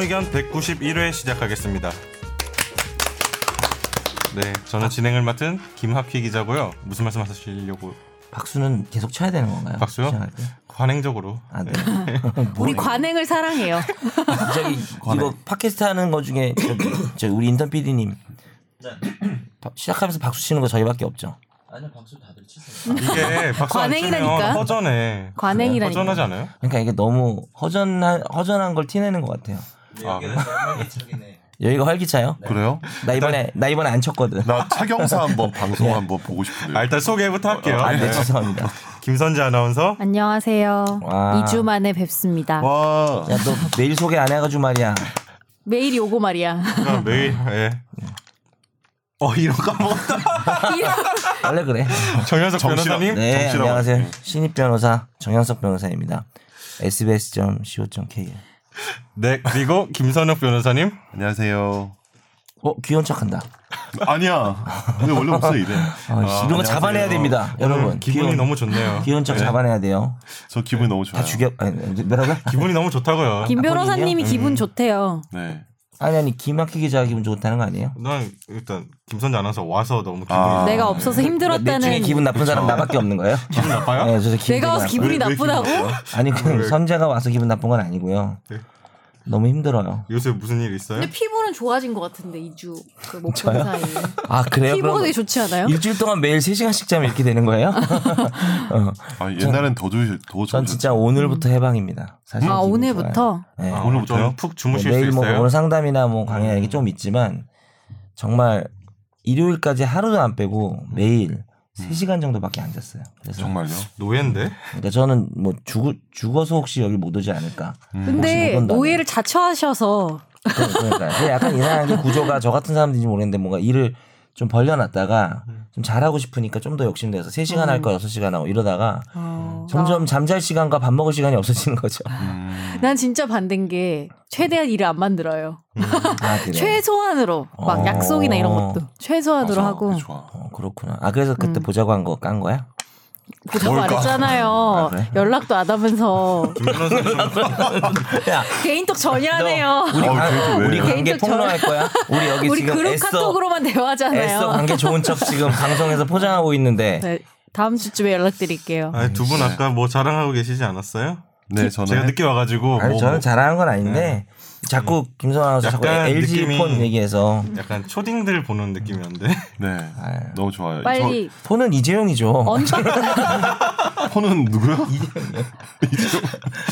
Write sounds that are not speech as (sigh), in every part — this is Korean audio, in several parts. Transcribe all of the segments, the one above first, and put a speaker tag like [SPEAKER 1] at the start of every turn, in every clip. [SPEAKER 1] 의견 191회 시작하겠습니다. 네, 저는 진행을 맡은 김학휘 기자고요. 무슨 말씀하시려고
[SPEAKER 2] 박수는 계속 쳐야 되는 건가요?
[SPEAKER 1] 박수요?
[SPEAKER 2] 시작할 때?
[SPEAKER 1] 관행적으로
[SPEAKER 2] 아, 네.
[SPEAKER 3] 우리
[SPEAKER 2] 뭐,
[SPEAKER 3] 관행을
[SPEAKER 2] (laughs)
[SPEAKER 3] 사랑해요.
[SPEAKER 2] 저기 이거 팟캐스트 하는 거 중에 저기, 저 우리 인턴 PD님 시작하면서 박수 치는 거 저희밖에 없죠. 아니요 박수 다들 치세요.
[SPEAKER 1] 이게 박수 안
[SPEAKER 3] 관행이라니까.
[SPEAKER 1] 치면 허전해.
[SPEAKER 3] 관행이라니까.
[SPEAKER 1] 허전하지 않아요?
[SPEAKER 2] 그러니까 이게 너무 허전한 허전한 걸 티내는 것 같아요.
[SPEAKER 1] 아, 그래?
[SPEAKER 2] 여기가 활기차요?
[SPEAKER 4] 그래요?
[SPEAKER 2] 나 이번에 나 이번에 안 쳤거든.
[SPEAKER 4] 나 차경사 한번
[SPEAKER 2] 예.
[SPEAKER 4] 방송 한번 보고 싶은데.
[SPEAKER 1] 아, 일단 소개부터 할게요.
[SPEAKER 2] 안돼
[SPEAKER 1] 네.
[SPEAKER 2] 죄송합니다.
[SPEAKER 1] 김선재 아나운서.
[SPEAKER 3] 안녕하세요.
[SPEAKER 2] 와.
[SPEAKER 3] 2주 만에 뵙습니다.
[SPEAKER 2] 아.
[SPEAKER 4] 와.
[SPEAKER 2] 야 너 매일 소개 안 해가지고 말이야.
[SPEAKER 3] 매일이 오고 말이야.
[SPEAKER 2] 아,
[SPEAKER 1] 제가 매일 예. 어 이런 거 먹었다.
[SPEAKER 2] 원래 그래.
[SPEAKER 1] 정현석
[SPEAKER 4] 정신없-
[SPEAKER 1] 변호사님.
[SPEAKER 2] 네
[SPEAKER 4] 정치라고
[SPEAKER 2] 안녕하세요. 신입 변호사 정현석 변호사입니다. sbs.co.kr
[SPEAKER 1] 네 그리고 김선욱 변호사님.
[SPEAKER 4] 안녕하세요.
[SPEAKER 2] 어 귀여운 척한다.
[SPEAKER 4] 아니야. 근데 원래 없어 이래.
[SPEAKER 2] 아, 이런 거 잡아내야 됩니다, 여러분.
[SPEAKER 1] 오늘 어. 음, 기분이
[SPEAKER 2] 귀여운-
[SPEAKER 1] 너무 좋네요.
[SPEAKER 2] 귀여운 척
[SPEAKER 1] 네.
[SPEAKER 2] 잡아내야 돼요.
[SPEAKER 4] 저 기분 이 너무 좋아요.
[SPEAKER 2] 다 죽여 아니 뭐라고요?
[SPEAKER 1] (laughs) 기분이 너무 좋다고요.
[SPEAKER 3] (laughs) 김 변호사님이
[SPEAKER 2] 음.
[SPEAKER 3] 기분 좋대요.
[SPEAKER 4] 네.
[SPEAKER 2] 아니 아니 김학기 기자 기분 좋다는 거 아니에요?
[SPEAKER 1] 난 일단 김선재 아나운서 와서 너무 기분이
[SPEAKER 4] 아.
[SPEAKER 3] 내가 없어서
[SPEAKER 2] 내 중에
[SPEAKER 3] 힘들었다는.
[SPEAKER 2] 기분 나쁜 사람 나밖에 없는 거예요?
[SPEAKER 1] 아. (laughs) 기분 나빠요?
[SPEAKER 2] 네, 그래서 기분
[SPEAKER 3] 내가 와서
[SPEAKER 2] 나빠-
[SPEAKER 3] 기분이
[SPEAKER 4] 왜- 왜 기분
[SPEAKER 3] 나쁘다고?
[SPEAKER 4] 나빠요?
[SPEAKER 2] 아니 그 선재가 와서 기분 나쁜 건 아니고요.
[SPEAKER 1] 네.
[SPEAKER 2] 너무 힘들어요.
[SPEAKER 1] 요새 무슨 일 있어요?
[SPEAKER 3] 근데 피부는 좋아진 것 같은데 2주 그못본
[SPEAKER 2] (laughs)
[SPEAKER 3] 사이.
[SPEAKER 2] 아 그래요?
[SPEAKER 3] 피부가
[SPEAKER 2] 그럼
[SPEAKER 3] 되게 좋지 않아요?
[SPEAKER 2] 일주일 동안 매일 3 시간씩 자면 이렇게 되는 거예요? (laughs) 어,
[SPEAKER 4] 아, 옛날엔 더 좋으 더
[SPEAKER 2] 전
[SPEAKER 4] 좋으셨.
[SPEAKER 2] 진짜 오늘부터 해방입니다. 사실
[SPEAKER 3] 아
[SPEAKER 2] 기분
[SPEAKER 3] 오늘부터
[SPEAKER 2] 좋아요. 네.
[SPEAKER 1] 아,
[SPEAKER 4] 오늘부터요?
[SPEAKER 1] 좀푹 주무실
[SPEAKER 2] 매일
[SPEAKER 1] 수
[SPEAKER 2] 뭐
[SPEAKER 1] 있어요? 음.
[SPEAKER 2] 오늘 상담이나 뭐 강의나 이게 좀 있지만 정말 일요일까지 하루도 안 빼고 매일
[SPEAKER 1] 음.
[SPEAKER 2] 3시간 정도밖에 안 잤어요. 그래서
[SPEAKER 4] 정말요?
[SPEAKER 1] 노예인데?
[SPEAKER 2] 그러니까 저는 뭐 죽, 죽어서 혹시 여기 못 오지 않을까.
[SPEAKER 1] 음.
[SPEAKER 3] 근데
[SPEAKER 2] 혹시 못 온다면.
[SPEAKER 3] 오해를 자처하셔서
[SPEAKER 2] 그- 그러니까 근데 약간 이상한 게 구조가 저 같은 사람들인지 모르겠는데 뭔가 일을 좀 벌려놨다가
[SPEAKER 1] 음.
[SPEAKER 2] 좀 잘하고 싶으니까 좀 더 욕심내서 3시간 할 거 6시간 하고 이러다가
[SPEAKER 1] 음.
[SPEAKER 3] 어,
[SPEAKER 2] 음, 점점 잠잘 시간과 밥 먹을 시간이 없어지는 거죠.
[SPEAKER 3] 나- 난 진짜 반대인 게 최대한 일을 안 만들어요.
[SPEAKER 2] 아, 그래.
[SPEAKER 3] 최소한으로 막
[SPEAKER 2] 어.
[SPEAKER 3] 약속이나 이런 것도 최소한으로
[SPEAKER 4] 맞아,
[SPEAKER 3] 하고
[SPEAKER 4] 좋아.
[SPEAKER 2] 어, 그렇구나. 아 그래서
[SPEAKER 1] 음.
[SPEAKER 2] 그때 보자고 한 거 깐 거야?
[SPEAKER 3] 그 보자고
[SPEAKER 4] 뭘까?
[SPEAKER 3] 말했잖아요.
[SPEAKER 2] 그래?
[SPEAKER 3] 연락도 안
[SPEAKER 2] (laughs)
[SPEAKER 3] 하면서
[SPEAKER 1] 김 변호사님 좀
[SPEAKER 2] 야,
[SPEAKER 3] 개인톡 전혀 안 해요.
[SPEAKER 2] 우리,
[SPEAKER 4] 어,
[SPEAKER 2] 관,
[SPEAKER 4] 그래도 왜?
[SPEAKER 2] 우리 관계
[SPEAKER 3] 개인적
[SPEAKER 2] 폭로할 거야? 우리 여기
[SPEAKER 3] 우리
[SPEAKER 2] 지금
[SPEAKER 3] 그룹
[SPEAKER 2] 애써
[SPEAKER 3] 카톡으로만
[SPEAKER 2] 애써
[SPEAKER 3] 대화잖아요.
[SPEAKER 2] 관계 좋은 척 지금 방송에서 포장하고 있는데
[SPEAKER 3] 네, 다음 주쯤에 연락드릴게요.
[SPEAKER 1] 아니 두 분 아까 뭐 자랑하고 계시지 않았어요?
[SPEAKER 4] 네, 저는
[SPEAKER 1] 제가 늦게 와가지고
[SPEAKER 2] 아니
[SPEAKER 1] 뭐,
[SPEAKER 2] 저는
[SPEAKER 1] 뭐
[SPEAKER 2] 잘하는 건 아닌데 네. 자꾸 김선아 아나운서 자꾸
[SPEAKER 1] 약간
[SPEAKER 2] LG
[SPEAKER 1] 느낌이-
[SPEAKER 2] 폰 얘기해서
[SPEAKER 1] 약간 초딩들 보는 느낌이었는데
[SPEAKER 4] 네. 너무 좋아요.
[SPEAKER 3] 빨리
[SPEAKER 2] 폰은 어, 이재용이죠.
[SPEAKER 3] 언박
[SPEAKER 4] 저 폰은 누구야?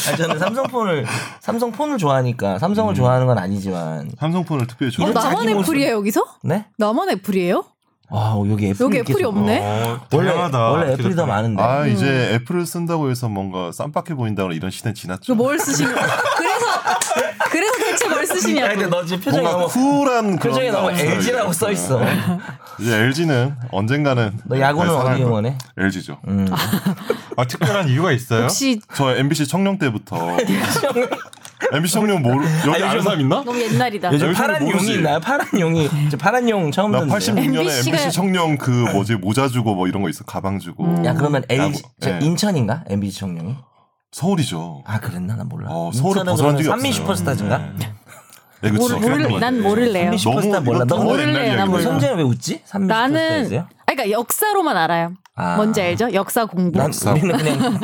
[SPEAKER 2] 아니, 저는 삼성 폰을 삼성 폰을 좋아하니까 삼성을 좋아하는 건 아니지만
[SPEAKER 4] 삼성 폰을 특별히
[SPEAKER 3] 어,
[SPEAKER 4] 좋아해요.
[SPEAKER 3] 나만
[SPEAKER 2] 자기 모습.
[SPEAKER 3] 애플이에요 여기서?
[SPEAKER 2] 네?
[SPEAKER 3] 나만 애플이에요?
[SPEAKER 2] 아 여기 애플
[SPEAKER 3] 여기 애플이 없네.
[SPEAKER 1] 어,
[SPEAKER 2] 원래
[SPEAKER 1] 다양하다.
[SPEAKER 2] 원래 애플이 더 많은데
[SPEAKER 4] 아, 이제 애플을 쓴다고 해서 뭔가 쌈박해 보인다거나 이런 시대는 지났죠.
[SPEAKER 3] 그뭘 쓰신? 그래서 그래서 대체 뭘
[SPEAKER 2] 아니,
[SPEAKER 3] 쓰시냐고.
[SPEAKER 2] 근데 너 지금 표정이
[SPEAKER 4] 뭔가
[SPEAKER 2] 너무
[SPEAKER 4] 쿨한 그런
[SPEAKER 2] 표정이
[SPEAKER 4] 게
[SPEAKER 2] 너무
[SPEAKER 4] 없어요,
[SPEAKER 2] LG라고
[SPEAKER 4] 이제.
[SPEAKER 2] 써 있어.
[SPEAKER 4] 이제 LG는 언젠가는
[SPEAKER 2] 너 야구는 어디 응원해?
[SPEAKER 4] LG죠.
[SPEAKER 1] 아 특별한 이유가 있어요?
[SPEAKER 3] 혹시
[SPEAKER 4] 저 MBC 청룡 때부터 (laughs) MBC 청룡 모르 여기
[SPEAKER 2] 아,
[SPEAKER 4] 아는
[SPEAKER 2] 요즘-
[SPEAKER 4] 사람 있나?
[SPEAKER 3] 너무 옛날이다.
[SPEAKER 2] 요즘
[SPEAKER 4] 열심히
[SPEAKER 2] 파란
[SPEAKER 4] 모르지.
[SPEAKER 2] 용이 있나요? 파란 용이 저 파란 용 처음
[SPEAKER 4] 나
[SPEAKER 2] 듣는데.
[SPEAKER 4] 86년에
[SPEAKER 3] MBC 가- 음.
[SPEAKER 4] MBC 청룡 그 뭐지 모자 주고 뭐 이런 거 있어 가방 주고
[SPEAKER 2] 야 그러면 LG
[SPEAKER 4] 야구,
[SPEAKER 2] 저
[SPEAKER 4] 예.
[SPEAKER 2] 인천인가 MBC 청룡이?
[SPEAKER 4] 서울이죠.
[SPEAKER 2] 아 그랬나 난 몰라.
[SPEAKER 4] 어, 서울에 벗어난 적이
[SPEAKER 2] 삼미
[SPEAKER 4] 없어요.
[SPEAKER 2] 슈퍼스타즈인가?
[SPEAKER 4] 네, 그치.
[SPEAKER 3] 모르, 모를, 난뭐 모를래요.
[SPEAKER 2] 삼미 슈퍼스타
[SPEAKER 4] 너무
[SPEAKER 2] 몰라.
[SPEAKER 4] 이거
[SPEAKER 2] 너
[SPEAKER 4] 너무
[SPEAKER 2] 몰라.
[SPEAKER 3] 모를래요,
[SPEAKER 4] 옛날
[SPEAKER 3] 나
[SPEAKER 4] 이야기네.
[SPEAKER 3] 몰라.
[SPEAKER 2] 선재는 왜 웃지? 삼미
[SPEAKER 3] 나는
[SPEAKER 2] 슈퍼스타즈요?
[SPEAKER 3] 아니, 그러니까 역사로만 알아요.
[SPEAKER 2] 아.
[SPEAKER 3] 뭔지 알죠? 역사 공부.
[SPEAKER 2] 난 우리는
[SPEAKER 4] (laughs)
[SPEAKER 2] 그냥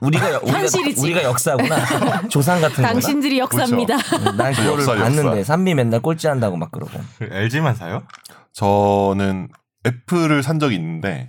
[SPEAKER 2] 우리가 여- 우리가,
[SPEAKER 3] 현실이지.
[SPEAKER 2] 우리가
[SPEAKER 3] (laughs)
[SPEAKER 2] 역사구나 조상 같은 거나.
[SPEAKER 3] 당신들이 역사입니다.
[SPEAKER 2] 음, 난
[SPEAKER 4] 저
[SPEAKER 2] 그거를
[SPEAKER 4] 역사, 역사.
[SPEAKER 2] 봤는데 산미 맨날 꼴찌한다고 막 그러고.
[SPEAKER 1] LG만 사요?
[SPEAKER 4] 저는 애플을 산 적이 있는데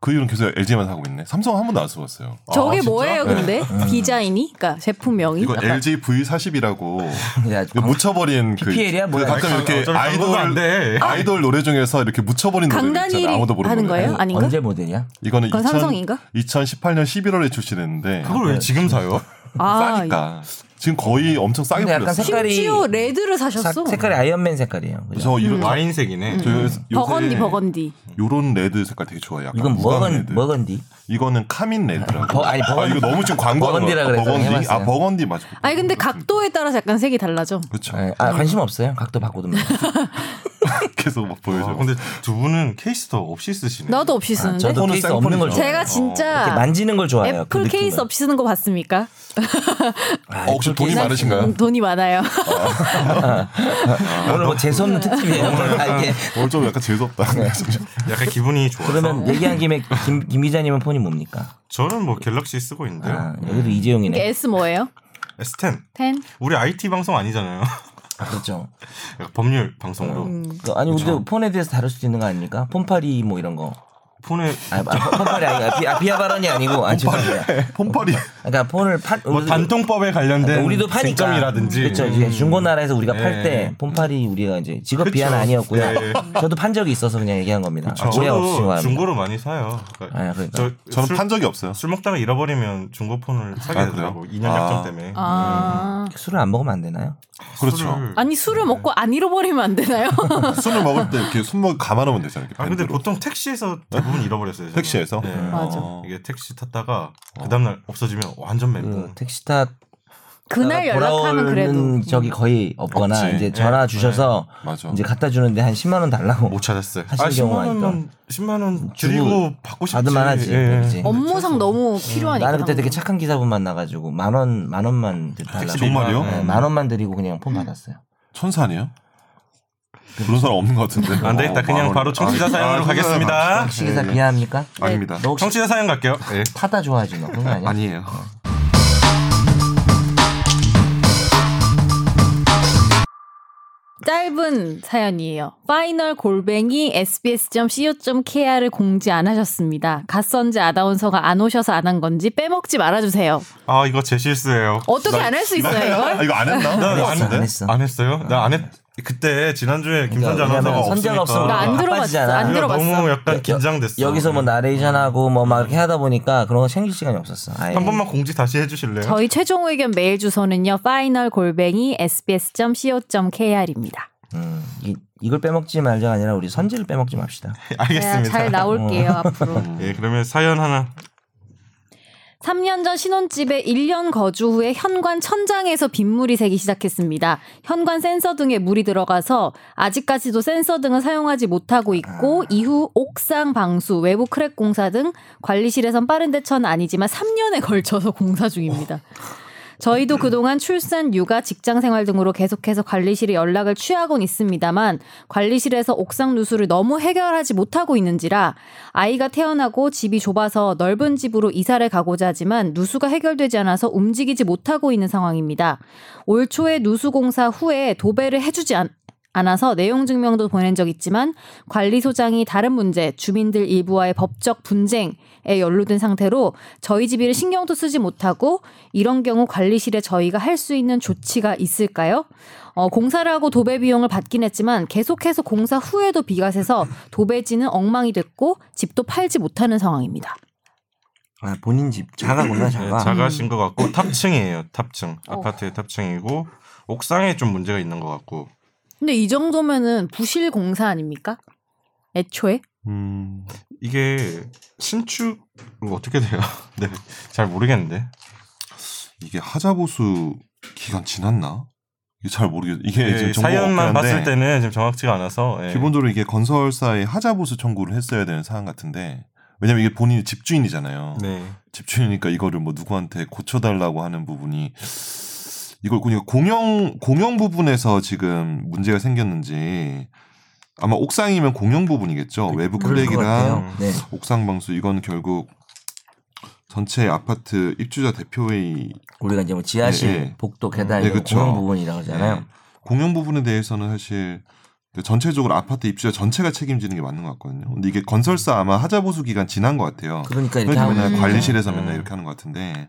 [SPEAKER 4] 그 이후로는 계속 LG만 사고 있네. 삼성 한 번도 안 써봤어요.
[SPEAKER 3] 아,
[SPEAKER 2] 아,
[SPEAKER 4] 아,
[SPEAKER 3] 저게
[SPEAKER 1] 진짜?
[SPEAKER 3] 뭐예요,
[SPEAKER 1] 네.
[SPEAKER 3] 근데?
[SPEAKER 2] 음.
[SPEAKER 3] 디자인이? 그러니까 제품명이?
[SPEAKER 4] 이거 LG V40이라고
[SPEAKER 2] 야,
[SPEAKER 4] 묻혀버린 그
[SPEAKER 2] PPL 이야? 뭐야?
[SPEAKER 4] 가끔 이렇게
[SPEAKER 1] 아, 어차피 광고도 안
[SPEAKER 4] 아이돌
[SPEAKER 1] 돼.
[SPEAKER 4] 아이돌 노래 중에서 이렇게 묻혀버린 노래
[SPEAKER 3] 강단일이
[SPEAKER 4] 있잖아 아무도 모르는
[SPEAKER 3] 하는
[SPEAKER 4] 노래.
[SPEAKER 3] 거예요? 뭐- 아닌가?
[SPEAKER 2] 언제 모델이야?
[SPEAKER 4] 이거는
[SPEAKER 3] 그건
[SPEAKER 4] 2000
[SPEAKER 3] 삼성인가?
[SPEAKER 4] 2018년 11월에 출시됐는데
[SPEAKER 1] 그걸 왜 지금 사요?
[SPEAKER 3] 아,
[SPEAKER 4] 싸니까 지금 거의 엄청 싸게
[SPEAKER 2] 근데 약간
[SPEAKER 4] 풀렸어요.
[SPEAKER 2] 색깔- 색깔이-
[SPEAKER 3] 심지어 레드를
[SPEAKER 2] 사-
[SPEAKER 3] 사셨어.
[SPEAKER 2] 색깔이 아이언맨 색깔이에요. 그죠?
[SPEAKER 4] 저 이런 아,
[SPEAKER 1] 와인색이네.
[SPEAKER 2] 음.
[SPEAKER 4] 저 요- 요새
[SPEAKER 3] 버건디, 버건디.
[SPEAKER 4] 요런 레드 색깔 되게 좋아요. 약간
[SPEAKER 2] 이건
[SPEAKER 4] 무광
[SPEAKER 2] 버건
[SPEAKER 4] 레드.
[SPEAKER 2] 버건디.
[SPEAKER 4] 이거는 카민 레드라고.
[SPEAKER 2] 버- 아니, 버건-
[SPEAKER 4] 아, 이거 너무 지금 광고하는
[SPEAKER 2] 버건디라
[SPEAKER 4] 거야.
[SPEAKER 2] 그래서
[SPEAKER 4] 버건디.
[SPEAKER 2] 해봤어요.
[SPEAKER 4] 아 버건디 맞아.
[SPEAKER 3] 아니,
[SPEAKER 2] 음. 네.
[SPEAKER 3] 근데 각도에 따라서 약간 색이 달라져.
[SPEAKER 4] 그렇죠.
[SPEAKER 2] 아, 예, 아 관심 없어요. 각도 바꾸든가.
[SPEAKER 4] 계속
[SPEAKER 1] 아,
[SPEAKER 4] 막 보여줘.
[SPEAKER 1] 근데 두 분은 케이스도 없이 쓰시네.
[SPEAKER 3] 나도 없이
[SPEAKER 2] 아,
[SPEAKER 3] 쓰는데.
[SPEAKER 2] 저도
[SPEAKER 4] 이거는
[SPEAKER 2] 케이스 없는 걸
[SPEAKER 4] 쌩뿐이죠.
[SPEAKER 2] 좋아해요.
[SPEAKER 3] 제가
[SPEAKER 2] 이렇게
[SPEAKER 3] 진짜
[SPEAKER 2] 만지는 걸 좋아해요. 그
[SPEAKER 3] 애플
[SPEAKER 2] 느낌을.
[SPEAKER 3] 케이스 없이 쓰는 거 봤습니까?
[SPEAKER 2] 아,
[SPEAKER 4] 어, 혹시
[SPEAKER 2] 애플
[SPEAKER 4] 돈이
[SPEAKER 2] 케이스 네.
[SPEAKER 4] 많으신가요?
[SPEAKER 3] 음, 돈이 많아요.
[SPEAKER 2] 없이- 오늘 뭐 재수 없는
[SPEAKER 3] 네.
[SPEAKER 4] (laughs)
[SPEAKER 2] 특집이에요. 아, 이게
[SPEAKER 4] 오늘 좀 약간 재수없다.
[SPEAKER 2] 네.
[SPEAKER 1] 약간 기분이 좋아서.
[SPEAKER 2] 그러면 얘기한 김에 김, 김 기자님은 폰이 뭡니까?
[SPEAKER 1] 저는 뭐 갤럭시 쓰고 있는데요.
[SPEAKER 2] 아, 여기도 이재용이네.
[SPEAKER 3] (laughs) 이게 S 뭐예요?
[SPEAKER 1] S10.
[SPEAKER 3] 10?
[SPEAKER 1] 우리 IT 방송 아니잖아요.
[SPEAKER 2] 그렇죠.
[SPEAKER 1] 약간 법률 방송으로
[SPEAKER 2] 그, 아니
[SPEAKER 1] 그렇죠.
[SPEAKER 2] 근데 폰에 대해서 다룰 수 있는 거 아닙니까? 폰팔이 뭐 이런 거.
[SPEAKER 1] 폰에
[SPEAKER 2] 아, 아, 폰- 폰팔이 아니고 아, 비, 아 발언이 아니고 아 죄송합니다. (laughs)
[SPEAKER 4] 폼파리.
[SPEAKER 2] 그러니까 폰을 팔 네,
[SPEAKER 1] 뭐 단통법에 관련된
[SPEAKER 2] 그러니까 우리도 파니까
[SPEAKER 1] 쟁점이라든지
[SPEAKER 2] 그렇죠. 이제 중고나라에서 우리가 팔
[SPEAKER 1] 예.
[SPEAKER 2] 때 폰팔이 우리가 이제 직업
[SPEAKER 1] 그쵸.
[SPEAKER 2] 비하는 아니었고요.
[SPEAKER 1] 예.
[SPEAKER 2] 저도 판 적이 있어서 그냥 얘기한 겁니다.
[SPEAKER 1] 아, 저-
[SPEAKER 2] 오해 없이
[SPEAKER 1] 저도
[SPEAKER 2] 말합니다.
[SPEAKER 1] 중고로 많이 사요. 그러니까
[SPEAKER 2] 아, 그러니까.
[SPEAKER 1] 저,
[SPEAKER 4] 저는
[SPEAKER 1] 술,
[SPEAKER 4] 판 적이 없어요.
[SPEAKER 1] 술 먹다가 잃어버리면 중고폰을 사게
[SPEAKER 4] 아,
[SPEAKER 1] 되더라고.
[SPEAKER 4] 그래요?
[SPEAKER 1] 2년
[SPEAKER 4] 아.
[SPEAKER 1] 약정 때문에.
[SPEAKER 3] 아.
[SPEAKER 2] 술을 안 먹으면 안 되나요?
[SPEAKER 4] 그렇죠.
[SPEAKER 1] 술을-
[SPEAKER 3] 아니 술을 먹고 안 잃어버리면 안 되나요?
[SPEAKER 4] 술을 먹을 때 이렇게 숨먹 감아놓으면 되잖아요. 이렇게
[SPEAKER 1] 아 근데
[SPEAKER 4] 밴드로.
[SPEAKER 1] 보통 택시에서 대부분 잃어버렸어요. 저는.
[SPEAKER 4] 택시에서?
[SPEAKER 1] 네.
[SPEAKER 3] (laughs) 맞아.
[SPEAKER 4] 어.
[SPEAKER 1] 이게 택시 탔다가 그 다음날 없어지면 완전
[SPEAKER 2] 그
[SPEAKER 1] 멘붕.
[SPEAKER 2] 택시 타
[SPEAKER 3] 그날 연락하면 그래도
[SPEAKER 2] 돌아오는 적이 거의 없거나
[SPEAKER 4] 없지.
[SPEAKER 2] 이제
[SPEAKER 1] 네.
[SPEAKER 2] 전화 주셔서
[SPEAKER 4] 맞아.
[SPEAKER 2] 이제 갖다 주는데 한 10만 원 달라고
[SPEAKER 1] 못 찾았어요.
[SPEAKER 2] 하신 경우가
[SPEAKER 1] 아, 원은 10만 원 줄이고
[SPEAKER 2] 주고
[SPEAKER 1] 받고 싶지. 예,
[SPEAKER 2] 받을 만하지. 그지?
[SPEAKER 3] 업무상 너무
[SPEAKER 2] 음.
[SPEAKER 3] 필요하니까.
[SPEAKER 2] 나는 그때 되게 착한 기사분 만나가지고 만 원, 만 원만 달라고.
[SPEAKER 1] 택시 예,
[SPEAKER 4] 정말요?
[SPEAKER 1] 비만.
[SPEAKER 2] 네, 만 원만 드리고 그냥 폰 받았어요.
[SPEAKER 4] 천사 아니에요? 그런 사람 없는 것 같은데.
[SPEAKER 1] 안 되겠다.
[SPEAKER 4] 어,
[SPEAKER 1] 그냥
[SPEAKER 4] 만
[SPEAKER 1] 바로
[SPEAKER 4] 원.
[SPEAKER 1] 청취자
[SPEAKER 4] 아,
[SPEAKER 1] 사연으로
[SPEAKER 4] 아,
[SPEAKER 1] 가겠습니다.
[SPEAKER 2] 택시 기사
[SPEAKER 4] 네.
[SPEAKER 2] 비하합니까?
[SPEAKER 4] 아닙니다.
[SPEAKER 2] 너 혹시
[SPEAKER 1] 청취자 사연 갈게요. 예.
[SPEAKER 2] 타다 좋아하지 너 그런 거 아니야?
[SPEAKER 4] 아니에요.
[SPEAKER 3] 짧은 사연이에요. 파이널 골뱅이 sbs.co.kr을 공지 안 하셨습니다. 갓선지 아나운서가 안 오셔서 안 한 건지 빼먹지 말아주세요.
[SPEAKER 1] 아 이거 제 실수예요.
[SPEAKER 3] 어떻게 안 할 수 있어요
[SPEAKER 4] 아,
[SPEAKER 3] 이걸?
[SPEAKER 4] 이거 안 했나?
[SPEAKER 1] 나
[SPEAKER 2] 했어,
[SPEAKER 1] 안, 했-
[SPEAKER 2] 안 했어.
[SPEAKER 1] 안 했어요? 나 안 했. 그때 지난주에 김선재
[SPEAKER 2] 그러니까
[SPEAKER 1] 아나운서가
[SPEAKER 2] 왜냐면 선재가
[SPEAKER 1] 없으니까.
[SPEAKER 2] 없으면
[SPEAKER 3] 나 안
[SPEAKER 2] 아,
[SPEAKER 3] 들어봤어.
[SPEAKER 2] 바빠지잖아.
[SPEAKER 3] 안
[SPEAKER 1] 내가
[SPEAKER 3] 들어봤어.
[SPEAKER 1] 너무 약간 긴장됐어.
[SPEAKER 2] 여기서 뭐 나레이션하고 뭐 막 이렇게 하다 보니까 그런 거 챙길 시간이 없었어. 아예.
[SPEAKER 1] 한 번만 공지 다시 해주실래요?
[SPEAKER 3] 저희 최종 의견 메일 주소는요. 파이널 골뱅이 sbs.co.kr입니다.
[SPEAKER 2] 음, 이, 이걸 빼먹지 말자가 아니라 우리 선지를 빼먹지 맙시다.
[SPEAKER 1] (laughs) 알겠습니다.
[SPEAKER 3] 네, 잘 나올게요 앞으로.
[SPEAKER 1] (laughs) 예, 그러면 사연 하나
[SPEAKER 3] 3년 전 신혼집에 1년 거주 후에 현관 천장에서 빗물이 새기 시작했습니다. 현관 센서 등에 물이 들어가서 아직까지도 센서 등을 사용하지 못하고 있고 이후 옥상 방수, 외부 크랙 공사 등 관리실에선 빠른 대처는 아니지만 3년에 걸쳐서 공사 중입니다. 저희도 그동안 출산, 육아, 직장 생활 등으로 계속해서 관리실에 연락을 취하곤 있습니다만 관리실에서 옥상 누수를 너무 해결하지 못하고 있는지라 아이가 태어나고 집이 좁아서 넓은 집으로 이사를 가고자 하지만 누수가 해결되지 않아서 움직이지 못하고 있는 상황입니다. 올 초에 누수 공사 후에 도배를 해주지 않, 않아서 내용 증명도 보낸 적 있지만 관리소장이 다른 문제, 주민들 일부와의 법적 분쟁에 연루된 상태로 저희 집 일을 신경도 쓰지 못하고 이런 경우 관리실에 저희가 할 수 있는 조치가 있을까요? 어, 공사를 하고 도배 비용을 받긴 했지만 계속해서 공사 후에도 비가 새서 도배지는 엉망이 됐고 집도 팔지 못하는 상황입니다.
[SPEAKER 2] 아, 본인 집 자가구나
[SPEAKER 1] 예,
[SPEAKER 2] 자가.
[SPEAKER 1] 작아신 것 같고 탑층이에요. 탑층 아파트의 탑층이고 옥상에 좀 문제가 있는 것 같고
[SPEAKER 3] 근데 이 정도면은 부실 공사 아닙니까? 애초에?
[SPEAKER 4] 음,
[SPEAKER 1] 이게 신축 이거 어떻게 돼요? (laughs) 네, 잘 모르겠는데
[SPEAKER 4] 이게 하자보수 기간 지났나? 이게 잘 모르겠. 이게
[SPEAKER 1] 예,
[SPEAKER 4] 지금 정보가
[SPEAKER 1] 사연만
[SPEAKER 4] 없긴
[SPEAKER 1] 봤을
[SPEAKER 4] 한데
[SPEAKER 1] 때는 지금 정확치가 않아서 예.
[SPEAKER 4] 기본적으로 이게 건설사에 하자보수 청구를 했어야 되는 사안 같은데 왜냐면 이게 본인이 집주인이잖아요.
[SPEAKER 1] 네
[SPEAKER 4] 집주인이니까 이거를 뭐 누구한테 고쳐달라고 하는 부분이 이걸 그러니까 공영 공영 부분에서 지금 문제가 생겼는지 아마 옥상이면 공영 부분이겠죠 외부
[SPEAKER 2] 그럴 것
[SPEAKER 4] 클릭이나
[SPEAKER 2] 같아요. 네.
[SPEAKER 4] 옥상 방수 이건 결국 전체 아파트 입주자 대표회의
[SPEAKER 2] 우리가 이제 뭐 지하실,
[SPEAKER 4] 예, 예.
[SPEAKER 2] 복도, 계단
[SPEAKER 4] 네,
[SPEAKER 2] 이런
[SPEAKER 4] 그쵸.
[SPEAKER 2] 공용 부분이라고 하잖아요.
[SPEAKER 4] 예, 공영 부분에 대해서는 사실 그 전체적으로 아파트 입주자 전체가 책임지는 게 맞는 것 같거든요. 근데 이게 건설사 아마 하자 보수 기간 지난 것 같아요.
[SPEAKER 2] 그러니까 이렇게
[SPEAKER 4] 그러니까
[SPEAKER 2] 하고
[SPEAKER 4] 맨날
[SPEAKER 2] 있는
[SPEAKER 4] 관리실에서
[SPEAKER 1] 음.
[SPEAKER 4] 맨날 이렇게 하는 것 같은데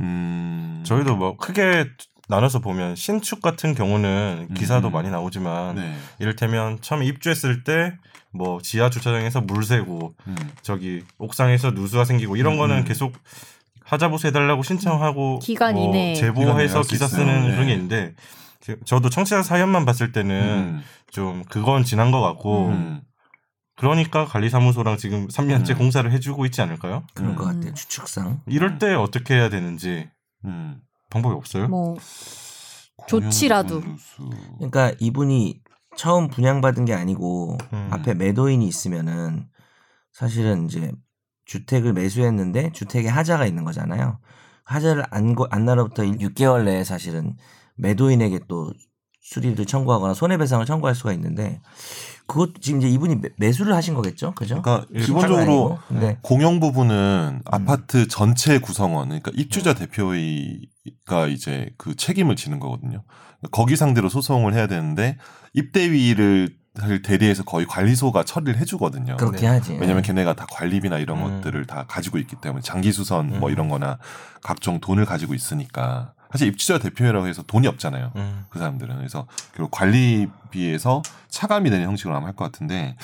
[SPEAKER 4] 음
[SPEAKER 1] 저희도 뭐 크게 나눠서 보면 신축 같은 경우는
[SPEAKER 4] 음,
[SPEAKER 1] 기사도
[SPEAKER 4] 음.
[SPEAKER 1] 많이 나오잖아요. 나오지만
[SPEAKER 4] 네.
[SPEAKER 1] 이를테면 처음에 입주했을 때 뭐 지하 주차장에서 물 새고
[SPEAKER 4] 음.
[SPEAKER 1] 저기 옥상에서 누수가 생기고 이런
[SPEAKER 4] 음,
[SPEAKER 1] 거는
[SPEAKER 4] 음.
[SPEAKER 1] 계속 하자보수 해달라고 신청하고
[SPEAKER 3] 기간
[SPEAKER 1] 뭐
[SPEAKER 3] 이내에.
[SPEAKER 4] 기간 이내에
[SPEAKER 1] 제보해서
[SPEAKER 4] 할수
[SPEAKER 1] 기사
[SPEAKER 4] 있어요.
[SPEAKER 1] 쓰는
[SPEAKER 4] 네.
[SPEAKER 1] 그런 게 있는데 지- 저도 청취자 사연만 봤을 때는
[SPEAKER 4] 음.
[SPEAKER 1] 좀 그건 지난 것 같고
[SPEAKER 4] 음.
[SPEAKER 1] 그러니까 관리사무소랑 지금 3년째
[SPEAKER 4] 음.
[SPEAKER 1] 공사를 해주고 있지 않을까요?
[SPEAKER 2] 그럴 것
[SPEAKER 3] 음.
[SPEAKER 2] 같아요. 추측상.
[SPEAKER 1] 이럴 때 어떻게 해야 되는지
[SPEAKER 4] 음.
[SPEAKER 1] 방법이 없어요?
[SPEAKER 3] 뭐
[SPEAKER 4] 공영
[SPEAKER 3] 조치라도.
[SPEAKER 4] 분수.
[SPEAKER 2] 그러니까 이분이 처음 분양받은 게 아니고
[SPEAKER 1] 음.
[SPEAKER 2] 앞에 매도인이 있으면은 사실은 이제 주택을 매수했는데 주택에 하자가 있는 거잖아요. 하자를 안, 거- 안 날로부터 6개월 내에 사실은 매도인에게 또 수리를 청구하거나 손해배상을 청구할 수가 있는데 그것 지금 이제 이분이 매- 매수를 하신 거겠죠, 그죠?
[SPEAKER 4] 그러니까
[SPEAKER 1] 예,
[SPEAKER 4] 기본적으로
[SPEAKER 2] 네.
[SPEAKER 4] 공영 부분은 아파트 전체 구성원, 그러니까 입주자 대표가 이제 그 책임을 지는 거거든요. 그러니까 거기 상대로 소송을 해야 되는데 입대위를 대리해서 거의 관리소가 처리를 해주거든요.
[SPEAKER 2] 그렇게 하지.
[SPEAKER 4] 왜냐면 걔네가 다 관리비나 이런
[SPEAKER 1] 예. 음.
[SPEAKER 4] 것들을 다 가지고 있기 때문에 장기 수선 뭐
[SPEAKER 1] 음.
[SPEAKER 4] 이런 거나 각종 돈을 가지고 있으니까 사실 입주자 대표회라고 해서 돈이 없잖아요.
[SPEAKER 1] 음.
[SPEAKER 4] 그 사람들은 그래서 결국 관리비에서 차감이 되는 형식으로 아마 할 것 같은데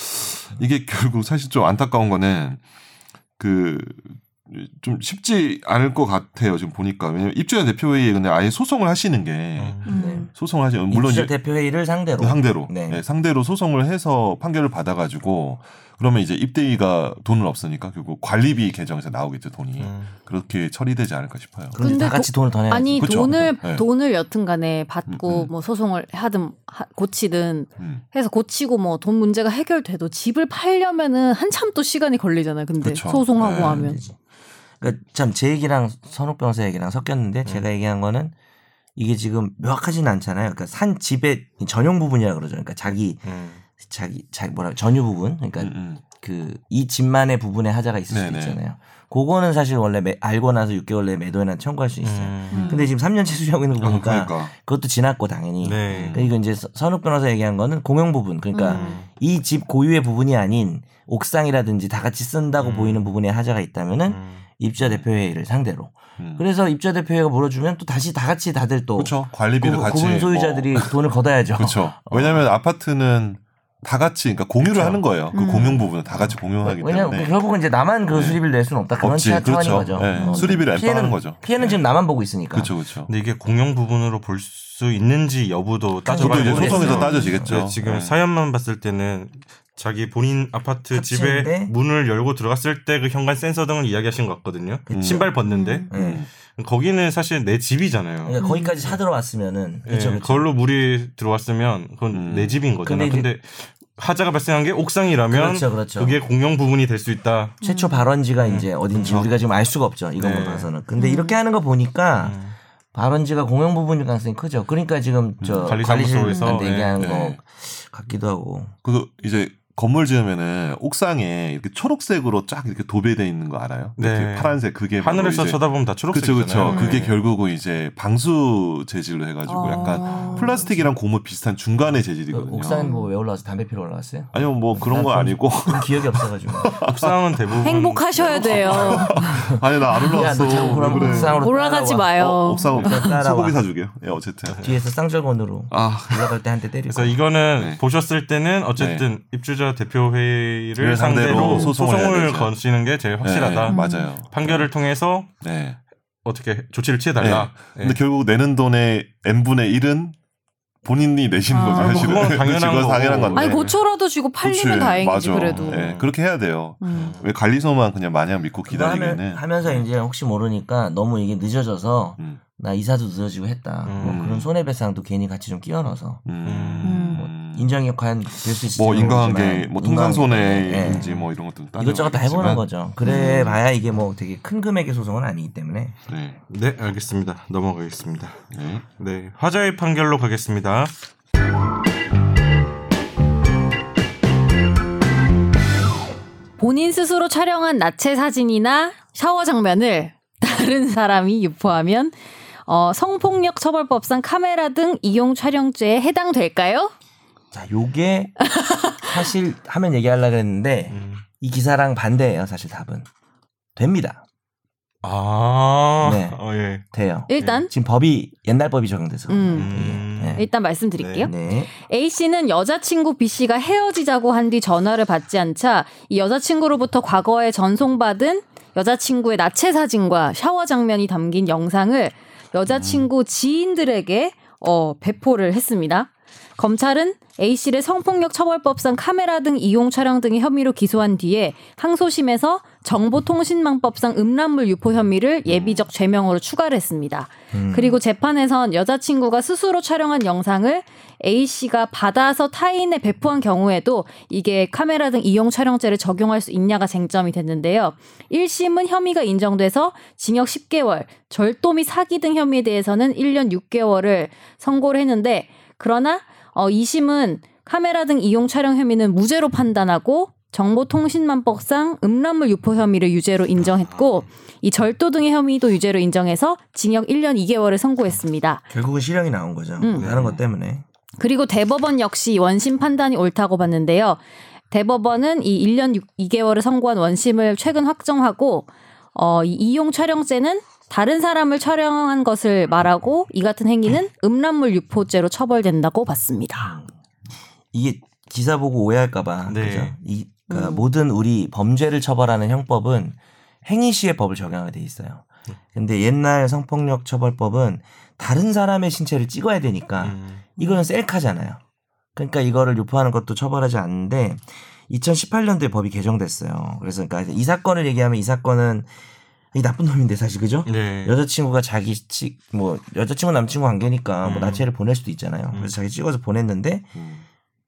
[SPEAKER 4] 이게 (laughs) 결국 사실 좀 안타까운 거는 그 좀 쉽지 않을 것 같아요 지금 보니까 왜냐면 입주자 대표회의에 근데 아예 소송을 하시는 게
[SPEAKER 1] 네.
[SPEAKER 3] 음.
[SPEAKER 4] 소송을 하시 물론
[SPEAKER 2] 물론
[SPEAKER 4] 이제
[SPEAKER 2] 대표회의를 상대로
[SPEAKER 4] 상대로
[SPEAKER 2] 네.
[SPEAKER 4] 네, 상대로 소송을 해서 판결을 받아가지고 그러면 이제 입대위가 돈을 없으니까 결국 관리비 계정에서 나오겠죠 돈이
[SPEAKER 1] 음.
[SPEAKER 4] 그렇게 처리되지 않을까 싶어요.
[SPEAKER 2] 그럼 이제
[SPEAKER 3] 근데
[SPEAKER 2] 다 같이 돈을 더 내야지.
[SPEAKER 3] 아니
[SPEAKER 4] 그쵸.
[SPEAKER 3] 돈을
[SPEAKER 4] 네.
[SPEAKER 3] 돈을 여튼간에 받고
[SPEAKER 4] 음, 음.
[SPEAKER 3] 뭐 소송을 하든 하- 고치든
[SPEAKER 4] 음,
[SPEAKER 3] 해서 고치고 뭐 돈 문제가 해결돼도 집을 팔려면은 한참 또 시간이 걸리잖아요. 근데
[SPEAKER 4] 그쵸.
[SPEAKER 3] 소송하고
[SPEAKER 4] 네.
[SPEAKER 3] 하면
[SPEAKER 2] 그러니까 참 제 얘기랑 선욱 변호사 얘기랑 섞였는데 제가 얘기한 거는 이게 지금 명확하진 않잖아요. 그러니까 산 집의 전용 부분이라 그러죠. 그러니까 자기
[SPEAKER 1] 음.
[SPEAKER 2] 자기 자기 뭐라 전유 부분. 그러니까
[SPEAKER 4] 음, 음.
[SPEAKER 2] 그 이 집만의 부분에 하자가 있을
[SPEAKER 4] 네네.
[SPEAKER 2] 수도 있잖아요. 그거는 사실 원래 매- 알고 나서 6개월 내에 매도인한 테 청구할 수 있어요.
[SPEAKER 1] 음.
[SPEAKER 2] 근데 지금 3년째 수리하고 있는 거
[SPEAKER 4] 어,
[SPEAKER 2] 보니까
[SPEAKER 4] 그러니까.
[SPEAKER 2] 그것도 지났고
[SPEAKER 4] 음.
[SPEAKER 2] 당연히.
[SPEAKER 1] 네.
[SPEAKER 2] 그리고 이제 서- 선욱 변호사 얘기한 거는 공용 부분. 그러니까
[SPEAKER 3] 음.
[SPEAKER 2] 이 집 고유의 부분이 아닌 옥상이라든지 다 같이 쓴다고
[SPEAKER 1] 음.
[SPEAKER 2] 보이는 부분에 하자가 있다면은
[SPEAKER 1] 음.
[SPEAKER 2] 입주자 대표회의를 상대로.
[SPEAKER 4] 음.
[SPEAKER 2] 그래서 입주자 대표회의가 물어주면 또 다시 다 같이 다들 또
[SPEAKER 4] 그렇죠. 관리비를
[SPEAKER 2] 구-
[SPEAKER 4] 같이
[SPEAKER 2] 구분 소유자들이 돈을 걷어야죠.
[SPEAKER 4] 그렇죠. 왜냐하면 아파트는 다 같이 그러니까 공유를
[SPEAKER 2] 그쵸.
[SPEAKER 4] 하는 거예요. 그
[SPEAKER 3] 음.
[SPEAKER 4] 공용 부분은 다 같이 공유하기
[SPEAKER 2] 왜냐면
[SPEAKER 4] 때문에
[SPEAKER 2] 결국은 이제 나만 그
[SPEAKER 4] 네.
[SPEAKER 2] 수리비를 낼 수는 없다. 그런
[SPEAKER 4] 없지.
[SPEAKER 2] 차- 차원인
[SPEAKER 4] 그렇죠.
[SPEAKER 2] 거죠.
[SPEAKER 4] 네.
[SPEAKER 2] 어.
[SPEAKER 4] 수리비를
[SPEAKER 2] 피해는-
[SPEAKER 4] 엠빵하는 거죠. 네.
[SPEAKER 2] 피해는 지금 나만 보고 있으니까.
[SPEAKER 4] 그렇죠, 그렇죠.
[SPEAKER 1] 근데 이게 공용 부분으로 볼 수 있는지 여부도
[SPEAKER 4] 그것도
[SPEAKER 1] 따져봐야
[SPEAKER 4] 이제
[SPEAKER 1] 되겠어요.
[SPEAKER 4] 소송에서 따져지겠죠.
[SPEAKER 1] 그러니까 네, 지금
[SPEAKER 4] 네.
[SPEAKER 1] 사연만 봤을 때는 자기 본인 아파트 집에
[SPEAKER 2] 합친데?
[SPEAKER 1] 문을 열고 들어갔을 때 그 현관 센서 등을 이야기하신 것 같거든요.
[SPEAKER 4] 그쵸.
[SPEAKER 1] 신발 벗는데
[SPEAKER 3] 음.
[SPEAKER 2] 네.
[SPEAKER 1] 거기는 사실 내 집이잖아요.
[SPEAKER 4] 음.
[SPEAKER 2] 그러니까 거기까지 사들어 왔으면은
[SPEAKER 1] 예,
[SPEAKER 4] 네.
[SPEAKER 2] 그렇죠. 그렇죠.
[SPEAKER 1] 그걸로 물이 들어왔으면 그건
[SPEAKER 4] 음.
[SPEAKER 1] 내 집인 거잖아.
[SPEAKER 2] 근데
[SPEAKER 1] 근데,
[SPEAKER 2] 이제-
[SPEAKER 1] 하자가 발생한 게 옥상이라면
[SPEAKER 2] 그렇죠, 그렇죠.
[SPEAKER 1] 그게 공용 부분이 될 수 있다.
[SPEAKER 2] 최초 발원지가
[SPEAKER 4] 음.
[SPEAKER 2] 이제 어딘지 우리가 지금 알 수가 없죠. 이건
[SPEAKER 1] 네.
[SPEAKER 2] 봐서는. 근데 이렇게 하는 거 보니까
[SPEAKER 1] 음.
[SPEAKER 2] 발원지가 공용 부분일 가능성이 크죠. 그러니까 지금 저
[SPEAKER 1] 관리사무소에서,
[SPEAKER 2] 관리실한테
[SPEAKER 1] 네,
[SPEAKER 2] 얘기하는
[SPEAKER 4] 네.
[SPEAKER 2] 거 같기도 하고.
[SPEAKER 4] 그 이제 건물 지으면은 옥상에 이렇게 초록색으로 쫙 이렇게 도배돼 있는 거 알아요?
[SPEAKER 1] 네.
[SPEAKER 4] 이렇게 파란색 그게 바로
[SPEAKER 1] 하늘에서
[SPEAKER 4] 이제
[SPEAKER 1] 쳐다보면 다
[SPEAKER 4] 그쵸
[SPEAKER 1] 초록색이잖아요.
[SPEAKER 4] 그쵸
[SPEAKER 1] 네.
[SPEAKER 4] 그게 결국은 이제 방수 재질로 해가지고 약간
[SPEAKER 3] 어.
[SPEAKER 4] 플라스틱이랑 고무 비슷한 중간의
[SPEAKER 2] 그
[SPEAKER 4] 재질이거든요.
[SPEAKER 2] 옥상은 뭐 왜 올라왔어? 담배 피러 올라왔어요?
[SPEAKER 4] 아니면 뭐 그런 거
[SPEAKER 2] 난 (laughs)
[SPEAKER 4] 아니고
[SPEAKER 2] 그건 기억이 없어가지고.
[SPEAKER 1] 옥상은 대부분
[SPEAKER 4] 음,
[SPEAKER 3] 행복하셔야 돼요.
[SPEAKER 4] 아니 나 안
[SPEAKER 2] 야,
[SPEAKER 4] (laughs) 올라왔어.
[SPEAKER 2] 너 자꾸
[SPEAKER 4] 왜
[SPEAKER 2] 그럼
[SPEAKER 4] 그래.
[SPEAKER 3] (laughs)
[SPEAKER 2] 옥상으로
[SPEAKER 3] 올라가지
[SPEAKER 2] 따라와.
[SPEAKER 3] 마요.
[SPEAKER 4] 음. 어, 옥상 옥상
[SPEAKER 2] 따라와.
[SPEAKER 4] 소고기 사주게요. 예 어쨌든
[SPEAKER 2] 뒤에서 쌍절곤으로
[SPEAKER 4] 아
[SPEAKER 2] 올라갈 때 한 대 때리고.
[SPEAKER 1] 그래서 이거는
[SPEAKER 4] 네.
[SPEAKER 1] 보셨을 때는 어쨌든 입주자 대표 회의를 상대로,
[SPEAKER 4] 상대로 소송을
[SPEAKER 1] 소송을,
[SPEAKER 4] 해야 되죠.
[SPEAKER 1] 거시는 게 제일 확실하다.
[SPEAKER 3] 음.
[SPEAKER 4] 네, 맞아요.
[SPEAKER 1] 판결을 통해서
[SPEAKER 4] 네.
[SPEAKER 1] 어떻게 조치를 취해달라. 네.
[SPEAKER 4] 근데 결국 내는 돈의 n 분의 1은 본인이 내시는
[SPEAKER 3] 아,
[SPEAKER 4] 거죠
[SPEAKER 3] 뭐
[SPEAKER 4] 사실은.
[SPEAKER 1] 그건 당연한
[SPEAKER 4] 그건
[SPEAKER 1] 거고.
[SPEAKER 4] 당연한 건데.
[SPEAKER 3] 아니 고쳐라도 주고 팔리면
[SPEAKER 4] 네. 그치,
[SPEAKER 3] 다행이지
[SPEAKER 4] 맞아.
[SPEAKER 3] 그래도.
[SPEAKER 4] 네, 그렇게 해야 돼요.
[SPEAKER 3] 음.
[SPEAKER 4] 왜 관리소만 그냥 마냥 믿고
[SPEAKER 2] 그거 하면,
[SPEAKER 4] 기다리면은
[SPEAKER 2] 하면서 이제 혹시 모르니까 너무 이게 늦어져서
[SPEAKER 4] 음.
[SPEAKER 2] 나 이사도 늦어지고 했다. 뭐
[SPEAKER 1] 음.
[SPEAKER 2] 그런 손해배상도 괜히 같이 좀 끼워넣어서
[SPEAKER 4] 음.
[SPEAKER 3] 음.
[SPEAKER 2] 인정이 과연 될 수 있을지
[SPEAKER 4] 뭐 인과관계
[SPEAKER 2] 모르겠지만
[SPEAKER 4] 뭐
[SPEAKER 2] 네, 인과관계.
[SPEAKER 4] 통상손해인지
[SPEAKER 2] 예.
[SPEAKER 4] 뭐 이런 것도 따져
[SPEAKER 2] 이것저것 다 해보는 거죠. 그래
[SPEAKER 3] 음.
[SPEAKER 2] 봐야 이게 뭐 되게 큰 금액의 소송은 아니기 때문에
[SPEAKER 4] 네.
[SPEAKER 1] 네, 알겠습니다. 넘어가겠습니다.
[SPEAKER 4] 네.
[SPEAKER 1] 네, 화자의 판결로 가겠습니다.
[SPEAKER 3] 본인 스스로 촬영한 나체 사진이나 샤워 장면을 (laughs) 다른 사람이 유포하면 어, 성폭력 처벌법상 카메라 등 이용 촬영죄에 해당될까요?
[SPEAKER 2] 자 요게 사실 하면 얘기하려고 했는데
[SPEAKER 1] 음.
[SPEAKER 2] 이 기사랑 반대예요. 사실 답은 됩니다.
[SPEAKER 1] 아,
[SPEAKER 2] 네.
[SPEAKER 1] (laughs) 어, 예.
[SPEAKER 2] 돼요.
[SPEAKER 3] 일단
[SPEAKER 2] 지금 법이 옛날 법이 적용돼서
[SPEAKER 3] 음.
[SPEAKER 2] 예. 네.
[SPEAKER 3] 일단 말씀드릴게요.
[SPEAKER 2] 네.
[SPEAKER 3] A 씨는 여자친구 B 씨가 헤어지자고 한 뒤 전화를 받지 않자 이 여자친구로부터 과거에 전송받은 여자친구의 나체 사진과 샤워 장면이 담긴 영상을 여자친구 지인들에게 어, 배포를 했습니다. 검찰은 A 씨를 성폭력 처벌법상 카메라 등 이용 촬영 등의 혐의로 기소한 뒤에 항소심에서 정보통신망법상 음란물 유포 혐의를 예비적 죄명으로 추가를 했습니다. 그리고 재판에선 여자친구가 스스로 촬영한 영상을 A 씨가 받아서 타인에 배포한 경우에도 이게 카메라 등 이용 촬영죄를 적용할 수 있냐가 쟁점이 됐는데요. 1심은 혐의가 인정돼서 징역 10개월, 절도 및 사기 등 혐의에 대해서는 1년 6개월을 선고를 했는데 그러나 어 2심은 카메라 등 이용 촬영 혐의는 무죄로 판단하고 정보통신망법상 음란물 유포 혐의를 유죄로 인정했고 이 절도 등의 혐의도 유죄로 인정해서 징역 1년 2개월을 선고했습니다.
[SPEAKER 2] 결국은 실형이 나온 거죠.
[SPEAKER 3] 음.
[SPEAKER 2] 다른 것 때문에.
[SPEAKER 3] 그리고 대법원 역시 원심 판단이 옳다고 봤는데요. 대법원은 이 1년 2개월을 선고한 원심을 최근 확정하고 어, 이 이용 촬영죄는 다른 사람을 촬영한 것을 말하고 이 같은 행위는 음란물 유포죄로 처벌된다고 봤습니다.
[SPEAKER 2] 이게 기사 보고 오해할까봐
[SPEAKER 1] 네.
[SPEAKER 2] 그죠? 이 그러니까
[SPEAKER 3] 음.
[SPEAKER 2] 모든 우리 범죄를 처벌하는 형법은 행위 시의 법을 적용하게 돼 있어요. 근데 옛날 성폭력 처벌법은 다른 사람의 신체를 찍어야 되니까
[SPEAKER 1] 음.
[SPEAKER 2] 이거는 셀카잖아요. 그러니까 이거를 유포하는 것도 처벌하지 않는데 2018년도에 법이 개정됐어요. 그래서 그러니까 이 사건을 얘기하면 이 사건은 이 나쁜 놈인데 사실 그죠?
[SPEAKER 1] 네.
[SPEAKER 2] 여자친구가 자기 찍, 뭐, 여자친구 남친구 관계니까 뭐
[SPEAKER 1] 음.
[SPEAKER 2] 나체를 보낼 수도 있잖아요. 그래서
[SPEAKER 1] 음.
[SPEAKER 2] 자기 찍어서 보냈는데
[SPEAKER 4] 음.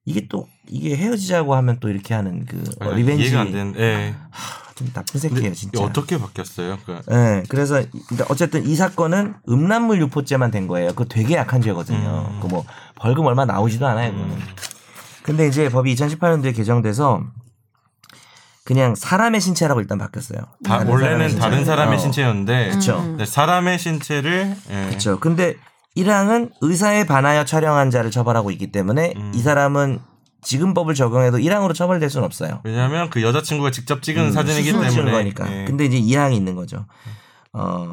[SPEAKER 2] 이게 또, 이게 헤어지자고 하면 또 이렇게 하는 그
[SPEAKER 1] 아,
[SPEAKER 2] 어, 리벤지.
[SPEAKER 1] 이해가 안 되는. 예.
[SPEAKER 2] 좀 나쁜
[SPEAKER 1] 근데
[SPEAKER 2] 새끼예요, 진짜.
[SPEAKER 1] 이게 어떻게 바뀌었어요? 그러니까
[SPEAKER 2] 예, 그래서 이- 그러니까 어쨌든 이 사건은 음란물 유포죄만 된 거예요. 그거 되게 약한 죄거든요.
[SPEAKER 1] 음.
[SPEAKER 2] 그 뭐 벌금 얼마 나오지도 않아요. 그거는. 근데 이제 법이 2018년도에 개정돼서 그냥 사람의 신체라고 일단 바뀌었어요.
[SPEAKER 1] 다-
[SPEAKER 2] 다른 사람의
[SPEAKER 1] 원래는
[SPEAKER 2] 신체.
[SPEAKER 1] 다른 사람의
[SPEAKER 2] 어.
[SPEAKER 1] 신체였는데
[SPEAKER 2] 그쵸.
[SPEAKER 3] 음.
[SPEAKER 1] 네, 사람의 신체를 예.
[SPEAKER 2] 그렇죠. 근데 1항은 의사에 반하여 촬영한 자를 처벌하고 있기 때문에
[SPEAKER 1] 음.
[SPEAKER 2] 이 사람은 지금 법을 적용해도 1항으로 처벌될 수는 없어요.
[SPEAKER 1] 왜냐하면 그 여자친구가 직접 찍은
[SPEAKER 2] 음,
[SPEAKER 1] 사진이기
[SPEAKER 2] 스스로
[SPEAKER 1] 때문에
[SPEAKER 2] 찍은 거니까.
[SPEAKER 1] 예.
[SPEAKER 2] 근데 이제 2항이 있는 거죠. 어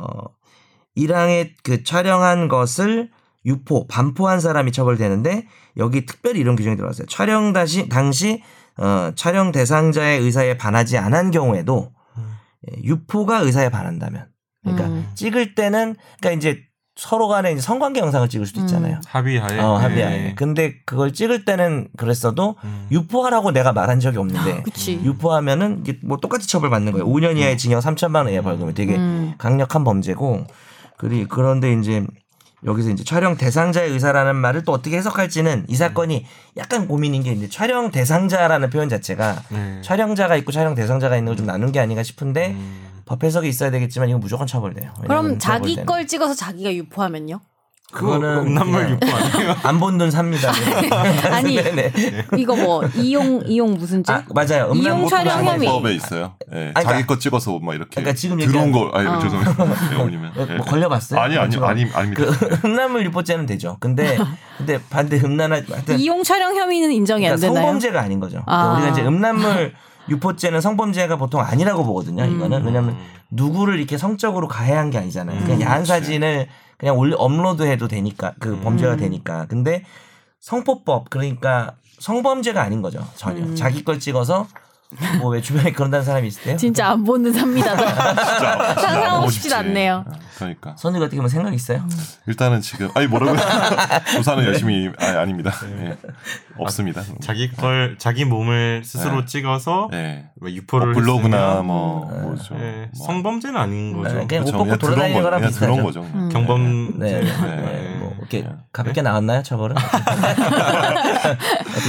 [SPEAKER 2] 1항에 그 촬영한 것을 유포, 반포한 사람이 처벌되는데 여기 특별히 이런 규정이 들어왔어요. 촬영 다시 당시 어, 촬영 대상자의 의사에 반하지 않은 경우에도
[SPEAKER 1] 음.
[SPEAKER 2] 예, 유포가 의사에 반한다면 그러니까
[SPEAKER 3] 음.
[SPEAKER 2] 찍을 때는 그러니까 이제 서로 간에 이제 성관계 영상을 찍을 수도 있잖아요.
[SPEAKER 1] 합의하에
[SPEAKER 2] 어,
[SPEAKER 1] 예.
[SPEAKER 2] 합의하에. 근데 그걸 찍을 때는 그랬어도
[SPEAKER 1] 음.
[SPEAKER 2] 유포하라고 내가 말한 적이 없는데
[SPEAKER 3] 그치.
[SPEAKER 2] 유포하면은 이게 뭐 똑같이 처벌받는 거예요. 5년 이하의 징역 3천만 원 이하 벌금이 되게
[SPEAKER 3] 음.
[SPEAKER 2] 강력한 범죄고 그리 그런데 이제 여기서 이제 촬영 대상자의 의사라는 말을 또 어떻게 해석할지는 이 사건이 약간 고민인 게 이제 촬영 대상자라는 표현 자체가
[SPEAKER 1] 네.
[SPEAKER 2] 촬영자가 있고 촬영 대상자가 있는 걸 좀 나눈 게 아닌가 싶은데
[SPEAKER 1] 음.
[SPEAKER 2] 법 해석이 있어야 되겠지만 이건 무조건 처벌돼요.
[SPEAKER 3] 그럼
[SPEAKER 2] 왜냐면
[SPEAKER 3] 자기
[SPEAKER 2] 처벌되는.
[SPEAKER 3] 걸 찍어서 자기가 유포하면요?
[SPEAKER 1] 그거는 음란물
[SPEAKER 2] 그냥
[SPEAKER 1] 유포 아니에요?
[SPEAKER 2] 안 본 눈 삽니다.
[SPEAKER 3] (laughs)
[SPEAKER 2] (laughs) (laughs)
[SPEAKER 3] 아니.
[SPEAKER 2] 네네.
[SPEAKER 3] 이거 뭐 이용 이용 무슨 죄?
[SPEAKER 2] 아, 맞아요. 음란
[SPEAKER 3] 이용
[SPEAKER 2] 보통
[SPEAKER 3] 촬영
[SPEAKER 2] 안 해요.
[SPEAKER 3] 혐의.
[SPEAKER 4] 법에 뭐 있어요. 예,
[SPEAKER 2] 그러니까-
[SPEAKER 4] 자기 거 찍어서 막 이렇게
[SPEAKER 2] 그러니까 지금 얘기하는-
[SPEAKER 4] 들어온 걸 아니
[SPEAKER 3] 어. (laughs)
[SPEAKER 4] 죄송해요. 어머님은. 예.
[SPEAKER 2] 뭐 걸려봤어요?
[SPEAKER 4] 아니 아니 아니 아닙니다.
[SPEAKER 2] (laughs) 그 음란물 유포죄는 되죠.
[SPEAKER 3] (laughs)
[SPEAKER 2] 근데 근데 반대 음란한 하여튼
[SPEAKER 3] 이용 촬영 혐의는 인정이
[SPEAKER 2] 네. 그러니까
[SPEAKER 3] 안 되나요?
[SPEAKER 2] 성범죄가 아닌 거죠. 그러니까
[SPEAKER 3] 아.
[SPEAKER 2] 우리가 이제 음란물 유포죄는 성범죄가 보통 아니라고 보거든요.
[SPEAKER 3] 음.
[SPEAKER 2] 이거는 왜냐하면 누구를 이렇게 성적으로 가해한 게 아니잖아요. 그냥
[SPEAKER 3] 그렇죠.
[SPEAKER 1] 음,
[SPEAKER 2] 야한
[SPEAKER 1] 그치.
[SPEAKER 2] 사진을 그냥 올리 업로드해도 되니까 그
[SPEAKER 1] 음.
[SPEAKER 2] 범죄가 되니까. 근데 성포법 그러니까 성범죄가 아닌 거죠. 전혀
[SPEAKER 3] 음.
[SPEAKER 2] 자기 걸 찍어서 뭐 왜 주변에 그런다는 사람이 있을 때요.
[SPEAKER 3] 진짜 안 보는 삽니다.
[SPEAKER 4] 진짜, 진짜 안
[SPEAKER 3] (laughs) 상상하고
[SPEAKER 4] 보고
[SPEAKER 3] 싶진
[SPEAKER 4] 싶지.
[SPEAKER 3] 않네요.
[SPEAKER 4] 예, 그러니까
[SPEAKER 2] 선우가 어떻게 보면 생각 있어요?
[SPEAKER 4] 일단은 지금 아니 뭐라고요?
[SPEAKER 2] (laughs)
[SPEAKER 4] 조사는
[SPEAKER 2] 네.
[SPEAKER 4] 열심히 아, 아닙니다. 예.
[SPEAKER 2] 아,
[SPEAKER 4] 없습니다.
[SPEAKER 1] (laughs) 자기 걸 자기 몸을 스스로
[SPEAKER 4] 네.
[SPEAKER 1] 찍어서
[SPEAKER 4] 예.
[SPEAKER 1] 뭐
[SPEAKER 4] 뭐
[SPEAKER 1] 유포를
[SPEAKER 4] 블로그나
[SPEAKER 1] 했으면,
[SPEAKER 4] 뭐
[SPEAKER 2] 음,
[SPEAKER 4] 뭐죠.
[SPEAKER 1] 예,
[SPEAKER 4] 뭐.
[SPEAKER 1] 성범죄는 아닌 거죠.
[SPEAKER 2] 네, 그냥 옷
[SPEAKER 4] 그렇죠.
[SPEAKER 2] 벗고
[SPEAKER 4] 그냥 들어온
[SPEAKER 2] 돌아다니는
[SPEAKER 4] 거-
[SPEAKER 2] 거랑
[SPEAKER 4] 그냥 들어온
[SPEAKER 2] 비슷하죠.
[SPEAKER 4] 거죠. 그냥.
[SPEAKER 3] 음.
[SPEAKER 1] 경범죄.
[SPEAKER 2] 네, 네.
[SPEAKER 1] 네.
[SPEAKER 2] 뭐 이렇게 가볍게 나왔나요 처벌은?
[SPEAKER 4] (laughs)
[SPEAKER 2] 어떻게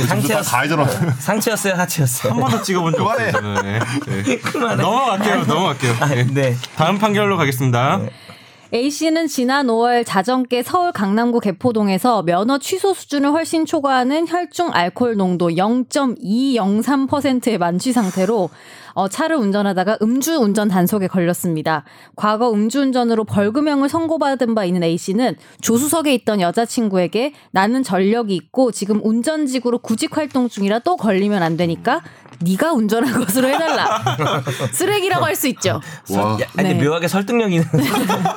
[SPEAKER 4] 무슨 다
[SPEAKER 2] 상체였, (laughs)
[SPEAKER 4] 가해자로
[SPEAKER 2] 음. 상체였어요 하체였어요?
[SPEAKER 1] 한 번도 찍어본 적 없어요. 저는. 예.
[SPEAKER 2] (laughs)
[SPEAKER 1] 예. 넘어갈게요. 넘어갈게요.
[SPEAKER 2] 아,
[SPEAKER 1] 예.
[SPEAKER 2] 네.
[SPEAKER 1] 다음 판결로 가겠습니다.
[SPEAKER 3] A 씨는 지난 5월 자정께 서울 강남구 개포동에서 면허 취소 수준을 훨씬 초과하는 혈중 알코올 농도 0.203%의 만취 상태로 어, 차를 운전하다가 음주운전 단속에 걸렸습니다. 과거 음주운전으로 벌금형을 선고받은 바 있는 A 씨는 조수석에 있던 여자친구에게 나는 전력이 있고 지금 운전직으로 구직 활동 중이라 또 걸리면 안 되니까 네가 운전한 것으로 해달라. 쓰레기라고 할 수 있죠.
[SPEAKER 4] 와.
[SPEAKER 2] 야, 아니
[SPEAKER 3] 네.
[SPEAKER 2] 묘하게 설득력
[SPEAKER 3] (laughs)
[SPEAKER 2] 있는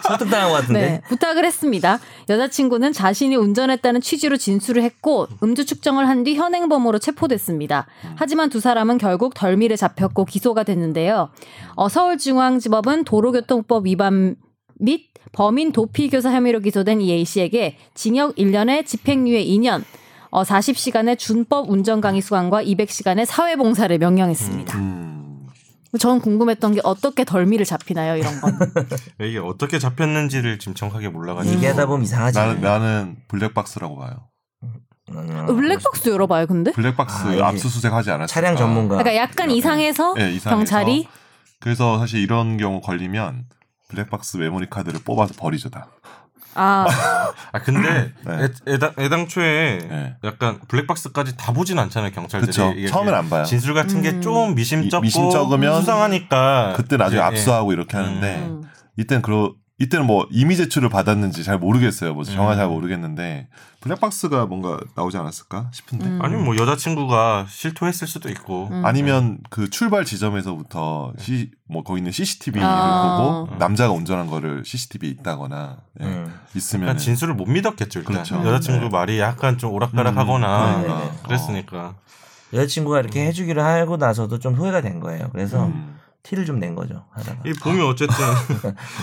[SPEAKER 2] 설득당한 것 같은데.
[SPEAKER 3] 네, 부탁을 했습니다. 여자친구는 자신이 운전했다는 취지로 진술을 했고 음주 측정을 한 뒤 현행범으로 체포됐습니다. 하지만 두 사람은 결국 덜미를 잡혔고 기소가 됐는데요. 어, 서울중앙지법은 도로교통법 위반 및 범인 도피교사 혐의로 기소된 이 A 씨에게 징역 1년에 집행유예 2년, 어, 40시간의 준법 운전 강의 수강과 200시간의 사회봉사를 명령했습니다.
[SPEAKER 4] 음.
[SPEAKER 3] 저는 궁금했던 게 어떻게 덜미를 잡히나요 이런 건.
[SPEAKER 1] 이게 어떻게 잡혔는지를 지금 정확하게 몰라가지고
[SPEAKER 2] 얘기하다 보면 이상하지.
[SPEAKER 4] 나는 나는 블랙박스라고 봐요.
[SPEAKER 2] 음,
[SPEAKER 3] 블랙박스 열어봐요 근데.
[SPEAKER 4] 블랙박스
[SPEAKER 2] 아, 이게
[SPEAKER 4] 압수수색 하지 않았어.
[SPEAKER 2] 차량 전문가.
[SPEAKER 3] 그러니까 약간 이상해서
[SPEAKER 4] 예, 이상해서.
[SPEAKER 3] 경찰이
[SPEAKER 4] 그래서 사실 이런 경우 걸리면 블랙박스 메모리 카드를 뽑아서 버리죠 다.
[SPEAKER 3] 아
[SPEAKER 1] 아 근데
[SPEAKER 4] 네.
[SPEAKER 1] 애, 당 애당초에
[SPEAKER 4] 네.
[SPEAKER 1] 약간 블랙박스까지 다 보진 않잖아요 경찰들이
[SPEAKER 4] 그렇죠.
[SPEAKER 1] 이게
[SPEAKER 4] 처음엔 안 봐요.
[SPEAKER 1] 진술 같은
[SPEAKER 3] 음.
[SPEAKER 1] 게 좀 미심쩍고
[SPEAKER 4] 미- 미심쩍으면
[SPEAKER 1] 수상하니까 예,
[SPEAKER 4] 그때 나중에
[SPEAKER 1] 이제,
[SPEAKER 4] 압수하고 이렇게 하는데
[SPEAKER 3] 음.
[SPEAKER 4] 이때는 그러 이때는 뭐 이미 제출을 받았는지 잘 모르겠어요. 뭐
[SPEAKER 1] 음.
[SPEAKER 4] 정확히 잘 모르겠는데 블랙박스가 뭔가 나오지 않았을까 싶은데
[SPEAKER 3] 음.
[SPEAKER 1] 예. 아니면 뭐 여자친구가 실토했을 수도 있고
[SPEAKER 3] 음.
[SPEAKER 4] 아니면 그 출발 지점에서부터 시, 뭐 거기 있는 CCTV를
[SPEAKER 3] 아.
[SPEAKER 1] 음.
[SPEAKER 4] 보고 남자가 운전한 거를 CCTV에 있다거나 예,
[SPEAKER 2] 음.
[SPEAKER 4] 있으면
[SPEAKER 1] 약간 진술을 못 믿었겠죠 일단
[SPEAKER 4] 그렇죠.
[SPEAKER 1] 여자친구
[SPEAKER 4] 네.
[SPEAKER 1] 말이 약간 좀 오락가락하거나
[SPEAKER 2] 음, 그러니까.
[SPEAKER 1] 어, 그랬으니까
[SPEAKER 2] 여자친구가
[SPEAKER 4] 음.
[SPEAKER 2] 이렇게 해주기로 하고 나서도 좀 후회가 된 거예요. 그래서 티를 좀 낸 거죠. 하다가.
[SPEAKER 1] 이 봄이
[SPEAKER 4] (laughs)
[SPEAKER 1] 어쨌든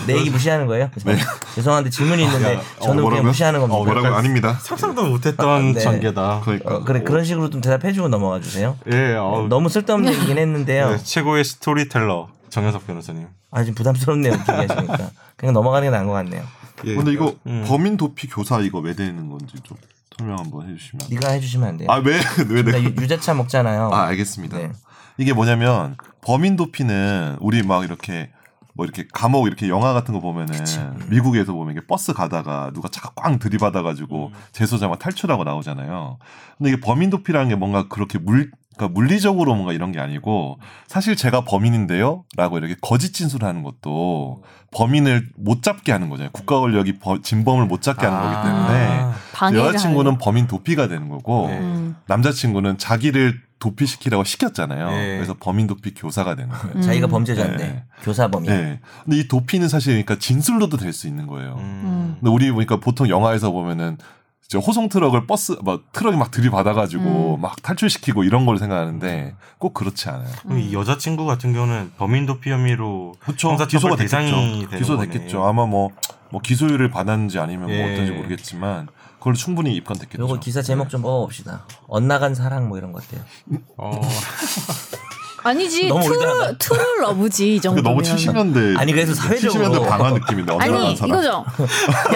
[SPEAKER 2] 내 얘기 무시하는 거예요?
[SPEAKER 4] 네.
[SPEAKER 2] 죄송한데 질문이 있는데 저는 그냥 무시하는 겁니다.
[SPEAKER 4] 어, 뭐라고 아닙니다.
[SPEAKER 1] 상상도 못했던
[SPEAKER 2] 네.
[SPEAKER 1] 전개다
[SPEAKER 4] 그러니까
[SPEAKER 2] 어, 그래 그런 식으로 좀 대답해주고 넘어가 주세요.
[SPEAKER 1] 예 어우,
[SPEAKER 4] 네,
[SPEAKER 2] 너무 쓸데없는 얘기긴 했는데요.
[SPEAKER 1] 네, 최고의 스토리텔러 정현석 변호사님
[SPEAKER 2] 아 지금 부담스럽네요. 그렇게 하시니까 그냥 넘어가는 게 나은 것 같네요.
[SPEAKER 1] 예.
[SPEAKER 4] 근데 이거
[SPEAKER 1] 음.
[SPEAKER 4] 범인 도피 교사 이거 왜 되는 건지 좀 설명 한번 해주시면.
[SPEAKER 2] 네가 해주시면 안 돼요.
[SPEAKER 4] 아 왜? (laughs) 왜
[SPEAKER 2] 나
[SPEAKER 4] 내가?
[SPEAKER 2] 유, 자차 먹잖아요.
[SPEAKER 4] 아 알겠습니다.
[SPEAKER 2] 네.
[SPEAKER 4] 이게 뭐냐면 범인 도피는 우리 막 이렇게 뭐 이렇게 감옥 이렇게 영화 같은 거 보면은 미국에서 보면 이게 버스 가다가 누가 차가 꽝 들이받아가지고 재소자 막 탈출하고 나오잖아요. 근데 이게 범인 도피라는 게 뭔가 그렇게 물 그러니까 물리적으로 뭔가 이런 게 아니고 사실 제가 범인인데요라고 이렇게 거짓 진술하는 것도 범인을 못 잡게 하는 거잖아요. 국가 권력이 범- 진범을 못 잡게 하는
[SPEAKER 1] 아.
[SPEAKER 4] 거기 때문에 네.
[SPEAKER 3] 방해를
[SPEAKER 4] 여자친구는 범인 도피가 되는 거고
[SPEAKER 1] 네.
[SPEAKER 3] 하는. 음.
[SPEAKER 4] 남자친구는 자기를 도피시키라고 시켰잖아요.
[SPEAKER 1] 네.
[SPEAKER 4] 그래서 범인 도피 교사가 되는 거예요.
[SPEAKER 3] 음.
[SPEAKER 2] 자기가 범죄자인데
[SPEAKER 4] 네.
[SPEAKER 2] 교사범이.
[SPEAKER 1] 예.
[SPEAKER 4] 네. 근데 이 도피는 사실 그러니까 진술로도 될 수 있는 거예요.
[SPEAKER 1] 음.
[SPEAKER 4] 근데 우리 보니까 보통 영화에서 보면은 저 호송 트럭을 버스 막 트럭이 막 들이받아가지고
[SPEAKER 3] 음.
[SPEAKER 4] 막 탈출시키고 이런 걸
[SPEAKER 1] 음.
[SPEAKER 4] 생각하는데 꼭 그렇지 않아요.
[SPEAKER 1] 그럼
[SPEAKER 3] 음.
[SPEAKER 1] 이 여자친구 같은 경우는 범인 도피 혐의로
[SPEAKER 4] 그렇죠.
[SPEAKER 1] 형사처벌
[SPEAKER 4] 기소가
[SPEAKER 1] 대상이
[SPEAKER 4] 됐겠죠.
[SPEAKER 1] 되는
[SPEAKER 4] 기소
[SPEAKER 1] 거네.
[SPEAKER 4] 됐겠죠. 아마 뭐, 뭐 기소율을 받았는지 아니면 뭐
[SPEAKER 1] 예.
[SPEAKER 4] 어떤지 모르겠지만 그걸 충분히 입건됐겠죠.
[SPEAKER 2] 요거 기사 제목 좀 뽑아봅시다. 엇나간 사랑 뭐 이런 것 같아요.
[SPEAKER 1] 어,
[SPEAKER 3] 아니지
[SPEAKER 2] 너무
[SPEAKER 3] 트루
[SPEAKER 2] 올드하다.
[SPEAKER 3] 트루 러브지 이
[SPEAKER 4] 그
[SPEAKER 3] 정도면.
[SPEAKER 4] 너무 70년대
[SPEAKER 2] 아니, 그래서 사회적으로.
[SPEAKER 4] 70년대 방한 느낌인데 어느
[SPEAKER 3] 아니
[SPEAKER 4] 한 사람. (laughs) 네.
[SPEAKER 3] 이거죠.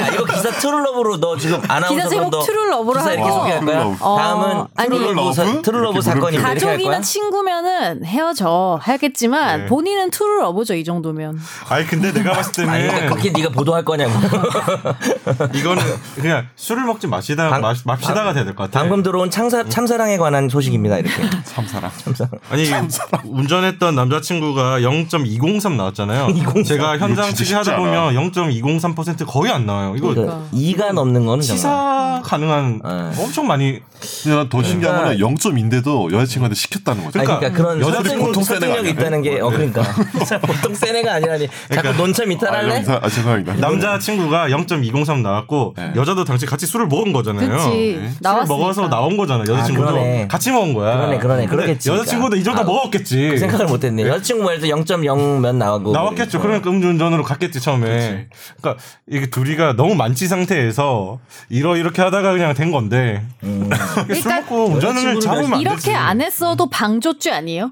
[SPEAKER 2] 야 이거 기사 트루러브로 너 지금
[SPEAKER 3] 기사
[SPEAKER 2] 아나운서
[SPEAKER 3] 제목
[SPEAKER 2] 너
[SPEAKER 3] 트루러브로
[SPEAKER 2] 기사 이렇게
[SPEAKER 3] 하고.
[SPEAKER 2] 소개할 거야.
[SPEAKER 4] 트루러브.
[SPEAKER 3] 어,
[SPEAKER 2] 다음은
[SPEAKER 3] 아니,
[SPEAKER 2] 트루러브 사-
[SPEAKER 4] 트루러브?
[SPEAKER 2] 트루러브
[SPEAKER 4] 이렇게
[SPEAKER 2] 사건이
[SPEAKER 4] 물음표.
[SPEAKER 2] 뭐 이렇게 할 거야?
[SPEAKER 3] 가족이나 친구면은 헤어져 하겠지만
[SPEAKER 1] 네.
[SPEAKER 3] 본인은 트루 러브죠 이 정도면.
[SPEAKER 1] 아니 근데 내가 봤을
[SPEAKER 2] 아니 근데
[SPEAKER 1] 때는
[SPEAKER 2] 그렇게 네가 보도할 거냐고.
[SPEAKER 3] (laughs)
[SPEAKER 1] 이거는 (laughs) 그냥 술을 먹지 마시다
[SPEAKER 2] 방-
[SPEAKER 1] 마, 맙시다가 돼야 될 것 같아.
[SPEAKER 2] 방금 들어온 창사 참사랑에 관한 소식입니다. 이렇게.
[SPEAKER 4] 참사랑.
[SPEAKER 1] 아니 운전했던 남자친구가 0.203
[SPEAKER 2] (laughs)
[SPEAKER 1] 나왔잖아요. 제가 현장
[SPEAKER 4] 이거 진짜
[SPEAKER 1] 취재하다
[SPEAKER 4] 쉽지
[SPEAKER 1] 보면 0.203% 거의 안 나와요. 이거
[SPEAKER 2] 그러니까 이가 넘는 거는 정말.
[SPEAKER 1] 시사 가능한
[SPEAKER 2] 네.
[SPEAKER 1] 엄청 많이
[SPEAKER 4] 근데 난더 신기한 거는 0점인데도 여자친구한테 시켰다는 거죠.
[SPEAKER 2] 아니, 그러니까
[SPEAKER 1] 그러니까
[SPEAKER 2] 그런
[SPEAKER 1] 여자들이
[SPEAKER 2] 설득-
[SPEAKER 4] 보통 센 애가
[SPEAKER 2] 설득력이
[SPEAKER 4] 아니야.
[SPEAKER 2] 있다는 게 어 그러니까 (laughs) 보통 세네가 아니라니 자꾸 논참
[SPEAKER 4] 아,
[SPEAKER 2] 이탈할래?
[SPEAKER 4] 이사- 아, 죄송합니다.
[SPEAKER 1] 음. 남자 친구가 0.203 나왔고
[SPEAKER 4] 네.
[SPEAKER 1] 여자도 당시 같이 술을 먹은 거잖아요. 네.
[SPEAKER 3] 그치.
[SPEAKER 1] 술을
[SPEAKER 3] 나왔으니까.
[SPEAKER 1] 먹어서 나온 거잖아. 여자친구도
[SPEAKER 2] 아, 그러네.
[SPEAKER 1] 같이 먹은 거야.
[SPEAKER 2] 그러네, 그러네.
[SPEAKER 1] 근데
[SPEAKER 2] 그렇겠지.
[SPEAKER 1] 여자친구도 이 정도
[SPEAKER 2] 아,
[SPEAKER 1] 먹었겠지.
[SPEAKER 2] 그 생각을 못했네. 여자친구 말도 0.0몇 나오고
[SPEAKER 1] 나왔겠죠.
[SPEAKER 2] 그러니까.
[SPEAKER 1] 그러니까 음주운전으로 갔겠지 처음에. 그러니까 이게 둘이가 너무 만취 상태에서 이러 이렇게 하다가 그냥 된 건데 (laughs) 이렇게 술
[SPEAKER 3] 그러니까
[SPEAKER 1] 먹고 운전을
[SPEAKER 2] 여자친구를
[SPEAKER 1] 잡으면 안 되지.
[SPEAKER 3] 이렇게 안
[SPEAKER 4] 음.
[SPEAKER 3] 했어도 방조죄 아니에요?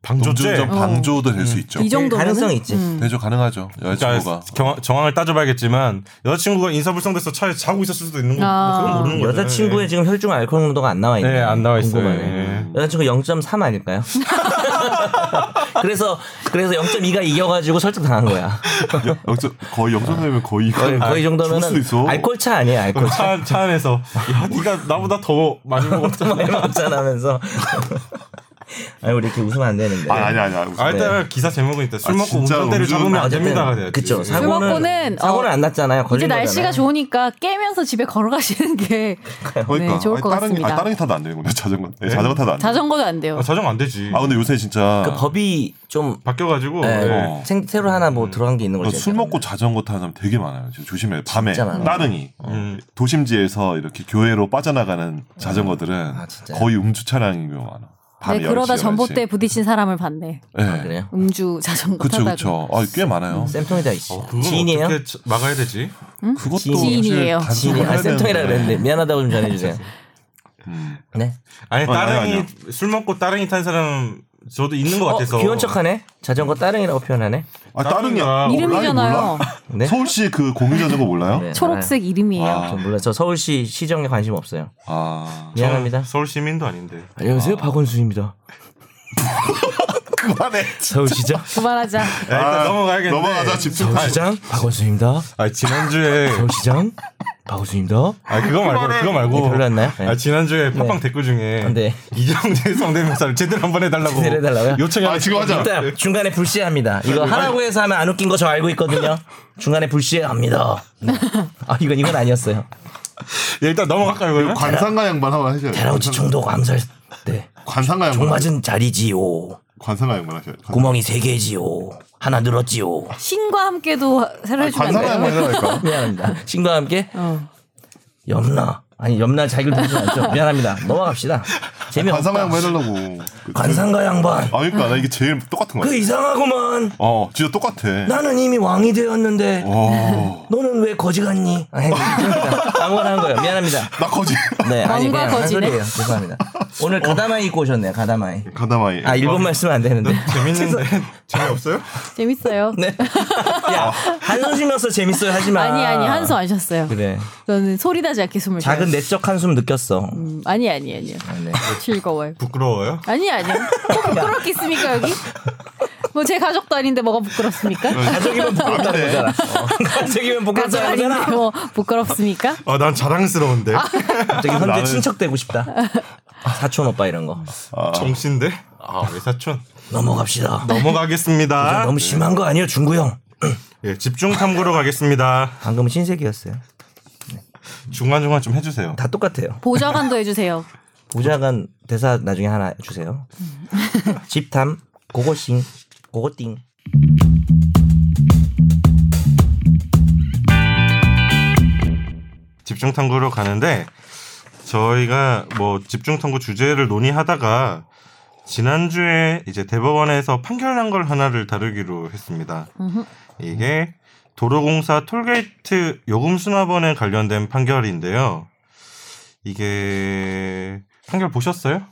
[SPEAKER 1] 방조죄.
[SPEAKER 4] 동주운전 방조도 될 수 있죠.
[SPEAKER 3] 이 정도면
[SPEAKER 2] 가능성이 있지.
[SPEAKER 3] 음.
[SPEAKER 4] 대조 가능하죠.
[SPEAKER 1] 그러니까
[SPEAKER 4] 여자친구가.
[SPEAKER 1] 경- 정황을 따져봐야겠지만 여자친구가 인사불성돼서 차에 자고 있었을 수도 있는 거뭐
[SPEAKER 3] 아.
[SPEAKER 1] 그건 모르는 거죠.
[SPEAKER 2] 여자친구의 지금 혈중 알코올 농도가 안 나와 있네.
[SPEAKER 1] 네, 안 나와 있어요.
[SPEAKER 2] 궁금하네.
[SPEAKER 1] 예.
[SPEAKER 2] 여자친구 0.3 아닐까요? 그래서 그래서 0.2가 이겨가지고 설득당한 거야.
[SPEAKER 4] 영점- 거의 영점 되면 거의
[SPEAKER 2] 거의, 거의 정도면
[SPEAKER 4] 아, 죽을 수도 있어.
[SPEAKER 2] 알콜차 아니에요? 알콜차
[SPEAKER 1] 예. (laughs) 차, 차 안에서 야 네가 나보다 더 많이 먹었잖아.
[SPEAKER 2] 먹잖아면서 (laughs) 아니 우리 이렇게 웃으면 안 되는데.
[SPEAKER 4] 아, 아니 아니 아니.
[SPEAKER 1] 아, 일단 기사 제목은 있다. 술
[SPEAKER 4] 아,
[SPEAKER 1] 먹고
[SPEAKER 4] 진짜
[SPEAKER 1] 운전대를
[SPEAKER 4] 음주-
[SPEAKER 1] 잡으면 안
[SPEAKER 2] 어쨌든
[SPEAKER 1] 됩니다가 돼야지.
[SPEAKER 2] 그쵸.
[SPEAKER 1] 예.
[SPEAKER 3] 먹고는,
[SPEAKER 2] 사고는
[SPEAKER 3] 어,
[SPEAKER 2] 사고는 안 났잖아요.
[SPEAKER 3] 이제
[SPEAKER 2] 걸린
[SPEAKER 3] 날씨가
[SPEAKER 2] 거잖아요.
[SPEAKER 3] 좋으니까 깨면서 집에 걸어가시는 게 (laughs)
[SPEAKER 4] 그러니까
[SPEAKER 3] 네, 좋을 것
[SPEAKER 4] 아니, 다른,
[SPEAKER 3] 같습니다.
[SPEAKER 4] 아, 다른 게 타도 안 되는구나. 자전거. 네, 자전거 타도 안 돼.
[SPEAKER 3] 자전거도 안 돼요. 네,
[SPEAKER 1] 아, 자정 안 되지.
[SPEAKER 4] 아 근데 요새 진짜
[SPEAKER 2] 그 법이 좀
[SPEAKER 1] 바뀌어가지고
[SPEAKER 2] 예,
[SPEAKER 1] 예.
[SPEAKER 4] 어.
[SPEAKER 2] 생 새로 하나 뭐 들어간 게 있는
[SPEAKER 4] 그러니까
[SPEAKER 2] 거죠.
[SPEAKER 4] 술 먹고 자전거 타는 사람 되게 많아요. 지금 조심해요. 밤에
[SPEAKER 2] 진짜 많아요.
[SPEAKER 4] 따릉이 어,
[SPEAKER 1] 음.
[SPEAKER 4] 도심지에서 이렇게 교외로 빠져나가는 자전거들은
[SPEAKER 2] 진짜요?
[SPEAKER 4] 거의 음주 차량이 많아. 밤에
[SPEAKER 3] 네, 그러다
[SPEAKER 4] 10시,
[SPEAKER 3] 전봇대에
[SPEAKER 4] 11시.
[SPEAKER 3] 부딪힌 사람을 봤네.
[SPEAKER 4] 예.
[SPEAKER 2] 아, 그래요.
[SPEAKER 3] 음주 자전거
[SPEAKER 4] 그쵸
[SPEAKER 3] 타다가.
[SPEAKER 4] 그쵸. 아꽤 많아요.
[SPEAKER 2] 쌤통이다 이씨.
[SPEAKER 1] 어, 그건
[SPEAKER 2] 지인이에요?
[SPEAKER 1] 어떻게 차- 막아야 되지?
[SPEAKER 4] 그것도
[SPEAKER 2] 음. 지인이에요.
[SPEAKER 4] 사실 단속을
[SPEAKER 2] 지인이
[SPEAKER 4] 해야
[SPEAKER 2] 아 쌤통이라
[SPEAKER 4] 되는데.
[SPEAKER 2] 그랬는데 미안하다고 좀 전해주세요.
[SPEAKER 4] 음.
[SPEAKER 2] 네.
[SPEAKER 1] 아니
[SPEAKER 4] 아니, 아니,
[SPEAKER 1] 따릉이
[SPEAKER 4] 아니요.
[SPEAKER 1] 술 먹고 따릉이 탄 사람 저도 있는 그 것
[SPEAKER 2] 어,
[SPEAKER 1] 같아서
[SPEAKER 2] 귀여운 척하네. 자전거 따릉이라고 표현하네.
[SPEAKER 4] 아 따릉이
[SPEAKER 1] 따릉이야.
[SPEAKER 4] 아, 몰라?
[SPEAKER 3] 이름이잖아요.
[SPEAKER 2] 네.
[SPEAKER 4] 서울시 그 공유 자전거 몰라요?
[SPEAKER 2] 네,
[SPEAKER 3] (laughs) 초록색 이름이에요.
[SPEAKER 2] 알아요.
[SPEAKER 4] 아.
[SPEAKER 2] 전 몰라. 저 서울시 시정에 관심 없어요. (laughs)
[SPEAKER 4] 아
[SPEAKER 2] 미안합니다.
[SPEAKER 1] 서울 시민도 아닌데.
[SPEAKER 2] 안녕하세요, 박원순입니다.
[SPEAKER 4] 그만해.
[SPEAKER 2] 서울시장
[SPEAKER 3] 그만하자.
[SPEAKER 1] 야, 일단 아, 넘어가야겠네.
[SPEAKER 4] 넘어가자 집중.
[SPEAKER 2] 서울시장 박원순입니다.
[SPEAKER 1] 아 지난주에
[SPEAKER 2] 서울시장 박원순입니다.
[SPEAKER 1] 아 그거 말고 그거
[SPEAKER 2] 네,
[SPEAKER 1] 말고
[SPEAKER 2] 별로였나요? 네.
[SPEAKER 1] 아 지난주에 팟빵
[SPEAKER 2] 네.
[SPEAKER 1] 댓글 중에
[SPEAKER 2] 네.
[SPEAKER 1] 이정재 (laughs) 성대명사를 제대로 한번 해달라고
[SPEAKER 2] 제대로 해달라고요?
[SPEAKER 1] 요청이
[SPEAKER 4] 아
[SPEAKER 1] 하나
[SPEAKER 4] 지금 하자.
[SPEAKER 2] 일단 중간에 불시합니다. 이거 하라고 해서 하면 안 웃긴 거 저 알고 있거든요. 중간에 불시합니다. 네. 아 이건 이건 아니었어요.
[SPEAKER 1] 있- 예, 일단 넘어갈까요 그러면?
[SPEAKER 4] 관상가 양반 한번 하셔야 돼요.
[SPEAKER 2] 대라우치 총독 암살 때
[SPEAKER 4] 관상가 양반.
[SPEAKER 2] 종맞은 자리지요.
[SPEAKER 4] 관상가 양반 하셔야 돼요.
[SPEAKER 2] 구멍이 세 개지요. 하나 늘었지요.
[SPEAKER 3] 신과 함께도 새로 해주면
[SPEAKER 4] 관상가
[SPEAKER 3] 안 돼요?
[SPEAKER 4] 양반 하니까.
[SPEAKER 2] (laughs) 미안합니다. 신과 함께
[SPEAKER 3] 어.
[SPEAKER 2] 염나 아니 염나 자기를 들지 않죠. 미안합니다. 넘어갑시다. 재미없다.
[SPEAKER 4] 관상가 양반 해달라고. 그-
[SPEAKER 2] 관상가 양반.
[SPEAKER 4] 아 그러니까 나 이게 제일 똑같은 거야.
[SPEAKER 2] 그 이상하구만.
[SPEAKER 4] 어 진짜 똑같아.
[SPEAKER 2] 나는 이미 왕이 되었는데
[SPEAKER 4] 어.
[SPEAKER 2] 너는 왜 거지 같니? 아니, 미안합니다. 아무거나 한 거예요. 미안합니다.
[SPEAKER 4] 나 거지.
[SPEAKER 2] 네, 아니
[SPEAKER 3] 왕과
[SPEAKER 2] 그냥 한
[SPEAKER 3] 거지네.
[SPEAKER 2] 소리예요. 죄송합니다. 오늘 가다마이 입고 오셨네요. 가다마이.
[SPEAKER 4] 가다마이.
[SPEAKER 2] 아 일본말 쓰면 안 되는데.
[SPEAKER 4] (laughs)
[SPEAKER 1] (laughs) 재밌는데
[SPEAKER 4] 재미없어요?
[SPEAKER 3] 재밌어요.
[SPEAKER 2] 네. 야 한숨 쉬면서 재밌어요 하지 마.
[SPEAKER 3] 아니 아니 한숨 안 쉬었어요.
[SPEAKER 2] 그래.
[SPEAKER 3] 저는 소리 나지 않게 숨을 쉬어요.
[SPEAKER 2] 네. 작은 내적 한숨 느꼈어.
[SPEAKER 3] 음, 아니 아니 아니요.
[SPEAKER 2] 아, 네.
[SPEAKER 3] 즐거워요.
[SPEAKER 1] 부끄러워요?
[SPEAKER 3] 아니 아니요. 뭐 부끄럽겠습니까 여기? 뭐 제 가족도 아닌데 뭐가 부끄럽습니까?
[SPEAKER 2] 가족이면 부끄럽다는 거잖아. 어. (laughs) 가족이면
[SPEAKER 3] 가족
[SPEAKER 2] 네. 부끄럽다는
[SPEAKER 3] 아닌데
[SPEAKER 2] 거잖아.
[SPEAKER 3] 뭐 부끄럽습니까?
[SPEAKER 1] 아 난 자랑스러운데
[SPEAKER 2] 갑자기 현재
[SPEAKER 4] 나는-
[SPEAKER 2] 친척 되고 싶다. 사촌 오빠 이런 거.
[SPEAKER 1] 정신데 아 외사촌
[SPEAKER 2] 넘어갑시다.
[SPEAKER 1] 아. 넘어가겠습니다.
[SPEAKER 2] 너무 심한 거 아니에요, 중구 형?
[SPEAKER 1] 예 집중 탐구로 가겠습니다.
[SPEAKER 2] 방금은 신세계였어요.
[SPEAKER 1] 중간 중간 좀 해주세요.
[SPEAKER 2] 다 똑같아요.
[SPEAKER 3] 보좌관도 해주세요.
[SPEAKER 2] 보좌관 대사 나중에 하나 주세요. 집탐 고고싱 고고띵.
[SPEAKER 1] 집중 탐구로 가는데 저희가 뭐 집중 탐구 주제를 논의하다가 지난주에 이제 대법원에서 판결난 걸 하나를 다루기로 했습니다.
[SPEAKER 3] 음흠.
[SPEAKER 1] 이게 도로공사 톨게이트 요금 수납원에 관련된 판결인데요. 이게 판결 보셨어요?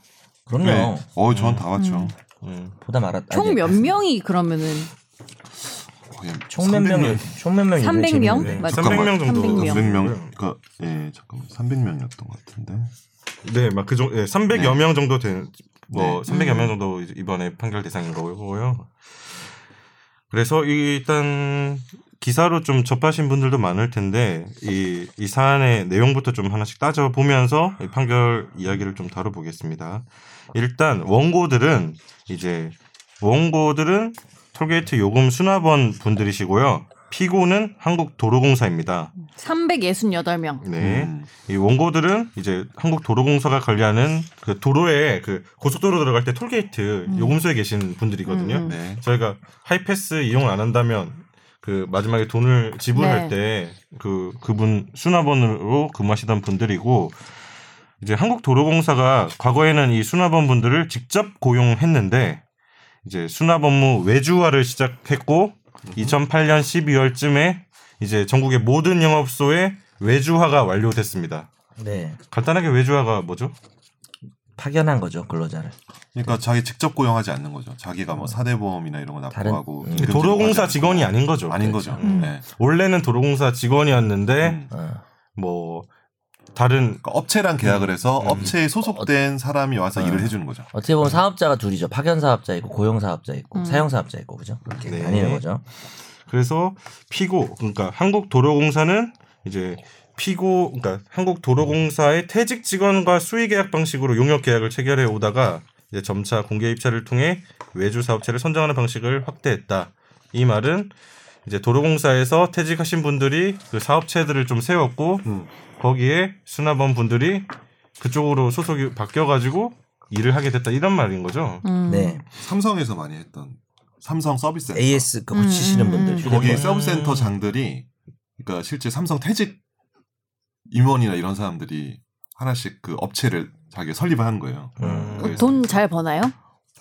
[SPEAKER 2] 그럼요.
[SPEAKER 4] 네. 어, 저는 다 봤죠.
[SPEAKER 1] 음.
[SPEAKER 2] 보다 말았.
[SPEAKER 3] 총 몇 명이 그러면은
[SPEAKER 4] 거의
[SPEAKER 2] 총몇
[SPEAKER 4] 300
[SPEAKER 2] 명이 총몇 명이
[SPEAKER 3] 300 명?
[SPEAKER 1] 네.
[SPEAKER 3] 맞죠?
[SPEAKER 1] 300명 정도.
[SPEAKER 3] 300 명.
[SPEAKER 4] 300명. 그러니까 예, 잠깐만. 300명이었던 것 같은데.
[SPEAKER 1] 네, 막 그정 예, 300여 명 정도 된뭐
[SPEAKER 4] 네.
[SPEAKER 1] 300여 명 정도 이제 이번에 판결 대상인 거고요. 그래서 이- 일단 기사로 좀 접하신 분들도 많을 텐데 이, 이 사안의 내용부터 좀 하나씩 따져 보면서 판결 이야기를 좀 다뤄보겠습니다. 일단 원고들은 이제 원고들은 톨게이트 요금 수납원 분들이시고요. 피고는 한국도로공사입니다.
[SPEAKER 3] 368명.
[SPEAKER 1] 네.
[SPEAKER 4] 음.
[SPEAKER 1] 이 원고들은 이제 한국도로공사가 관리하는 그 도로에 그 고속도로 들어갈 때 톨게이트
[SPEAKER 3] 음.
[SPEAKER 1] 요금소에 계신 분들이거든요.
[SPEAKER 3] 음, 음.
[SPEAKER 4] 네.
[SPEAKER 1] 저희가 하이패스 이용을 안 한다면 그 마지막에 돈을 지불할 때 그 그분 수납원으로 근무하시던 분들이고 이제 한국도로공사가 과거에는 이 수납원 분들을 직접 고용했는데 이제 수납 업무 외주화를 시작했고
[SPEAKER 4] 음.
[SPEAKER 1] 2008년 12월쯤에 이제 전국의 모든 영업소에 외주화가 완료됐습니다.
[SPEAKER 2] 네.
[SPEAKER 1] 간단하게 외주화가 뭐죠?
[SPEAKER 2] 파견한 거죠 근로자를.
[SPEAKER 4] 그러니까 자기 직접 고용하지 않는 거죠. 자기가 뭐 사대보험이나 이런 거 납부하고
[SPEAKER 2] 다른- 음.
[SPEAKER 4] 임금
[SPEAKER 1] 도로공사
[SPEAKER 4] 지급하지
[SPEAKER 1] 직원이 아닌 거죠.
[SPEAKER 4] 않고. 그 아닌 거죠.
[SPEAKER 3] 음.
[SPEAKER 4] 네.
[SPEAKER 1] 원래는 도로공사 직원이었는데
[SPEAKER 4] 음.
[SPEAKER 2] 어.
[SPEAKER 1] 뭐 다른
[SPEAKER 4] 그러니까 업체랑 계약을 해서
[SPEAKER 1] 음.
[SPEAKER 4] 업체에 소속된 사람이 와서 일을 해주는 거죠.
[SPEAKER 2] 어떻게 보면 사업자가 둘이죠. 파견 사업자 있고 고용 사업자 있고
[SPEAKER 3] 음.
[SPEAKER 2] 사용 사업자 있고 그죠? 그렇게
[SPEAKER 1] 네.
[SPEAKER 2] 나뉘는 거죠.
[SPEAKER 1] 그래서 피고 그러니까 한국도로공사는 이제 피고 그러니까 한국도로공사의 퇴직 직원과 수의 계약 방식으로 용역 계약을 체결해 오다가 이제 점차 공개 입찰을 통해 외주 사업체를 선정하는 방식을 확대했다. 이 말은 이제 도로공사에서 퇴직하신 분들이 그 사업체들을 좀 세웠고 거기에 수납원 분들이 그쪽으로 소속이 바뀌어가지고 일을 하게 됐다 이런 말인 거죠.
[SPEAKER 3] 음.
[SPEAKER 2] 네.
[SPEAKER 4] 삼성에서 많이 했던 삼성 서비스
[SPEAKER 2] AS 그
[SPEAKER 3] 음,
[SPEAKER 2] 붙이시는
[SPEAKER 3] 음,
[SPEAKER 2] 분들
[SPEAKER 3] 음.
[SPEAKER 2] 휴대폰.
[SPEAKER 4] 네. 거기 서브센터 장들이 그러니까 실제 삼성 퇴직 임원이나 이런 사람들이 하나씩 그 업체를 자기가 설립을 한 거예요.
[SPEAKER 2] 음.
[SPEAKER 4] 그래서
[SPEAKER 3] 돈 잘 버나요?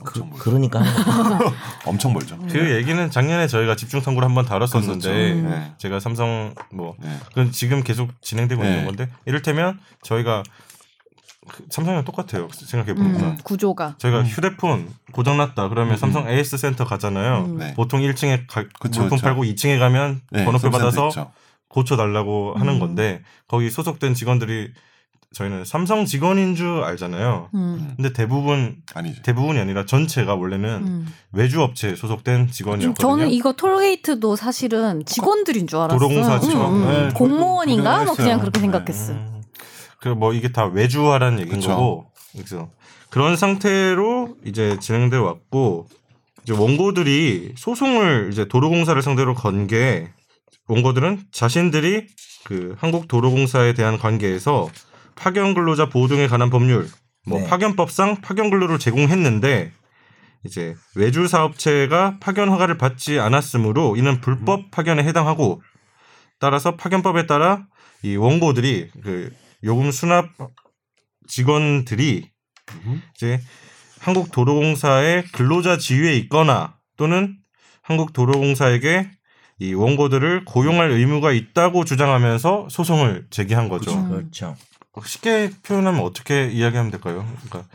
[SPEAKER 4] 엄청
[SPEAKER 2] 그,
[SPEAKER 4] 벌죠.
[SPEAKER 2] 그러니까 하는 거죠.
[SPEAKER 4] 엄청 벌죠.
[SPEAKER 1] 그 얘기는 작년에 저희가 집중 탐구를 한번
[SPEAKER 4] 네. 그랬었죠.
[SPEAKER 1] 다뤘었는데
[SPEAKER 2] 그렇죠.
[SPEAKER 3] 음.
[SPEAKER 4] 네.
[SPEAKER 1] 제가 삼성 뭐
[SPEAKER 4] 네.
[SPEAKER 1] 그건 지금 계속 진행되고
[SPEAKER 4] 네.
[SPEAKER 1] 있는 건데 이를테면 저희가 그 삼성이랑 똑같아요. 생각해
[SPEAKER 3] 음,
[SPEAKER 2] 네.
[SPEAKER 1] 보니까.
[SPEAKER 3] 구조가.
[SPEAKER 1] 제가
[SPEAKER 4] 음.
[SPEAKER 1] 휴대폰 고장났다 그러면
[SPEAKER 4] 음.
[SPEAKER 1] 삼성 AS 센터
[SPEAKER 2] 어,
[SPEAKER 1] 가잖아요.
[SPEAKER 3] 음.
[SPEAKER 4] 네.
[SPEAKER 1] 보통 1층에 가,
[SPEAKER 4] 그쵸,
[SPEAKER 1] 물품
[SPEAKER 4] 그쵸.
[SPEAKER 1] 팔고 2층에 가면
[SPEAKER 4] 네,
[SPEAKER 1] 번호표
[SPEAKER 4] 썸센터
[SPEAKER 1] 받아서
[SPEAKER 4] 있죠.
[SPEAKER 1] 고쳐달라고
[SPEAKER 3] 음.
[SPEAKER 1] 하는 건데 거기 소속된 직원들이 저희는 삼성 직원인 줄 알잖아요.
[SPEAKER 3] 음.
[SPEAKER 1] 근데 대부분
[SPEAKER 4] 아니죠.
[SPEAKER 1] 대부분이 아니라 전체가 원래는
[SPEAKER 3] 음.
[SPEAKER 1] 외주 업체에 소속된 직원이었거든요.
[SPEAKER 3] 저는 이거 톨게이트도 사실은 직원들인 줄 알았어요. 음,
[SPEAKER 1] 도로공사 직원. 네,
[SPEAKER 3] 공무원인가? 뭐
[SPEAKER 4] 그랬어요.
[SPEAKER 3] 그냥 그렇게
[SPEAKER 4] 네.
[SPEAKER 3] 생각했어. 요
[SPEAKER 1] 음. 그뭐 이게 다 외주화라는 얘기인
[SPEAKER 4] 그쵸.
[SPEAKER 1] 거고. 그래서 그런 상태로 이제 진행돼 왔고 이제 원고들이 소송을 이제 도로공사를 상대로 건 게 원고들은 자신들이 그 한국 도로공사에 대한 관계에서 파견 근로자 보호 등에 관한 법률 뭐
[SPEAKER 2] 네.
[SPEAKER 1] 파견법상 파견 근로를 제공했는데 이제 외주 사업체가 파견 허가를 받지 않았으므로 이는 불법 파견에 해당하고 따라서 파견법에 따라 이 원고들이 그 요금 수납 직원들이
[SPEAKER 4] 음.
[SPEAKER 1] 이제 한국 도로공사의 근로자 지위에 있거나 또는 한국 도로공사에게 이 원고들을 고용할 의무가 있다고 주장하면서 소송을 제기한 거죠. 어,
[SPEAKER 3] 그쵸.
[SPEAKER 2] 그렇죠.
[SPEAKER 1] 쉽게 표현하면 어떻게 이야기하면 될까요? 그러니까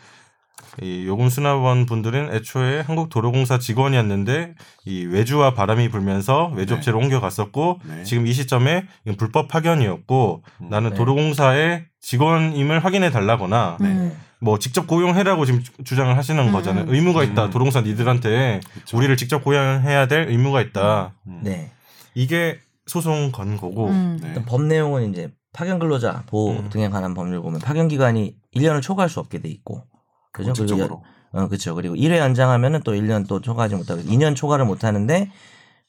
[SPEAKER 1] 이 요금 수납원 분들은 애초에 한국 도로공사 직원이었는데 이 외주와 바람이 불면서 외주업체로 옮겨갔었고
[SPEAKER 4] 네.
[SPEAKER 1] 지금 이 시점에 이건 불법 파견이었고
[SPEAKER 4] 음.
[SPEAKER 1] 나는
[SPEAKER 2] 네.
[SPEAKER 1] 도로공사의 직원임을 확인해 달라거나
[SPEAKER 3] 음.
[SPEAKER 2] 네.
[SPEAKER 1] 뭐 직접 고용해라고 지금 주- 주장을 하시는
[SPEAKER 3] 음.
[SPEAKER 1] 거잖아요. 의무가 있다.
[SPEAKER 4] 음. 그렇죠.
[SPEAKER 1] 도로공사 니들한테
[SPEAKER 4] 그쵸.
[SPEAKER 1] 우리를 직접 고용해야 될 의무가 있다.
[SPEAKER 4] 음.
[SPEAKER 2] 네.
[SPEAKER 1] 이게 소송 건 거고
[SPEAKER 3] 음.
[SPEAKER 4] 네.
[SPEAKER 2] 일단 법 내용은 이제 파견 근로자 보호
[SPEAKER 1] 음.
[SPEAKER 2] 등에 관한 법률 보면 파견 기간이 1년을 초과할 수 없게 돼 있고. 그죠? 그리고 연-
[SPEAKER 4] 원칙적으로.
[SPEAKER 2] 어, 그렇죠. 그리고 1회 연장하면은 또 1년 또 초과하지 못하고 2년 초과를 못 하는데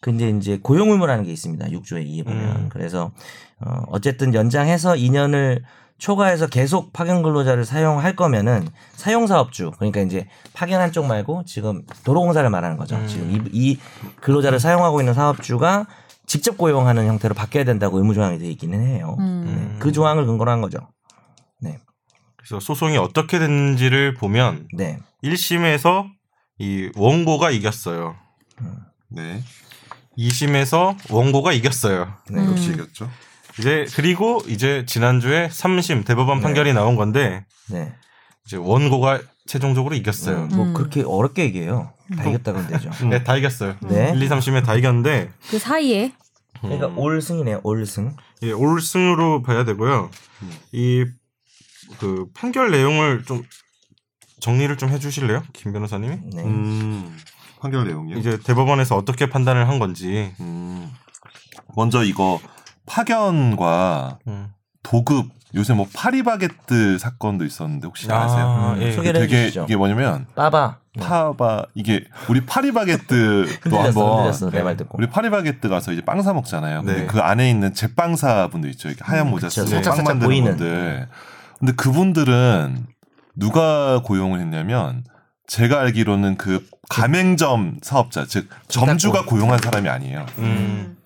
[SPEAKER 2] 근데 이제 고용 의무라는 게 있습니다. 6조에 2에 보면.
[SPEAKER 1] 음.
[SPEAKER 2] 그래서 어, 어쨌든 연장해서 2년을 초과해서 계속 파견 근로자를 사용할 거면은 사용 사업주 그러니까 이제 파견한 쪽 말고 지금 도로공사를 말하는 거죠.
[SPEAKER 1] 음.
[SPEAKER 2] 지금 이, 이 근로자를 사용하고 있는 사업주가 직접 고용하는 형태로 바뀌어야 된다고 의무 조항이 돼 있기는 해요.
[SPEAKER 3] 음.
[SPEAKER 2] 네, 그 조항을 근거로 한 거죠.
[SPEAKER 1] 그래서 소송이 어떻게 됐는지를 보면
[SPEAKER 2] 네.
[SPEAKER 1] 1심에서 이 원고가 이겼어요.
[SPEAKER 4] 네.
[SPEAKER 1] 2심에서 원고가 이겼어요.
[SPEAKER 2] 네.
[SPEAKER 3] 음.
[SPEAKER 4] 역시 이겼죠.
[SPEAKER 1] 이제 그리고 이제 지난주에 3심 대법원
[SPEAKER 2] 네.
[SPEAKER 1] 판결이 나온 건데
[SPEAKER 2] 네.
[SPEAKER 1] 이제 원고가 최종적으로 이겼어요.
[SPEAKER 2] 뭐
[SPEAKER 3] 음.
[SPEAKER 2] 그렇게 어렵게 얘기해요. 다 이겼다 그러면 되죠.
[SPEAKER 1] 네, 다 이겼어요.
[SPEAKER 2] 네.
[SPEAKER 4] 음.
[SPEAKER 1] 1, 2, 3심에 다 이겼는데
[SPEAKER 3] 그 사이에
[SPEAKER 2] 그러니까
[SPEAKER 1] 음.
[SPEAKER 2] 올 승이네요. 올 승.
[SPEAKER 1] 예, 올승으로 봐야 되고요. 이 그 판결 내용을 좀 정리를 좀 해주실래요, 김 변호사님이?
[SPEAKER 2] 네.
[SPEAKER 4] 음. 판결 내용이요.
[SPEAKER 1] 이제 대법원에서 어떻게 판단을 한 건지.
[SPEAKER 4] 음. 먼저 이거 파견과
[SPEAKER 1] 음.
[SPEAKER 4] 도급 요새 뭐 파리바게뜨 사건도 있었는데 혹시 아세요?
[SPEAKER 1] 아,
[SPEAKER 2] 음,
[SPEAKER 1] 예.
[SPEAKER 2] 소개를
[SPEAKER 4] 되게
[SPEAKER 2] 해주시죠.
[SPEAKER 4] 이게 뭐냐면
[SPEAKER 2] 빠바.
[SPEAKER 4] 파바 이게 우리 파리바게뜨도
[SPEAKER 2] 흔들렸어,
[SPEAKER 4] 한번 네.
[SPEAKER 2] 흔들렸어. 내 말 듣고.
[SPEAKER 4] 우리 파리바게뜨 가서 이제 빵 사 먹잖아요. 근데
[SPEAKER 1] 네.
[SPEAKER 4] 그 안에 있는 제빵사 분들 있죠. 이렇게 하얀 모자
[SPEAKER 2] 음, 그쵸.
[SPEAKER 4] 쓰고
[SPEAKER 2] 살짝,
[SPEAKER 4] 빵
[SPEAKER 2] 살짝
[SPEAKER 4] 만드는
[SPEAKER 2] 보이는.
[SPEAKER 4] 분들. 근데 그분들은 누가 고용을 했냐면 제가 알기로는 그 가맹점 사업자 즉
[SPEAKER 2] 그러니까 뭐.
[SPEAKER 4] 점주가 고용한 사람이 아니에요.
[SPEAKER 1] 음.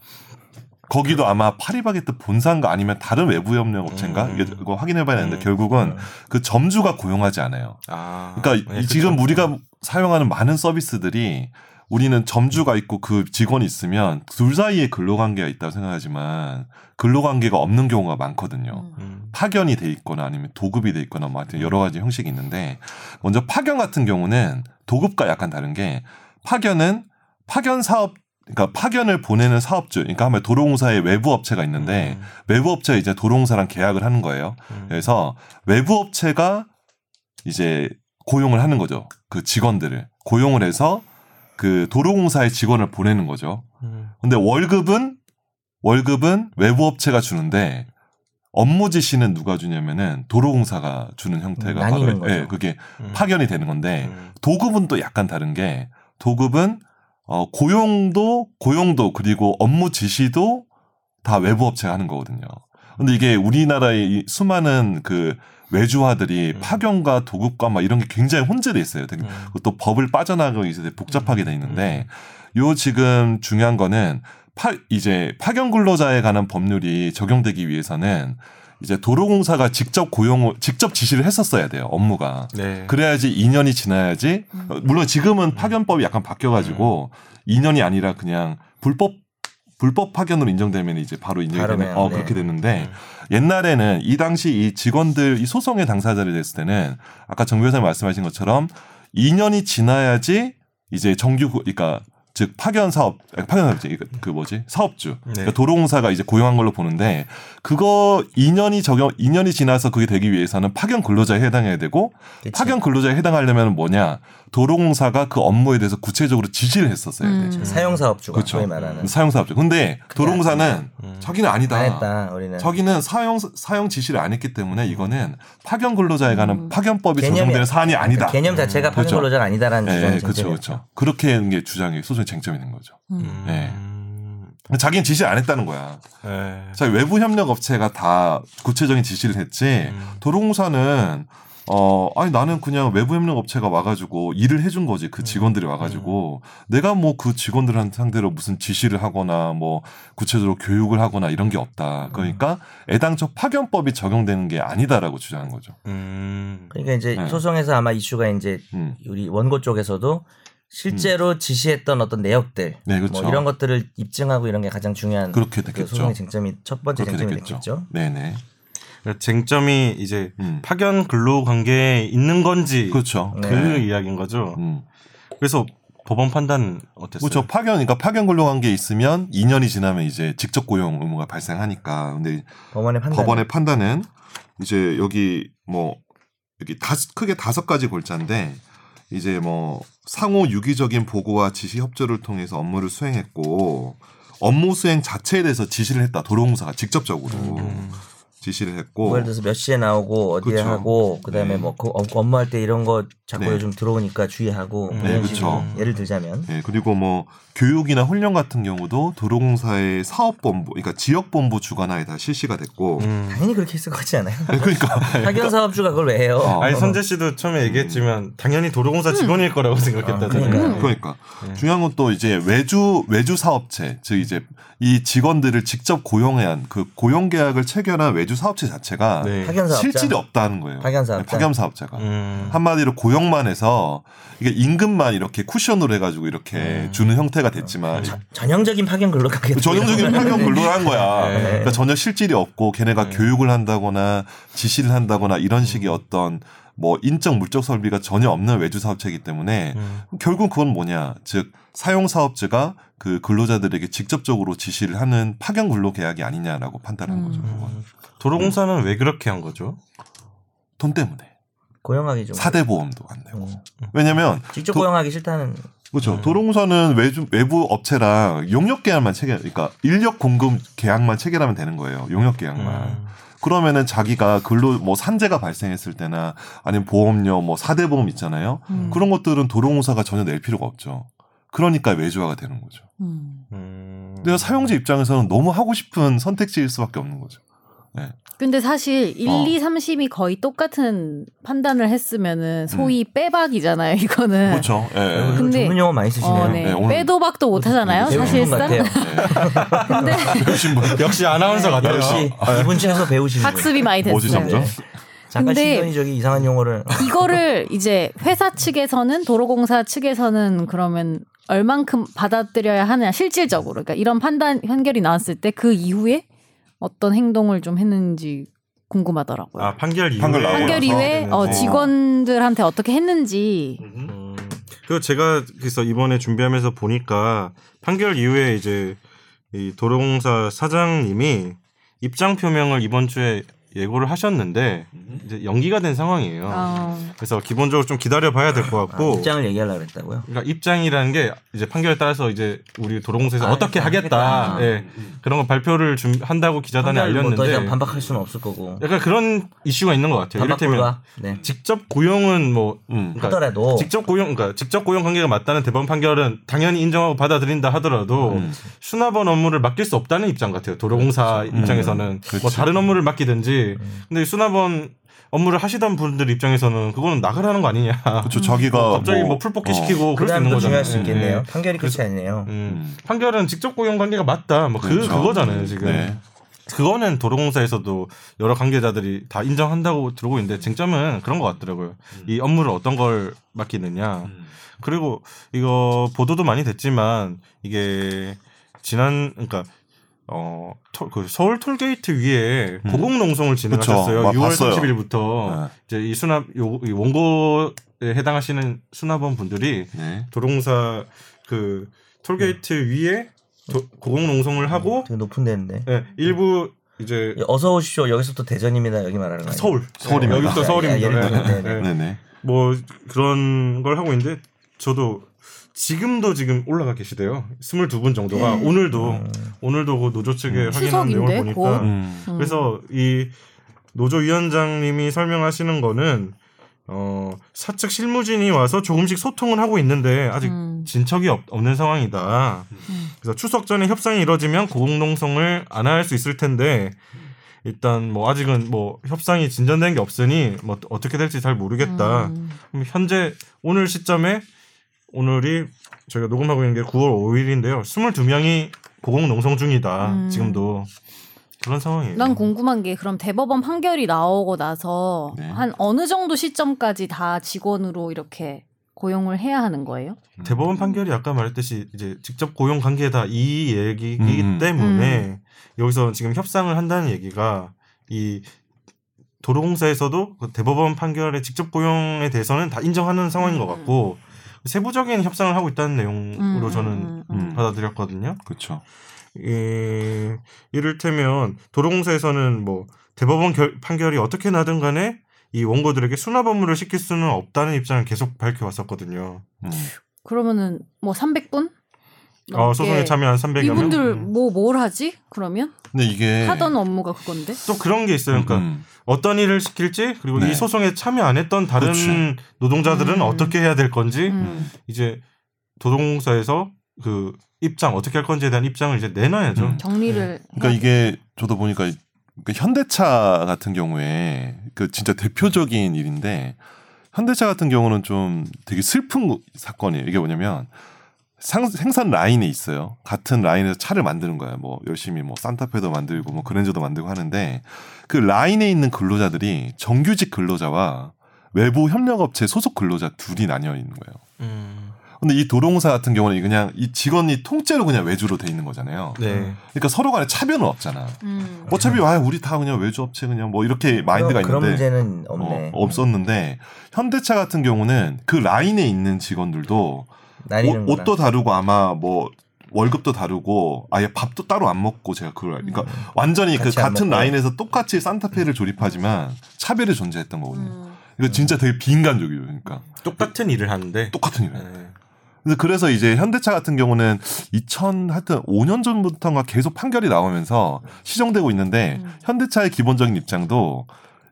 [SPEAKER 4] 거기도 아마 파리바게뜨 본사인가 아니면 다른 외부 협력 업체인가
[SPEAKER 1] 음.
[SPEAKER 4] 이게 그거 확인해봐야 되는데
[SPEAKER 1] 음.
[SPEAKER 4] 결국은 그 점주가 고용하지 않아요.
[SPEAKER 1] 아,
[SPEAKER 4] 그러니까
[SPEAKER 1] 예,
[SPEAKER 4] 이 지금
[SPEAKER 1] 그쵸.
[SPEAKER 4] 우리가 사용하는 많은 서비스들이 우리는 점주가 있고 그 직원이 있으면 둘 사이에 근로관계가 있다고 생각하지만 근로관계가 없는 경우가 많거든요.
[SPEAKER 1] 음.
[SPEAKER 4] 파견이 돼 있거나 아니면 도급이 돼 있거나 뭐 하여튼 여러 가지 형식이 있는데 먼저 파견 같은 경우는 도급과 약간 다른 게 파견은 파견 사업 그러니까 파견을 보내는 사업주 그러니까 한말 도로공사의 외부 업체가 있는데 외부 업체 이제 도로공사랑 계약을 하는 네. 거예요.
[SPEAKER 1] 음.
[SPEAKER 4] 그래서 외부 업체가 이제 고용을 하는 거죠. 그 직원들을 고용을 해서 그 도로공사의 직원을 보내는 거죠.
[SPEAKER 1] 음.
[SPEAKER 4] 근데 월급은 월급은 외부 업체가 주는데 업무 지시는 누가 주냐면은 도로공사가 주는 형태가
[SPEAKER 2] 나뉘는 음, 거죠.
[SPEAKER 4] 예, 그게
[SPEAKER 1] 음.
[SPEAKER 4] 파견이 되는 건데
[SPEAKER 1] 음.
[SPEAKER 4] 도급은 또 약간 다른 게 도급은 어 고용도 고용도 그리고 업무 지시도 다 외부 업체가 하는 거거든요. 근데 이게 우리나라의 이 수많은 그 외주화들이
[SPEAKER 1] 음.
[SPEAKER 4] 파견과 도급과 막 이런 게 굉장히 혼재돼 있어요. 되게
[SPEAKER 1] 음.
[SPEAKER 4] 또 법을 빠져나가기 위해서 되게 복잡하게 돼 있는데
[SPEAKER 1] 음.
[SPEAKER 4] 요 지금 중요한 거는 파 이제 파견 근로자에 관한 법률이 적용되기 위해서는 이제 도로공사가 직접 고용 직접 지시를 했었어야 돼요 업무가
[SPEAKER 1] 네.
[SPEAKER 4] 그래야지 2년이 지나야지
[SPEAKER 3] 음.
[SPEAKER 2] 네.
[SPEAKER 4] 어, 물론 지금은 파견법이 약간 바뀌어가지고 2년이 아니라 그냥 불법 불법 파견으로 인정되면 이제 바로 인정이
[SPEAKER 2] 바로
[SPEAKER 4] 되는
[SPEAKER 2] 그냥,
[SPEAKER 4] 어
[SPEAKER 2] 네.
[SPEAKER 4] 그렇게 됐는데 옛날에는 이 당시 이 직원들 이 소송의 당사자를 됐을 때는 아까 정 변호사 말씀하신 것처럼 2년이 지나야지 이제 정규 구- 그러니까 즉 파견 사업 아니, 파견 사업지 이거 그 뭐지 사업주
[SPEAKER 1] 네.
[SPEAKER 2] 네.
[SPEAKER 4] 그러니까 도로공사가 이제 고용한 걸로 보는데 그거 2년이 적용 2년이 지나서 그게 되기 위해서는 파견 근로자에 해당해야 되고
[SPEAKER 2] 그치.
[SPEAKER 4] 파견 근로자에 해당하려면 뭐냐 도로공사가 그 업무에 대해서 구체적으로 지시를 했었어야
[SPEAKER 3] 음.
[SPEAKER 4] 되죠.
[SPEAKER 2] 사용사업주가
[SPEAKER 4] 그렇죠.
[SPEAKER 2] 소위 말하는
[SPEAKER 4] 사용사업주. 근데 도로공사는
[SPEAKER 1] 음.
[SPEAKER 4] 저기는 아니다.
[SPEAKER 2] 안 했다 우리는
[SPEAKER 4] 저기는 사용 사용 지시를 안 했기 때문에 이거는 파견 근로자에 관한
[SPEAKER 3] 음.
[SPEAKER 4] 파견법이
[SPEAKER 2] 개념이-
[SPEAKER 4] 적용되는 사안이 아니다.
[SPEAKER 2] 그러니까 개념 자체가
[SPEAKER 4] 그렇죠.
[SPEAKER 2] 파견근로자가 아니다라는 주장
[SPEAKER 4] 예, 그렇죠, 그렇죠. 그렇게 하는 게 주장이 소송의 쟁점이 된 거죠.
[SPEAKER 3] 음.
[SPEAKER 4] 네. 자기는 지시 를안 했다는 거야.
[SPEAKER 1] 네.
[SPEAKER 4] 자 외부 협력 업체가 다 구체적인 지시를 했지
[SPEAKER 1] 음.
[SPEAKER 4] 도로공사는 어 아니 나는 그냥 외부 협력 업체가 와가지고 일을 해준 거지
[SPEAKER 2] 음.
[SPEAKER 4] 그 직원들이 와가지고 내가 뭐 그 직원들한 상대로 무슨 지시를 하거나 뭐 구체적으로 교육을 하거나 이런 게 없다 그러니까
[SPEAKER 2] 음.
[SPEAKER 4] 애당초 파견법이 적용되는 게 아니다라고 주장한 거죠.
[SPEAKER 1] 음.
[SPEAKER 2] 그러니까 이제
[SPEAKER 4] 네.
[SPEAKER 2] 소송에서 아마 이슈가 이제
[SPEAKER 4] 음.
[SPEAKER 2] 우리 원고 쪽에서도 실제로 지시했던 어떤 내역들
[SPEAKER 4] 네 음. 그렇죠.
[SPEAKER 2] 뭐 이런 것들을 입증하고 이런 게 가장 중요한
[SPEAKER 4] 그렇게
[SPEAKER 2] 그
[SPEAKER 4] 됐겠죠.
[SPEAKER 2] 소송의 쟁점이 첫 번째
[SPEAKER 4] 그렇게
[SPEAKER 2] 쟁점이
[SPEAKER 4] 됐겠죠.
[SPEAKER 2] 됐겠죠.
[SPEAKER 4] 네네.
[SPEAKER 1] 그러니까 쟁점이 이제
[SPEAKER 4] 음.
[SPEAKER 1] 파견 근로 관계에 있는 건지 그
[SPEAKER 4] 그렇죠.
[SPEAKER 2] 네.
[SPEAKER 1] 이야기인 거죠.
[SPEAKER 4] 음.
[SPEAKER 1] 그래서 법원 판단 어땠어요?
[SPEAKER 4] 그렇죠. 파견, 그러니까 파견 근로관계 있으면 2년이 지나면 이제 직접 고용 의무가 발생하니까. 근데
[SPEAKER 2] 법원의 판단.
[SPEAKER 4] 법원의 판단은 이제 여기 뭐 여기 다섯 크게 다섯 가지 골자인데 이제 뭐 상호 유기적인 보고와 지시 협조를 통해서 업무를 수행했고 업무 수행 자체에 대해서 지시를 했다. 도로공사가 직접적으로
[SPEAKER 1] 음.
[SPEAKER 4] 지시를 했고.
[SPEAKER 2] 뭐 예를 들어서 몇 시에 나오고 어디에
[SPEAKER 4] 그렇죠.
[SPEAKER 2] 하고 그다음에
[SPEAKER 4] 네.
[SPEAKER 2] 뭐 그 업- 업무할 때 이런 거 자꾸
[SPEAKER 4] 네.
[SPEAKER 2] 요즘 들어오니까 주의하고
[SPEAKER 1] 네,
[SPEAKER 2] 이런
[SPEAKER 4] 그쵸.
[SPEAKER 2] 식으로 예를 들자면
[SPEAKER 4] 예, 그리고 뭐 교육이나 훈련 같은 경우도 도로공사의 사업본부, 그러니까 지역본부 주관하에 다 실시가 됐고.
[SPEAKER 1] 음.
[SPEAKER 2] 당연히 그렇게 했을 것 같지 않아요?
[SPEAKER 4] 그러니까
[SPEAKER 2] 파견 사업주가 그걸 왜 해요?
[SPEAKER 4] 어.
[SPEAKER 1] 아니 선재 씨도 처음에 얘기했지만 당연히
[SPEAKER 3] 음.
[SPEAKER 1] 도로공사 직원일 거라고 생각했다잖아요.
[SPEAKER 2] 그러니까요.
[SPEAKER 4] 그러니까
[SPEAKER 1] 네.
[SPEAKER 4] 중요한 건 또 이제 외주 외주 사업체 즉 이제 이 직원들을 직접 고용한 그 고용 계약을 체결한 외주 사업체 자체가
[SPEAKER 1] 네.
[SPEAKER 2] 어. 파견 사업자.
[SPEAKER 4] 실질이 없다는 거예요. 네,
[SPEAKER 2] 파견 사업자.
[SPEAKER 4] 파견 사업자가
[SPEAKER 1] 음.
[SPEAKER 4] 한마디로 고용만 해서 이게 임금만 이렇게 쿠션으로 해가지고 이렇게
[SPEAKER 1] 음.
[SPEAKER 4] 주는 형태가 됐지만
[SPEAKER 1] 네.
[SPEAKER 4] 그
[SPEAKER 2] 자- 전형적인 파견 근로가 (laughs)
[SPEAKER 4] 전형적인 파견 근로를 한 거야.
[SPEAKER 1] 네.
[SPEAKER 4] 그러니까 전혀 실질이 없고 걔네가
[SPEAKER 1] 네. 음.
[SPEAKER 4] 교육을 한다거나 지시를 한다거나 이런 식의 어떤 뭐 인적 물적 설비가 전혀 없는 외주 사업체이기 때문에
[SPEAKER 1] 음.
[SPEAKER 4] 결국 그건 뭐냐. 즉, 사용 사업자가 그 근로자들에게 직접적으로 지시를 하는 파견 근로 계약이 아니냐라고 판단한 거죠.
[SPEAKER 3] 음.
[SPEAKER 4] 그건.
[SPEAKER 1] 도로공사는 왜 그렇게 한 거죠?
[SPEAKER 4] 돈 때문에.
[SPEAKER 2] 고용하기 좀
[SPEAKER 4] 사대 보험도 안 내고.
[SPEAKER 2] 음.
[SPEAKER 4] 왜냐면,
[SPEAKER 2] 직접
[SPEAKER 4] 도-
[SPEAKER 2] 고용하기 싫다는
[SPEAKER 1] 네.
[SPEAKER 4] 그렇죠. 도로공사는 외주, 외부 업체랑 용역 계약만 체결, 그러니까 인력 공급 계약만 체결하면 되는 거예요. 용역 계약만.
[SPEAKER 1] 음.
[SPEAKER 4] 그러면은 자기가 근로, 뭐 산재가 발생했을 때나 아니면 보험료, 뭐사대 보험 있잖아요.
[SPEAKER 3] 음.
[SPEAKER 4] 그런 것들은 도로공사가 전혀 낼 필요가 없죠. 그러니까 외주화가 되는 거죠.
[SPEAKER 3] 음.
[SPEAKER 1] 음.
[SPEAKER 4] 근데 사용자 입장에서는 너무 하고 싶은 선택지일 수밖에 없는 거죠.
[SPEAKER 3] 근데 사실 1,
[SPEAKER 4] 어.
[SPEAKER 3] 2, 3심이 거의 똑같은 판단을 했으면은 소위 빼박이잖아요, 이거는.
[SPEAKER 4] 그렇죠. 예, 예.
[SPEAKER 2] 오늘
[SPEAKER 3] 근데-
[SPEAKER 2] 전문 용어 많이 쓰시네요.
[SPEAKER 3] 어, 네.
[SPEAKER 4] 네, 오늘-
[SPEAKER 3] 빼도박도 못 하잖아요,
[SPEAKER 4] 오늘
[SPEAKER 2] 배우신 분
[SPEAKER 3] 사실상.
[SPEAKER 2] 같아요.
[SPEAKER 3] 근데
[SPEAKER 1] 역시 아나운서 같아요. 네.
[SPEAKER 2] 역시 이분 중에서 배우시는 분.
[SPEAKER 3] 학습이 많이
[SPEAKER 4] 뭐지
[SPEAKER 3] 됐어요.
[SPEAKER 4] 점점?
[SPEAKER 2] 잠깐
[SPEAKER 3] 근데-
[SPEAKER 2] 시선이 저기 이상한 용어를
[SPEAKER 3] 이거를 이제 회사 측에서는 도로공사 측에서는 그러면 얼만큼 받아들여야 하느냐 실질적으로 그러니까 이런 판단 판결이 나왔을 때 그 이후에 어떤 행동을 좀 했는지 궁금하더라고요.
[SPEAKER 1] 아 판결 이후에
[SPEAKER 4] 판결 나오고
[SPEAKER 3] 판결
[SPEAKER 4] 나서
[SPEAKER 3] 이후에 어,
[SPEAKER 1] 네.
[SPEAKER 3] 직원들한테 어떻게 했는지
[SPEAKER 1] 음. 그리고 제가 그래서 이번에 준비하면서 보니까 판결 이후에 이제 이 도로공사 사장님이 입장 표명을 이번 주에 예고를 하셨는데 이제 연기가 된 상황이에요.
[SPEAKER 3] 어,
[SPEAKER 1] 그래서 기본적으로 좀 기다려 봐야 될 것
[SPEAKER 2] 아,
[SPEAKER 1] 같고
[SPEAKER 2] 입장을 얘기하려고 그랬다고요.
[SPEAKER 1] 그러니까 입장이라는 게 이제 판결에 따라서 이제 우리 도로공사에서
[SPEAKER 2] 아,
[SPEAKER 1] 어떻게 하겠다
[SPEAKER 2] 하겠다.
[SPEAKER 1] 예. 그런 거 발표를 준- 한다고 기자단에
[SPEAKER 2] 음. 판결을 뭐더
[SPEAKER 1] 알렸는데
[SPEAKER 2] 이상 반박할 수는 없을 거고.
[SPEAKER 1] 약간 그런 이슈가 있는 것 같아요.
[SPEAKER 2] 반박
[SPEAKER 1] 이를테면
[SPEAKER 2] 불가. 네.
[SPEAKER 1] 직접 고용은 뭐
[SPEAKER 4] 음.
[SPEAKER 1] 그러니까
[SPEAKER 2] 하더라도
[SPEAKER 1] 직접 고용 그러니까 직접 고용 관계가 맞다는 대법원 판결은 당연히 인정하고 받아들인다 하더라도
[SPEAKER 4] 음.
[SPEAKER 1] 수납원 업무를 맡길 수 없다는 입장 같아요. 도로공사
[SPEAKER 2] 그렇죠. 음.
[SPEAKER 1] 입장에서는 뭐
[SPEAKER 4] 그렇지.
[SPEAKER 1] 다른 업무를 맡기든지 근데 수납원 업무를 하시던 분들 입장에서는 그거는 나가라는 거 아니냐.
[SPEAKER 4] 그렇죠. 자기가
[SPEAKER 1] 갑자기 뭐,
[SPEAKER 4] 뭐-
[SPEAKER 1] 풀뽑기
[SPEAKER 4] 어.
[SPEAKER 1] 시키고 그럴 수
[SPEAKER 2] 그다음
[SPEAKER 1] 있는
[SPEAKER 2] 또
[SPEAKER 1] 거잖아요.
[SPEAKER 2] 중요할 수 있겠네요.
[SPEAKER 1] 예.
[SPEAKER 2] 판결이 끝이 아니네요.
[SPEAKER 1] 음.
[SPEAKER 4] 음.
[SPEAKER 1] 판결은 직접 고용 관계가 맞다. 뭐 그
[SPEAKER 4] 그렇죠.
[SPEAKER 1] 그거잖아요 지금.
[SPEAKER 4] 네.
[SPEAKER 1] 그거는 도로공사에서도 여러 관계자들이 다 인정한다고 들고 있는데 쟁점은 그런 것 같더라고요. 이 업무를 어떤 걸 어.
[SPEAKER 4] 음.
[SPEAKER 1] 맡기느냐. 그리고 이거 보도도 많이 됐지만 이게 지난 그러니까 어, 톨- 그 서울 톨게이트 위에
[SPEAKER 4] 음.
[SPEAKER 1] 고공 농성을 진행하셨어요.
[SPEAKER 4] 막
[SPEAKER 1] 6월
[SPEAKER 4] 봤어요. 네.
[SPEAKER 1] 30일부터
[SPEAKER 4] 아,
[SPEAKER 1] 이제 이 수납 요, 이 원고에 해당하시는 수납원 분들이
[SPEAKER 4] 네.
[SPEAKER 1] 도롱사 그 톨게이트 위에 도- 고공 농성을 하고
[SPEAKER 2] 되게 높은 데인데.
[SPEAKER 1] 예, 일부 이제
[SPEAKER 2] 어서 오십시오. 여기서부터 대전입니다. 여기 말하는 거예요.
[SPEAKER 1] 네. 서울
[SPEAKER 4] 서울입니다.
[SPEAKER 1] 여기부터
[SPEAKER 2] 야,
[SPEAKER 1] 서울입니다.
[SPEAKER 2] 예를 들면,
[SPEAKER 1] 예,
[SPEAKER 2] 네,
[SPEAKER 1] 예.
[SPEAKER 4] 네. 네
[SPEAKER 1] 뭐 그런 걸 하고 있는데 저도 지금도 지금 올라가 계시대요. 22분 정도가 오늘도
[SPEAKER 2] 음.
[SPEAKER 1] 오늘도 그 노조 측에
[SPEAKER 4] 음.
[SPEAKER 1] 확인한 내용을 보니까
[SPEAKER 3] 추석인데, 곧?
[SPEAKER 4] 음.
[SPEAKER 3] 음.
[SPEAKER 1] 그래서 이 노조 위원장님이 설명하시는 거는 어 사측 실무진이 와서 조금씩 소통을 하고 있는데 아직
[SPEAKER 3] 음.
[SPEAKER 1] 진척이 없, 는 상황이다.
[SPEAKER 3] 음.
[SPEAKER 1] 그래서 추석 전에 협상이 이뤄지면 고공농성을 안 할 수 있을 텐데 일단 뭐 아직은 뭐 협상이 진전된 게 없으니 뭐 어떻게 될지 잘 모르겠다.
[SPEAKER 3] 음.
[SPEAKER 1] 그럼 현재 오늘 시점에 오늘이 저희가 녹음하고 있는 게 9월 5일인데요. 22명이 고공농성 중이다.
[SPEAKER 3] 음.
[SPEAKER 1] 지금도 그런 상황이에요.
[SPEAKER 3] 난 궁금한 게 그럼 대법원 판결이 나오고 나서
[SPEAKER 4] 네.
[SPEAKER 3] 한 어느 정도 시점까지 다 직원으로 이렇게 고용을 해야 하는 거예요?
[SPEAKER 4] 음.
[SPEAKER 1] 대법원 판결이 아까 말했듯이 이제 직접 고용 관계다 이 얘기이기
[SPEAKER 4] 음.
[SPEAKER 1] 때문에 여기서 지금 협상을 한다는 얘기가 이 도로공사에서도 그 대법원 판결의 직접 고용에 대해서는 다 인정하는 상황인 것
[SPEAKER 3] 음.
[SPEAKER 1] 같고 세부적인 협상을 하고 있다는 내용으로
[SPEAKER 3] 음,
[SPEAKER 1] 저는
[SPEAKER 3] 음, 음, 음.
[SPEAKER 1] 받아들였거든요.
[SPEAKER 4] 그렇죠.
[SPEAKER 1] 예, 이를테면 도로공사에서는 뭐 대법원 결- 판결이 어떻게 나든 간에 이 원고들에게 수납 업무를 시킬 수는 없다는 입장을 계속 밝혀왔었거든요.
[SPEAKER 4] 음.
[SPEAKER 3] 그러면은 뭐 300분?
[SPEAKER 1] 어, 소송에 참여한 300여 명.
[SPEAKER 3] 이분들
[SPEAKER 1] 음.
[SPEAKER 3] 뭐 뭘 하지? 그러면
[SPEAKER 4] 근데 이게
[SPEAKER 3] 하던 업무가 그건데.
[SPEAKER 1] 또 그런 게 있어요. 그러니까
[SPEAKER 4] 음.
[SPEAKER 1] 어떤 일을 시킬지 그리고
[SPEAKER 4] 네.
[SPEAKER 1] 이 소송에 참여 안 했던 다른
[SPEAKER 4] 그치.
[SPEAKER 1] 노동자들은
[SPEAKER 3] 음.
[SPEAKER 1] 어떻게 해야 될
[SPEAKER 4] 네.
[SPEAKER 1] 건지
[SPEAKER 3] 음.
[SPEAKER 1] 이제 도동사에서 그 입장 어떻게 할 건지에 대한 입장을 이제 내놔야죠.
[SPEAKER 4] 음.
[SPEAKER 3] 정리를. 네.
[SPEAKER 4] 그러니까 이게 저도 보니까 그 현대차 같은 경우에 그 진짜 대표적인 일인데 현대차 같은 경우는 좀 되게 슬픈 거- 사건이에요. 이게 뭐냐면 상, 생산 라인이 있어요. 같은 라인에서 차를 만드는 거야. 뭐 열심히 뭐 산타페도 만들고 뭐 그랜저도 만들고 하는데 그 라인에 있는 근로자들이 정규직 근로자와 외부 협력업체 소속 근로자 둘이 나뉘어 있는 거예요.
[SPEAKER 1] 음.
[SPEAKER 4] 근데 이 도롱사 같은 경우는 그냥 이 직원이 통째로 그냥 외주로 돼 있는 거잖아요.
[SPEAKER 1] 네.
[SPEAKER 4] 그러니까 서로 간에 차별은 없잖아.
[SPEAKER 3] 음.
[SPEAKER 4] 어차피 아 우리 다 그냥 외주 업체 그냥 뭐 이렇게 마인드가
[SPEAKER 2] 그런
[SPEAKER 4] 있는데
[SPEAKER 2] 문제는
[SPEAKER 4] 어,
[SPEAKER 2] 없네.
[SPEAKER 4] 없었는데 현대차 같은 경우는 그 라인에 있는 직원들도
[SPEAKER 2] 나뉘는
[SPEAKER 4] 옷, 도 다르고 아마 뭐 월급도 다르고 아예 밥도 따로 안 먹고 제가 그걸 알- 그러니까 완전히
[SPEAKER 2] 음.
[SPEAKER 4] 그
[SPEAKER 2] 같이 안
[SPEAKER 4] 같은
[SPEAKER 2] 먹고. 음.
[SPEAKER 4] 라인에서 똑같이 산타페를 조립하지만 차별이 존재했던 거거든요.
[SPEAKER 3] 음.
[SPEAKER 4] 이거 진짜 되게 비인간적이에요. 그러니까
[SPEAKER 2] 음.
[SPEAKER 1] 똑같은 일을 하는데
[SPEAKER 4] 똑같은 일을.
[SPEAKER 1] 네.
[SPEAKER 4] 근데 그래서 이제 현대차 같은 경우는 2000 하여튼 5년 전부터인가 계속 판결이 나오면서
[SPEAKER 2] 음.
[SPEAKER 4] 시정되고 있는데
[SPEAKER 3] 음.
[SPEAKER 4] 현대차의 기본적인 입장도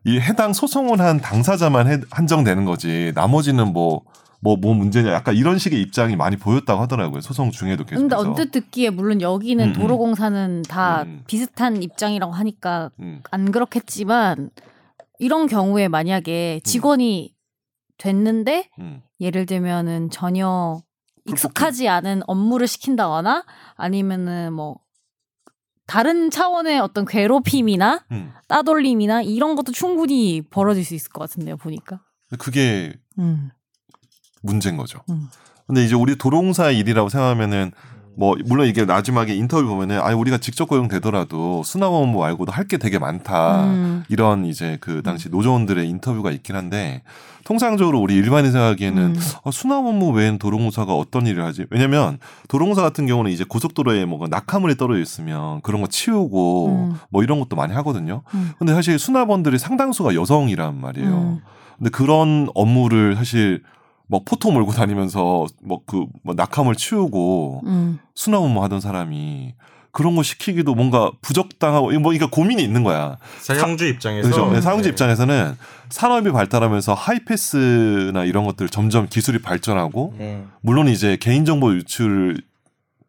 [SPEAKER 4] 이 해당 소송을 한 당사자만 해- 한정되는 거지 나머지는 뭐 뭐 뭐 문제냐 약간 이런 식의 입장이 많이 보였다고 하더라고요 소송 중에도 계속.
[SPEAKER 3] 근데 언뜻 듣기에 물론 여기는
[SPEAKER 4] 음, 음.
[SPEAKER 3] 도로공사는 다
[SPEAKER 4] 음.
[SPEAKER 3] 비슷한 입장이라고 하니까 안 그렇겠지만 이런 경우에
[SPEAKER 4] 음.
[SPEAKER 3] 만약에 직원이 됐는데 예를 들면은 전혀 익숙하지 않은 업무를 시킨다거나 아니면은 뭐 다른 차원의 어떤 괴롭힘이나
[SPEAKER 4] 음.
[SPEAKER 3] 따돌림이나 이런 것도 충분히 벌어질 수 있을 것 같은데요 보니까
[SPEAKER 4] 그게
[SPEAKER 3] 음.
[SPEAKER 4] 문제인 거죠.
[SPEAKER 3] 음.
[SPEAKER 4] 근데 이제 우리 도로공사의 일이라고 생각하면은 뭐 물론 이게 마지막에 인터뷰 보면은 아 우리가 직접 고용되더라도 수납업무 말고도 할 게 되게 많다.
[SPEAKER 3] 음.
[SPEAKER 4] 이런 이제 그 당시 노조원들의 인터뷰가 있긴 한데 통상적으로 우리 일반인 생각에는
[SPEAKER 3] 음.
[SPEAKER 4] 어, 수납 업무 외엔 도로공사가 어떤 일을 하지? 왜냐면 도로공사 같은 경우는 이제 고속도로에 뭐가 낙하물이 떨어져 있으면 그런 거 치우고
[SPEAKER 3] 음.
[SPEAKER 4] 뭐 이런 것도 많이 하거든요.
[SPEAKER 3] 음.
[SPEAKER 4] 근데 사실 수납원들이 상당수가 여성이란 말이에요.
[SPEAKER 3] 음.
[SPEAKER 4] 근데 그런 업무를 사실 뭐 포토 몰고 다니면서 뭐 그 뭐 낙하물 치우고
[SPEAKER 3] 음.
[SPEAKER 4] 수납 업무 하던 사람이 그런 거 시키기도 뭔가 부적당하고 이거 뭐 그러니까 고민이 있는 거야.
[SPEAKER 1] 사용주 입장에서
[SPEAKER 4] 그렇죠. 네, 사용자
[SPEAKER 1] 네.
[SPEAKER 4] 입장에서는 산업이 발달하면서 하이패스나 이런 것들 점점 기술이 발전하고
[SPEAKER 2] 네.
[SPEAKER 4] 물론 이제 개인정보 유출
[SPEAKER 1] 음.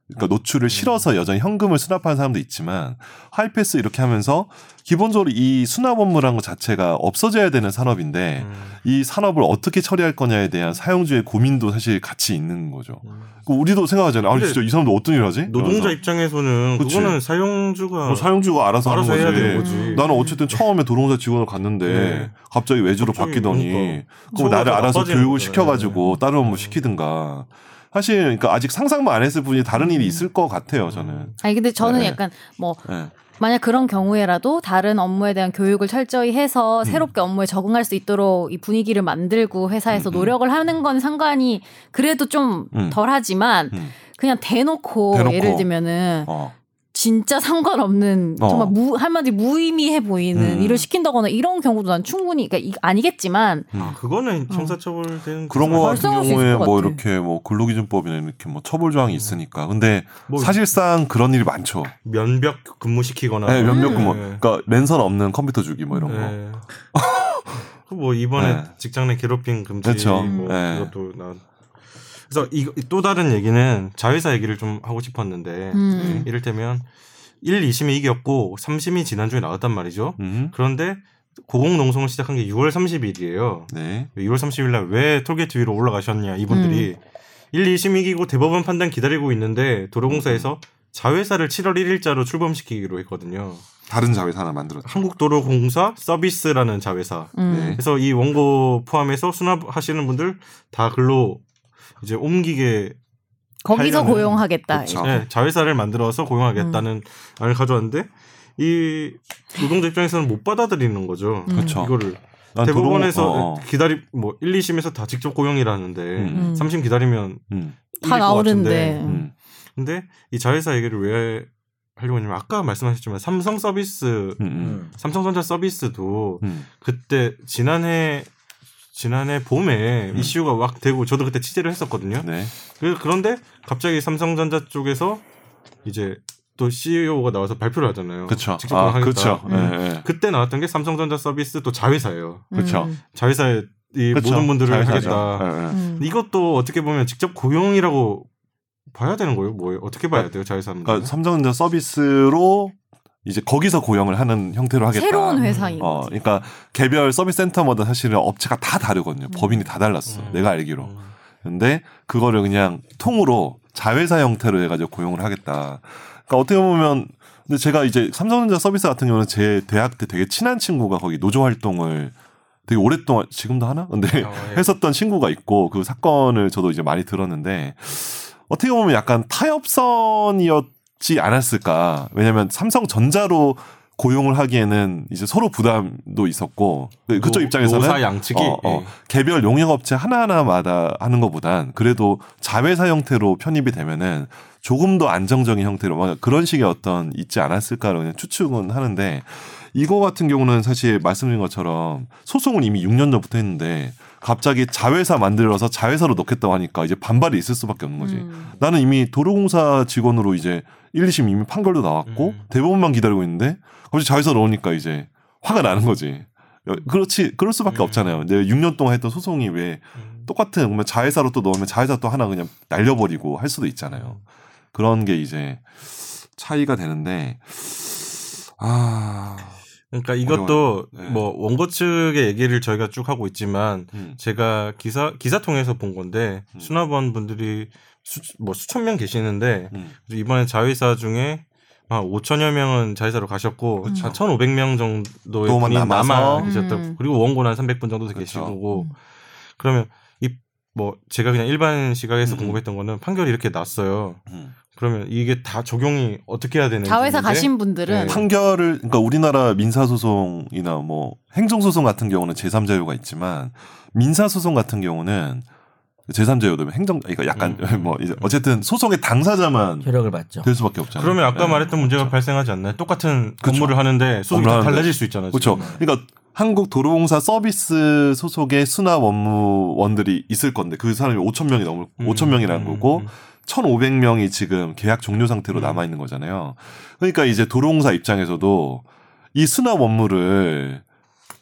[SPEAKER 4] 그러니까 노출을 실어서 여전히 현금을 수납하는 사람도 있지만 하이패스 이렇게 하면서 기본적으로 이 수납 업무라는 것 자체가 없어져야 되는 산업인데
[SPEAKER 1] 음.
[SPEAKER 4] 이 산업을 어떻게 처리할 거냐에 대한 사용주의 고민도 사실 같이 있는 거죠.
[SPEAKER 1] 음.
[SPEAKER 4] 그 우리도 생각하잖아요. 아
[SPEAKER 1] 근데
[SPEAKER 4] 진짜 이 사람도 어떤 일을 하지?
[SPEAKER 1] 노동자
[SPEAKER 4] 그래서
[SPEAKER 1] 입장에서는 그
[SPEAKER 4] 그치.
[SPEAKER 1] 거는 사용주가
[SPEAKER 4] 뭐 사용주가 알아서,
[SPEAKER 1] 알아서
[SPEAKER 4] 하는
[SPEAKER 1] 해야
[SPEAKER 4] 거지.
[SPEAKER 1] 되는 거지.
[SPEAKER 3] 음.
[SPEAKER 4] 나는 어쨌든 처음에 도롱사 직원을 갔는데
[SPEAKER 1] 네.
[SPEAKER 4] 갑자기 외주로
[SPEAKER 1] 갑자기
[SPEAKER 4] 바뀌더니
[SPEAKER 1] 그러니까.
[SPEAKER 4] 그럼 나를
[SPEAKER 1] 처우가
[SPEAKER 4] 알아서
[SPEAKER 1] 나빠지는 네. 거잖아요.
[SPEAKER 4] 교육을 시켜가지고 다른 업무 시키든가 사실 그러니까 아직 상상도 안 했을 뿐이 다른 일이 있을 것 같아요. 저는.
[SPEAKER 1] 음.
[SPEAKER 3] 아니 근데 저는
[SPEAKER 4] 네.
[SPEAKER 3] 약간 뭐
[SPEAKER 4] 예.
[SPEAKER 3] 만약 그런 경우에라도 다른 업무에 대한 교육을 철저히 해서
[SPEAKER 4] 음.
[SPEAKER 3] 새롭게 업무에 적응할 수 있도록 이 분위기를 만들고 회사에서
[SPEAKER 4] 음, 음.
[SPEAKER 3] 노력을 하는 건 상관이 그래도 좀
[SPEAKER 4] 음.
[SPEAKER 3] 덜하지만
[SPEAKER 4] 음.
[SPEAKER 3] 그냥 대놓고,
[SPEAKER 4] 대놓고.
[SPEAKER 3] 예를 들면은
[SPEAKER 4] 어.
[SPEAKER 3] 진짜 상관없는
[SPEAKER 4] 어.
[SPEAKER 3] 정말 무, 한마디 무의미해 보이는
[SPEAKER 4] 음.
[SPEAKER 3] 일을 시킨다거나 이런 경우도 난 충분히 그러니까 이- 아니겠지만
[SPEAKER 1] 아, 그거는
[SPEAKER 3] 어.
[SPEAKER 1] 형사처벌 되는
[SPEAKER 4] 음. 그런 거 같은
[SPEAKER 3] 벌써할 수 있을
[SPEAKER 4] 경우에
[SPEAKER 3] 것
[SPEAKER 4] 뭐
[SPEAKER 3] 같아.
[SPEAKER 4] 이렇게 뭐 근로기준법이나 이렇게 뭐 처벌 조항이 있으니까 근데
[SPEAKER 1] 음. 뭐
[SPEAKER 4] 사실상 그런 일이 많죠.
[SPEAKER 1] 면벽 근무시키거나
[SPEAKER 4] 네, 몇몇 근무.
[SPEAKER 1] 네.
[SPEAKER 4] 그러니까 랜선 없는 컴퓨터 주기 뭐 이런 거.
[SPEAKER 1] 네. 그뭐 이번에
[SPEAKER 4] 네.
[SPEAKER 1] 직장 내 괴롭힘 금지
[SPEAKER 4] 그쵸.
[SPEAKER 1] 뭐
[SPEAKER 4] 네.
[SPEAKER 1] 이것도 나 그래서 이거 또 다른 얘기는 자회사 얘기를 좀 하고
[SPEAKER 4] 네.
[SPEAKER 1] 싶었는데
[SPEAKER 3] 음.
[SPEAKER 1] 이를테면 1, 2심이 이겼고 3심이 지난주에 나왔단 말이죠.
[SPEAKER 4] 음.
[SPEAKER 1] 그런데 고공농성을 시작한 게 6월 30일이에요.
[SPEAKER 4] 네.
[SPEAKER 1] 6월 30일 날 왜 톨게이트 위로 올라가셨냐 이분들이
[SPEAKER 4] 음.
[SPEAKER 1] 1, 2심 이기고 대법원 판단 기다리고 있는데 도로공사에서 자회사를 7월 1일자로 출범시키기로 했거든요.
[SPEAKER 4] 다른 자회사 하나 만들었죠.
[SPEAKER 1] 한국도로공사 서비스라는 자회사.
[SPEAKER 3] 음.
[SPEAKER 4] 네.
[SPEAKER 1] 그래서 이 원고 포함해서 수납하시는 분들 다 글로 이제 옮기게
[SPEAKER 3] 거기서
[SPEAKER 1] 하려면은-
[SPEAKER 3] 고용하겠다.
[SPEAKER 4] 그쵸.
[SPEAKER 1] 예, 자회사를 만들어서
[SPEAKER 4] 음.
[SPEAKER 1] 고용하겠다는 안을 가져왔는데 이 노동자 입장에서는 못 받아들이는 거죠.
[SPEAKER 3] 음.
[SPEAKER 4] 그렇죠.
[SPEAKER 1] 이거를
[SPEAKER 4] 난 도로-
[SPEAKER 1] 대법원에서
[SPEAKER 4] 어, 어.
[SPEAKER 1] 기다리 뭐 1, 2심에서 다 직접 고용이라는데
[SPEAKER 3] 음.
[SPEAKER 1] 삼 3심 기다리면
[SPEAKER 4] 음.
[SPEAKER 3] 다
[SPEAKER 1] 이길 것
[SPEAKER 3] 나오는데.
[SPEAKER 1] 같은데.
[SPEAKER 4] 음.
[SPEAKER 1] 근데 이 자회사 얘기를 왜 하려고 하냐면 아까 말씀하셨지만 삼성 서비스
[SPEAKER 4] 음. 음.
[SPEAKER 2] 음.
[SPEAKER 1] 삼성전자 서비스도
[SPEAKER 4] 음.
[SPEAKER 1] 그때 지난해 지난해 봄에
[SPEAKER 4] 음.
[SPEAKER 1] 이슈가 막 되고 저도 그때 취재를 했었거든요.
[SPEAKER 4] 네.
[SPEAKER 1] 그- 그런데 갑자기 삼성전자 쪽에서 이제 또 CEO가 나와서 발표를 하잖아요.
[SPEAKER 4] 그렇죠.
[SPEAKER 1] 직접
[SPEAKER 4] 아,
[SPEAKER 1] 하겠다.
[SPEAKER 4] 그렇죠.
[SPEAKER 3] 음.
[SPEAKER 4] 예. 예.
[SPEAKER 1] 그때 나왔던 게 삼성전자 서비스 또 자회사예요.
[SPEAKER 4] 그쵸.
[SPEAKER 3] 음.
[SPEAKER 1] 자회사의 이
[SPEAKER 4] 그렇죠.
[SPEAKER 1] 모든 분들을
[SPEAKER 4] 자회사죠.
[SPEAKER 1] 하겠다.
[SPEAKER 4] 예, 예.
[SPEAKER 3] 음.
[SPEAKER 4] (laughs)
[SPEAKER 1] 이것도 어떻게 보면 직접 고용이라고 봐야 되는 거예요. 뭐예요? 어떻게 봐야 돼요, 자회사는?
[SPEAKER 4] 그러니까 삼성전자 서비스로 이제 거기서 고용을 하는 형태로 하겠다.
[SPEAKER 3] 새로운 회사인
[SPEAKER 4] 어,
[SPEAKER 3] 거지.
[SPEAKER 4] 그러니까 개별 서비스 센터마다 사실은 업체가 다 다르거든요. 법인이 다 달랐어.
[SPEAKER 1] 음.
[SPEAKER 4] 내가 알기로. 근데 그거를 그냥 통으로 자회사 형태로 해가지고 고용을 하겠다. 그러니까 어떻게 보면 근데 제가 이제 삼성전자 서비스 같은 경우는 제 대학 때 되게 친한 친구가 거기 노조 활동을 되게 오랫동안 지금도 하나? 근데 (laughs) 했었던 친구가 있고 그 사건을 저도 이제 많이 들었는데 어떻게 보면 약간 타협선이었지 않았을까. 왜냐면 삼성전자로 고용을 하기에는 이제 서로 부담도 있었고 그- 그쪽 입장에서는
[SPEAKER 1] 노사 양측이 예.
[SPEAKER 4] 어, 어. 개별 용역업체 하나하나마다 하는 것보단 그래도 자회사 형태로 편입이 되면은 조금 더 안정적인 형태로 막 그런 식의 어떤 있지 않았을까라고 그냥 추측은 하는데 이거 같은 경우는 사실 말씀드린 것처럼 소송을 이미 6년 전부터 했는데 갑자기 자회사 만들어서 자회사로 넣겠다고 하니까 이제 반발이 있을 수밖에 없는 거지.
[SPEAKER 3] 음.
[SPEAKER 4] 나는 이미 도로공사 직원으로 이제 1, 2심 이미 판결도 나왔고
[SPEAKER 1] 음.
[SPEAKER 4] 대법원만 기다리고 있는데 갑자기 자회사 넣으니까 이제 화가 나는 거지. 그렇지 그럴 수밖에
[SPEAKER 1] 음.
[SPEAKER 4] 없잖아요. 내 6년 동안 했던 소송이 왜 똑같은 그러면 자회사로 또 넣으면 자회사 또 하나 그냥 날려버리고 할 수도
[SPEAKER 1] 음.
[SPEAKER 4] 있잖아요. 그런 게 이제 차이가 되는데 아
[SPEAKER 1] 그러니까 이것도
[SPEAKER 4] 어려워요. 네.
[SPEAKER 1] 뭐 원고 측의 얘기를 저희가 쭉 하고 있지만
[SPEAKER 4] 음.
[SPEAKER 1] 제가 기사 기사 통해서 본 건데
[SPEAKER 4] 음.
[SPEAKER 1] 수납원 분들이 수, 뭐 수천 명 계시는데
[SPEAKER 4] 음.
[SPEAKER 1] 이번에 자회사 중에 한 5천여 명은 자회사로 가셨고
[SPEAKER 3] 그쵸.
[SPEAKER 1] 한 1,500명 정도의
[SPEAKER 4] 또만
[SPEAKER 1] 분이
[SPEAKER 4] 음. 남아서. 그렇죠. 음.
[SPEAKER 1] 남아 계셨다고
[SPEAKER 3] 음.
[SPEAKER 1] 그리고 원고는 한 300분 정도
[SPEAKER 4] 그쵸.
[SPEAKER 1] 계시고 그러면 이 뭐 제가 그냥 일반 시각에서
[SPEAKER 4] 음.
[SPEAKER 1] 궁금했던 거는 판결이 이렇게 났어요.
[SPEAKER 4] 음.
[SPEAKER 1] 그러면 이게 다 적용이 어떻게 해야 되는지
[SPEAKER 3] 자회사 가신
[SPEAKER 1] 네.
[SPEAKER 3] 분들은
[SPEAKER 4] 판결을 그러니까 우리나라 민사 소송이나 뭐 행정 소송 같은 경우는 제3자 요가 있지만 민사 소송 같은 경우는 제3자 요도 행정 그러니까 약간
[SPEAKER 1] 음.
[SPEAKER 4] (laughs) 뭐 이제 어쨌든 소송의 당사자만
[SPEAKER 2] 효력을 받죠.
[SPEAKER 4] 될 수밖에 없잖아요.
[SPEAKER 1] 그러면 아까
[SPEAKER 4] 네.
[SPEAKER 1] 말했던 문제가
[SPEAKER 4] 그렇죠.
[SPEAKER 1] 발생하지 않나요? 똑같은
[SPEAKER 4] 그쵸.
[SPEAKER 1] 업무를 하는데 소득이
[SPEAKER 4] 업무를
[SPEAKER 1] 다
[SPEAKER 4] 하는데.
[SPEAKER 1] 달라질 수 있잖아요.
[SPEAKER 4] 그렇죠.
[SPEAKER 1] 지금.
[SPEAKER 4] 그러니까 한국 도로공사 서비스 소속의 수납 업무원들이 있을 건데 그 사람이 5천 명이 넘을
[SPEAKER 1] 음,
[SPEAKER 4] 5천 명이라는
[SPEAKER 1] 음,
[SPEAKER 4] 거고
[SPEAKER 1] 음.
[SPEAKER 4] 1,500명이 지금 계약 종료 상태로
[SPEAKER 1] 음.
[SPEAKER 4] 남아 있는 거잖아요. 그러니까 이제 도로공사 입장에서도 이 수납 업무를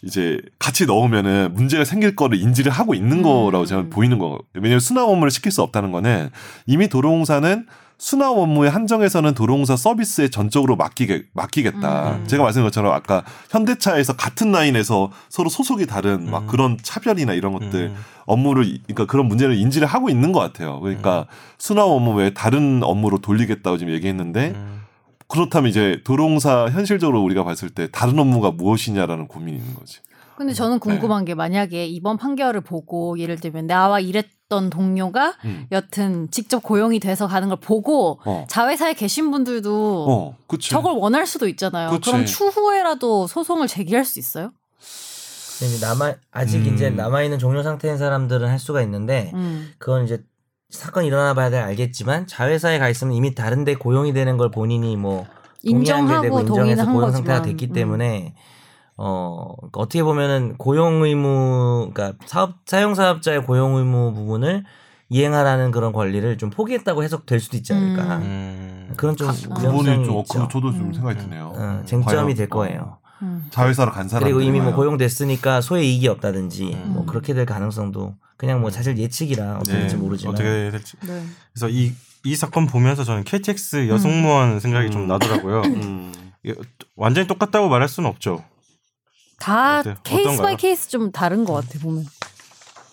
[SPEAKER 4] 이제 같이 넣으면은 문제가 생길 거를 인지를 하고 있는
[SPEAKER 3] 음.
[SPEAKER 4] 거라고 저는 보이는 거. 왜냐하면 수납 업무를 시킬 수 없다는 거는 이미 도로공사는 수납 업무의 한정에서는 도로공사 서비스에 전적으로 맡기게, 맡기겠다.
[SPEAKER 1] 음.
[SPEAKER 4] 제가 말씀드린 것처럼 아까 현대차에서 같은 라인에서 서로 소속이 다른 막
[SPEAKER 1] 음.
[SPEAKER 4] 그런 차별이나 이런 것들
[SPEAKER 1] 음.
[SPEAKER 4] 업무를 이- 그러니까 그런 문제를 인지를 하고 있는 것 같아요. 그러니까 수납 업무 외에 다른 업무로 돌리겠다고 지금
[SPEAKER 2] 네?
[SPEAKER 4] 얘기했는데
[SPEAKER 1] 음.
[SPEAKER 4] 그렇다면 이제 도로공사 현실적으로 우리가 봤을 때 다른 업무가 무엇이냐라는 고민이 있는 거지.
[SPEAKER 3] 근데 저는 궁금한 게 만약에 이번 판결을 보고 예를 들면 나와 일했던 동료가
[SPEAKER 4] 음.
[SPEAKER 3] 여튼 직접 고용이 돼서 가는 걸 보고
[SPEAKER 4] 어.
[SPEAKER 3] 자회사에 계신 분들도
[SPEAKER 4] 어, 그치.
[SPEAKER 3] 저걸 원할 수도 있잖아요.
[SPEAKER 4] 그치.
[SPEAKER 3] 그럼 추후에라도 소송을 제기할 수 있어요?
[SPEAKER 2] 근데 이제 남아 아직
[SPEAKER 4] 음.
[SPEAKER 2] 이제 남아 있는 종료 상태인 사람들은 할 수가 있는데
[SPEAKER 3] 음.
[SPEAKER 2] 그건 이제 사건 이 일어나 봐야 돼 알겠지만 자회사에 가 있으면 이미 다른데 고용이 되는 걸 본인이 뭐 동의한 게 되고
[SPEAKER 3] 인정하고 동의는
[SPEAKER 2] 인정해서
[SPEAKER 3] 한
[SPEAKER 2] 고용
[SPEAKER 3] 거지만
[SPEAKER 2] 상태가 됐기
[SPEAKER 3] 음.
[SPEAKER 2] 때문에 어 그러니까 어떻게 보면은 고용 의무 그러니까 사업 사용 사업자의 고용 의무 부분을 이행하라는 그런 권리를 좀 포기했다고 해석될 수도 있지 않을까
[SPEAKER 3] 음.
[SPEAKER 2] 아, 그런 좀
[SPEAKER 4] 그분이
[SPEAKER 2] 위험성이
[SPEAKER 4] 좀 어,
[SPEAKER 2] 있죠.
[SPEAKER 4] 그 저도 좀
[SPEAKER 3] 음.
[SPEAKER 4] 생각이 드네요.
[SPEAKER 2] 어, 쟁점이
[SPEAKER 4] 과연,
[SPEAKER 2] 될 거예요.
[SPEAKER 3] 음.
[SPEAKER 4] 자회사로 간 사람
[SPEAKER 2] 그리고 이미 뭐 고용됐으니까 소의 이익이 없다든지
[SPEAKER 1] 음.
[SPEAKER 2] 뭐 그렇게 될 가능성도 그냥 뭐 사실 예측이라 어떻게
[SPEAKER 1] 네,
[SPEAKER 2] 될지 모르지만
[SPEAKER 1] 어떻게 될지.
[SPEAKER 3] 네.
[SPEAKER 1] 그래서 이, 이 사건 보면서 저는 KTX 여성무원 생각이 좀
[SPEAKER 4] 음.
[SPEAKER 1] 나더라고요. 예, 완전히 똑같다고 말할 수는 없죠.
[SPEAKER 3] 다
[SPEAKER 1] 어때요?
[SPEAKER 3] 케이스
[SPEAKER 1] 어떤가요?
[SPEAKER 3] 바이 케이스 좀 다른 것 같아 보면.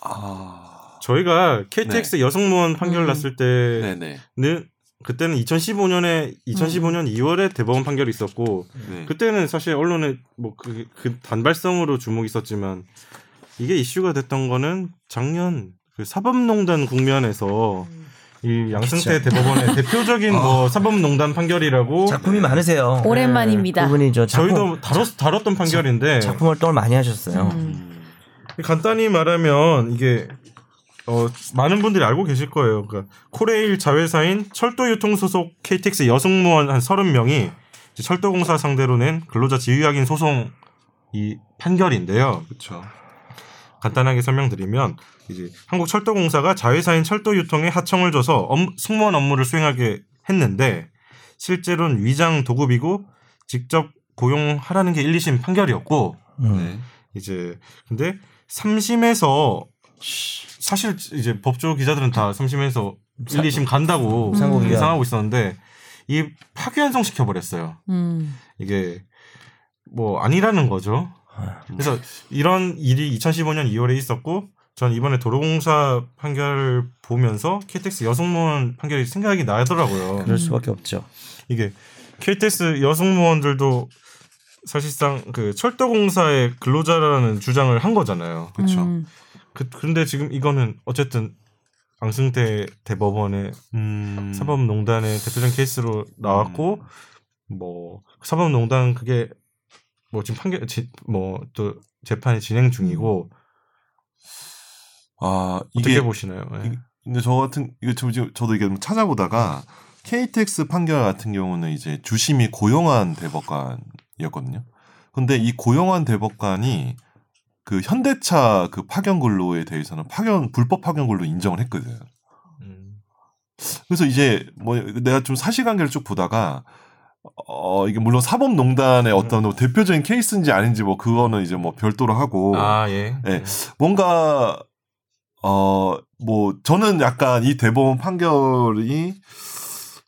[SPEAKER 4] 아,
[SPEAKER 1] 저희가 KTX
[SPEAKER 2] 네.
[SPEAKER 1] 여성무원 판결
[SPEAKER 3] 음.
[SPEAKER 1] 났을 때는
[SPEAKER 4] 네네.
[SPEAKER 1] 그때는 2015년에 2015년
[SPEAKER 2] 음.
[SPEAKER 1] 2월에 대법원 판결이 있었고
[SPEAKER 4] 네.
[SPEAKER 1] 그때는 사실 언론에 뭐그 그 단발성으로 주목이 있었지만 이게 이슈가 됐던 거는 작년 그 사법농단 국면에서 이 양승태 대법원의
[SPEAKER 2] 아.
[SPEAKER 1] 대표적인 뭐 사법농단 판결이라고
[SPEAKER 2] 작품이 많으세요.
[SPEAKER 3] 오랜만입니다.
[SPEAKER 2] 그분이 저 작품,
[SPEAKER 1] 저희도 다뤘, 다뤘던 판결인데
[SPEAKER 2] 작품 활동을 많이 하셨어요.
[SPEAKER 3] 음.
[SPEAKER 4] 음.
[SPEAKER 1] 간단히 말하면 이게 어, 많은 분들이 알고 계실 거예요. 그러니까 코레일 자회사인 철도유통 소속 KTX 여성무원 한 30명이 철도공사 상대로 낸 근로자 지휘약인 소송 이 판결인데요.
[SPEAKER 4] 그렇죠.
[SPEAKER 1] 간단하게 설명드리면 이제 한국철도공사가 자회사인 철도유통에 하청을 줘서 업- 승무원 업무를 수행하게 했는데 실제로는 위장 도급이고 직접 고용하라는 게 1, 2심 판결이었고
[SPEAKER 2] 음.
[SPEAKER 4] 네.
[SPEAKER 1] 이제 근데 3심에서 사실 이제 법조 기자들은 다 3심에서 1, 2심 간다고
[SPEAKER 3] 상고 기자.
[SPEAKER 1] 예상하고 있었는데 이 파기환송 시켜버렸어요.
[SPEAKER 3] 음.
[SPEAKER 1] 이게 뭐 아니라는 거죠. 그래서 이런 일이 2015년 2월에 있었고 전 이번에 도로공사 판결을 보면서 KTX 여성무원 판결이 생각이 나더라고요.
[SPEAKER 2] 그럴 수밖에 없죠.
[SPEAKER 1] 이게 KTX 여성무원들도 사실상 그 철도공사의 근로자라는 주장을 한 거잖아요.
[SPEAKER 4] 그렇죠.
[SPEAKER 3] 음.
[SPEAKER 1] 그, 근데 지금 이거는 어쨌든 앙승태 대법원의
[SPEAKER 4] 음.
[SPEAKER 1] 사법농단의 대표적인 케이스로 나왔고
[SPEAKER 4] 음.
[SPEAKER 1] 뭐 사법농단 그게 뭐 지금 판결 뭐 또 재판이 진행
[SPEAKER 4] 음.
[SPEAKER 1] 중이고
[SPEAKER 4] 아,
[SPEAKER 1] 어떻게
[SPEAKER 4] 이게
[SPEAKER 1] 보시나요? 예.
[SPEAKER 4] 이게- 근데 저 같은 이거 저 지금 저도 이게 좀 찾아보다가 KTX 판결 같은 경우는 이제 주심이 고용한 대법관이었거든요. 근데 이 고용한 대법관이 그 현대차 그 파견 근로에 대해서는 파견 불법 파견 근로 인정을 했거든.
[SPEAKER 1] 음.
[SPEAKER 4] 그래서 이제 뭐 내가 좀 사실관계를 쭉 보다가 어 이게 물론 사법농단의 어떤 뭐 대표적인 케이스인지 아닌지 뭐 그거는 이제 뭐 별도로 하고
[SPEAKER 1] 아 예.
[SPEAKER 4] 예. 뭔가 어 뭐 저는 약간 이 대법원 판결이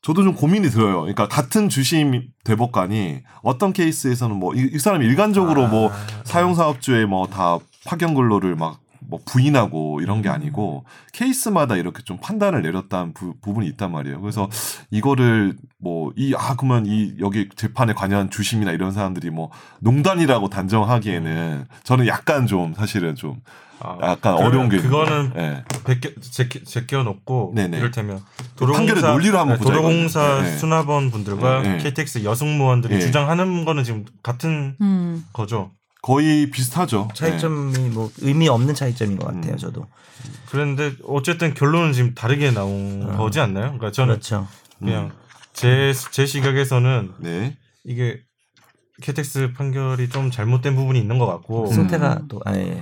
[SPEAKER 4] 저도 좀 고민이 들어요. 그러니까 같은 주심 대법관이 어떤 케이스에서는 뭐 이 사람이 일관적으로 뭐
[SPEAKER 1] 아.
[SPEAKER 4] 사용사업주의 뭐 다 파견 근로를 막 뭐 부인하고 이런 게 아니고 케이스마다 이렇게 좀 판단을 내렸다는 부, 분이 있단 말이에요. 그래서 이거를 뭐 이 아 그러면 이 여기 재판에 관여한 주심이나 이런 사람들이 뭐 농단이라고 단정하기에는 저는 약간 좀 사실은 좀
[SPEAKER 1] 아,
[SPEAKER 4] 약간
[SPEAKER 1] 그러면
[SPEAKER 4] 어려운 게
[SPEAKER 1] 그거는
[SPEAKER 4] 있는 거예요.
[SPEAKER 1] 베껴 제껴, 제껴놓고
[SPEAKER 4] 네네.
[SPEAKER 1] 이를테면
[SPEAKER 4] 판결의 논리로 한번 보자,
[SPEAKER 1] 도로공사
[SPEAKER 4] 이거는. 네.
[SPEAKER 1] 수납원 분들과
[SPEAKER 4] 네, 네.
[SPEAKER 1] KTX 여승무원들이
[SPEAKER 4] 네.
[SPEAKER 1] 주장하는 거는 지금 같은
[SPEAKER 3] 음.
[SPEAKER 1] 거죠.
[SPEAKER 4] 거의 비슷하죠.
[SPEAKER 2] 차이점이 뭐 의미 없는 차이점인 것 같아요.
[SPEAKER 4] 음.
[SPEAKER 2] 저도
[SPEAKER 1] 그런데 어쨌든 결론은 지금 다르게 나온
[SPEAKER 4] 아.
[SPEAKER 2] 어.
[SPEAKER 1] 거지 않나요? 그러니까 저는
[SPEAKER 2] 그렇죠.
[SPEAKER 4] 네.
[SPEAKER 1] 그냥 제, 제 시각에서는
[SPEAKER 4] 네.
[SPEAKER 1] 이게 KTX 판결이 좀 잘못된 부분이 있는 것 같고
[SPEAKER 4] 음.
[SPEAKER 2] 승태가 또 아예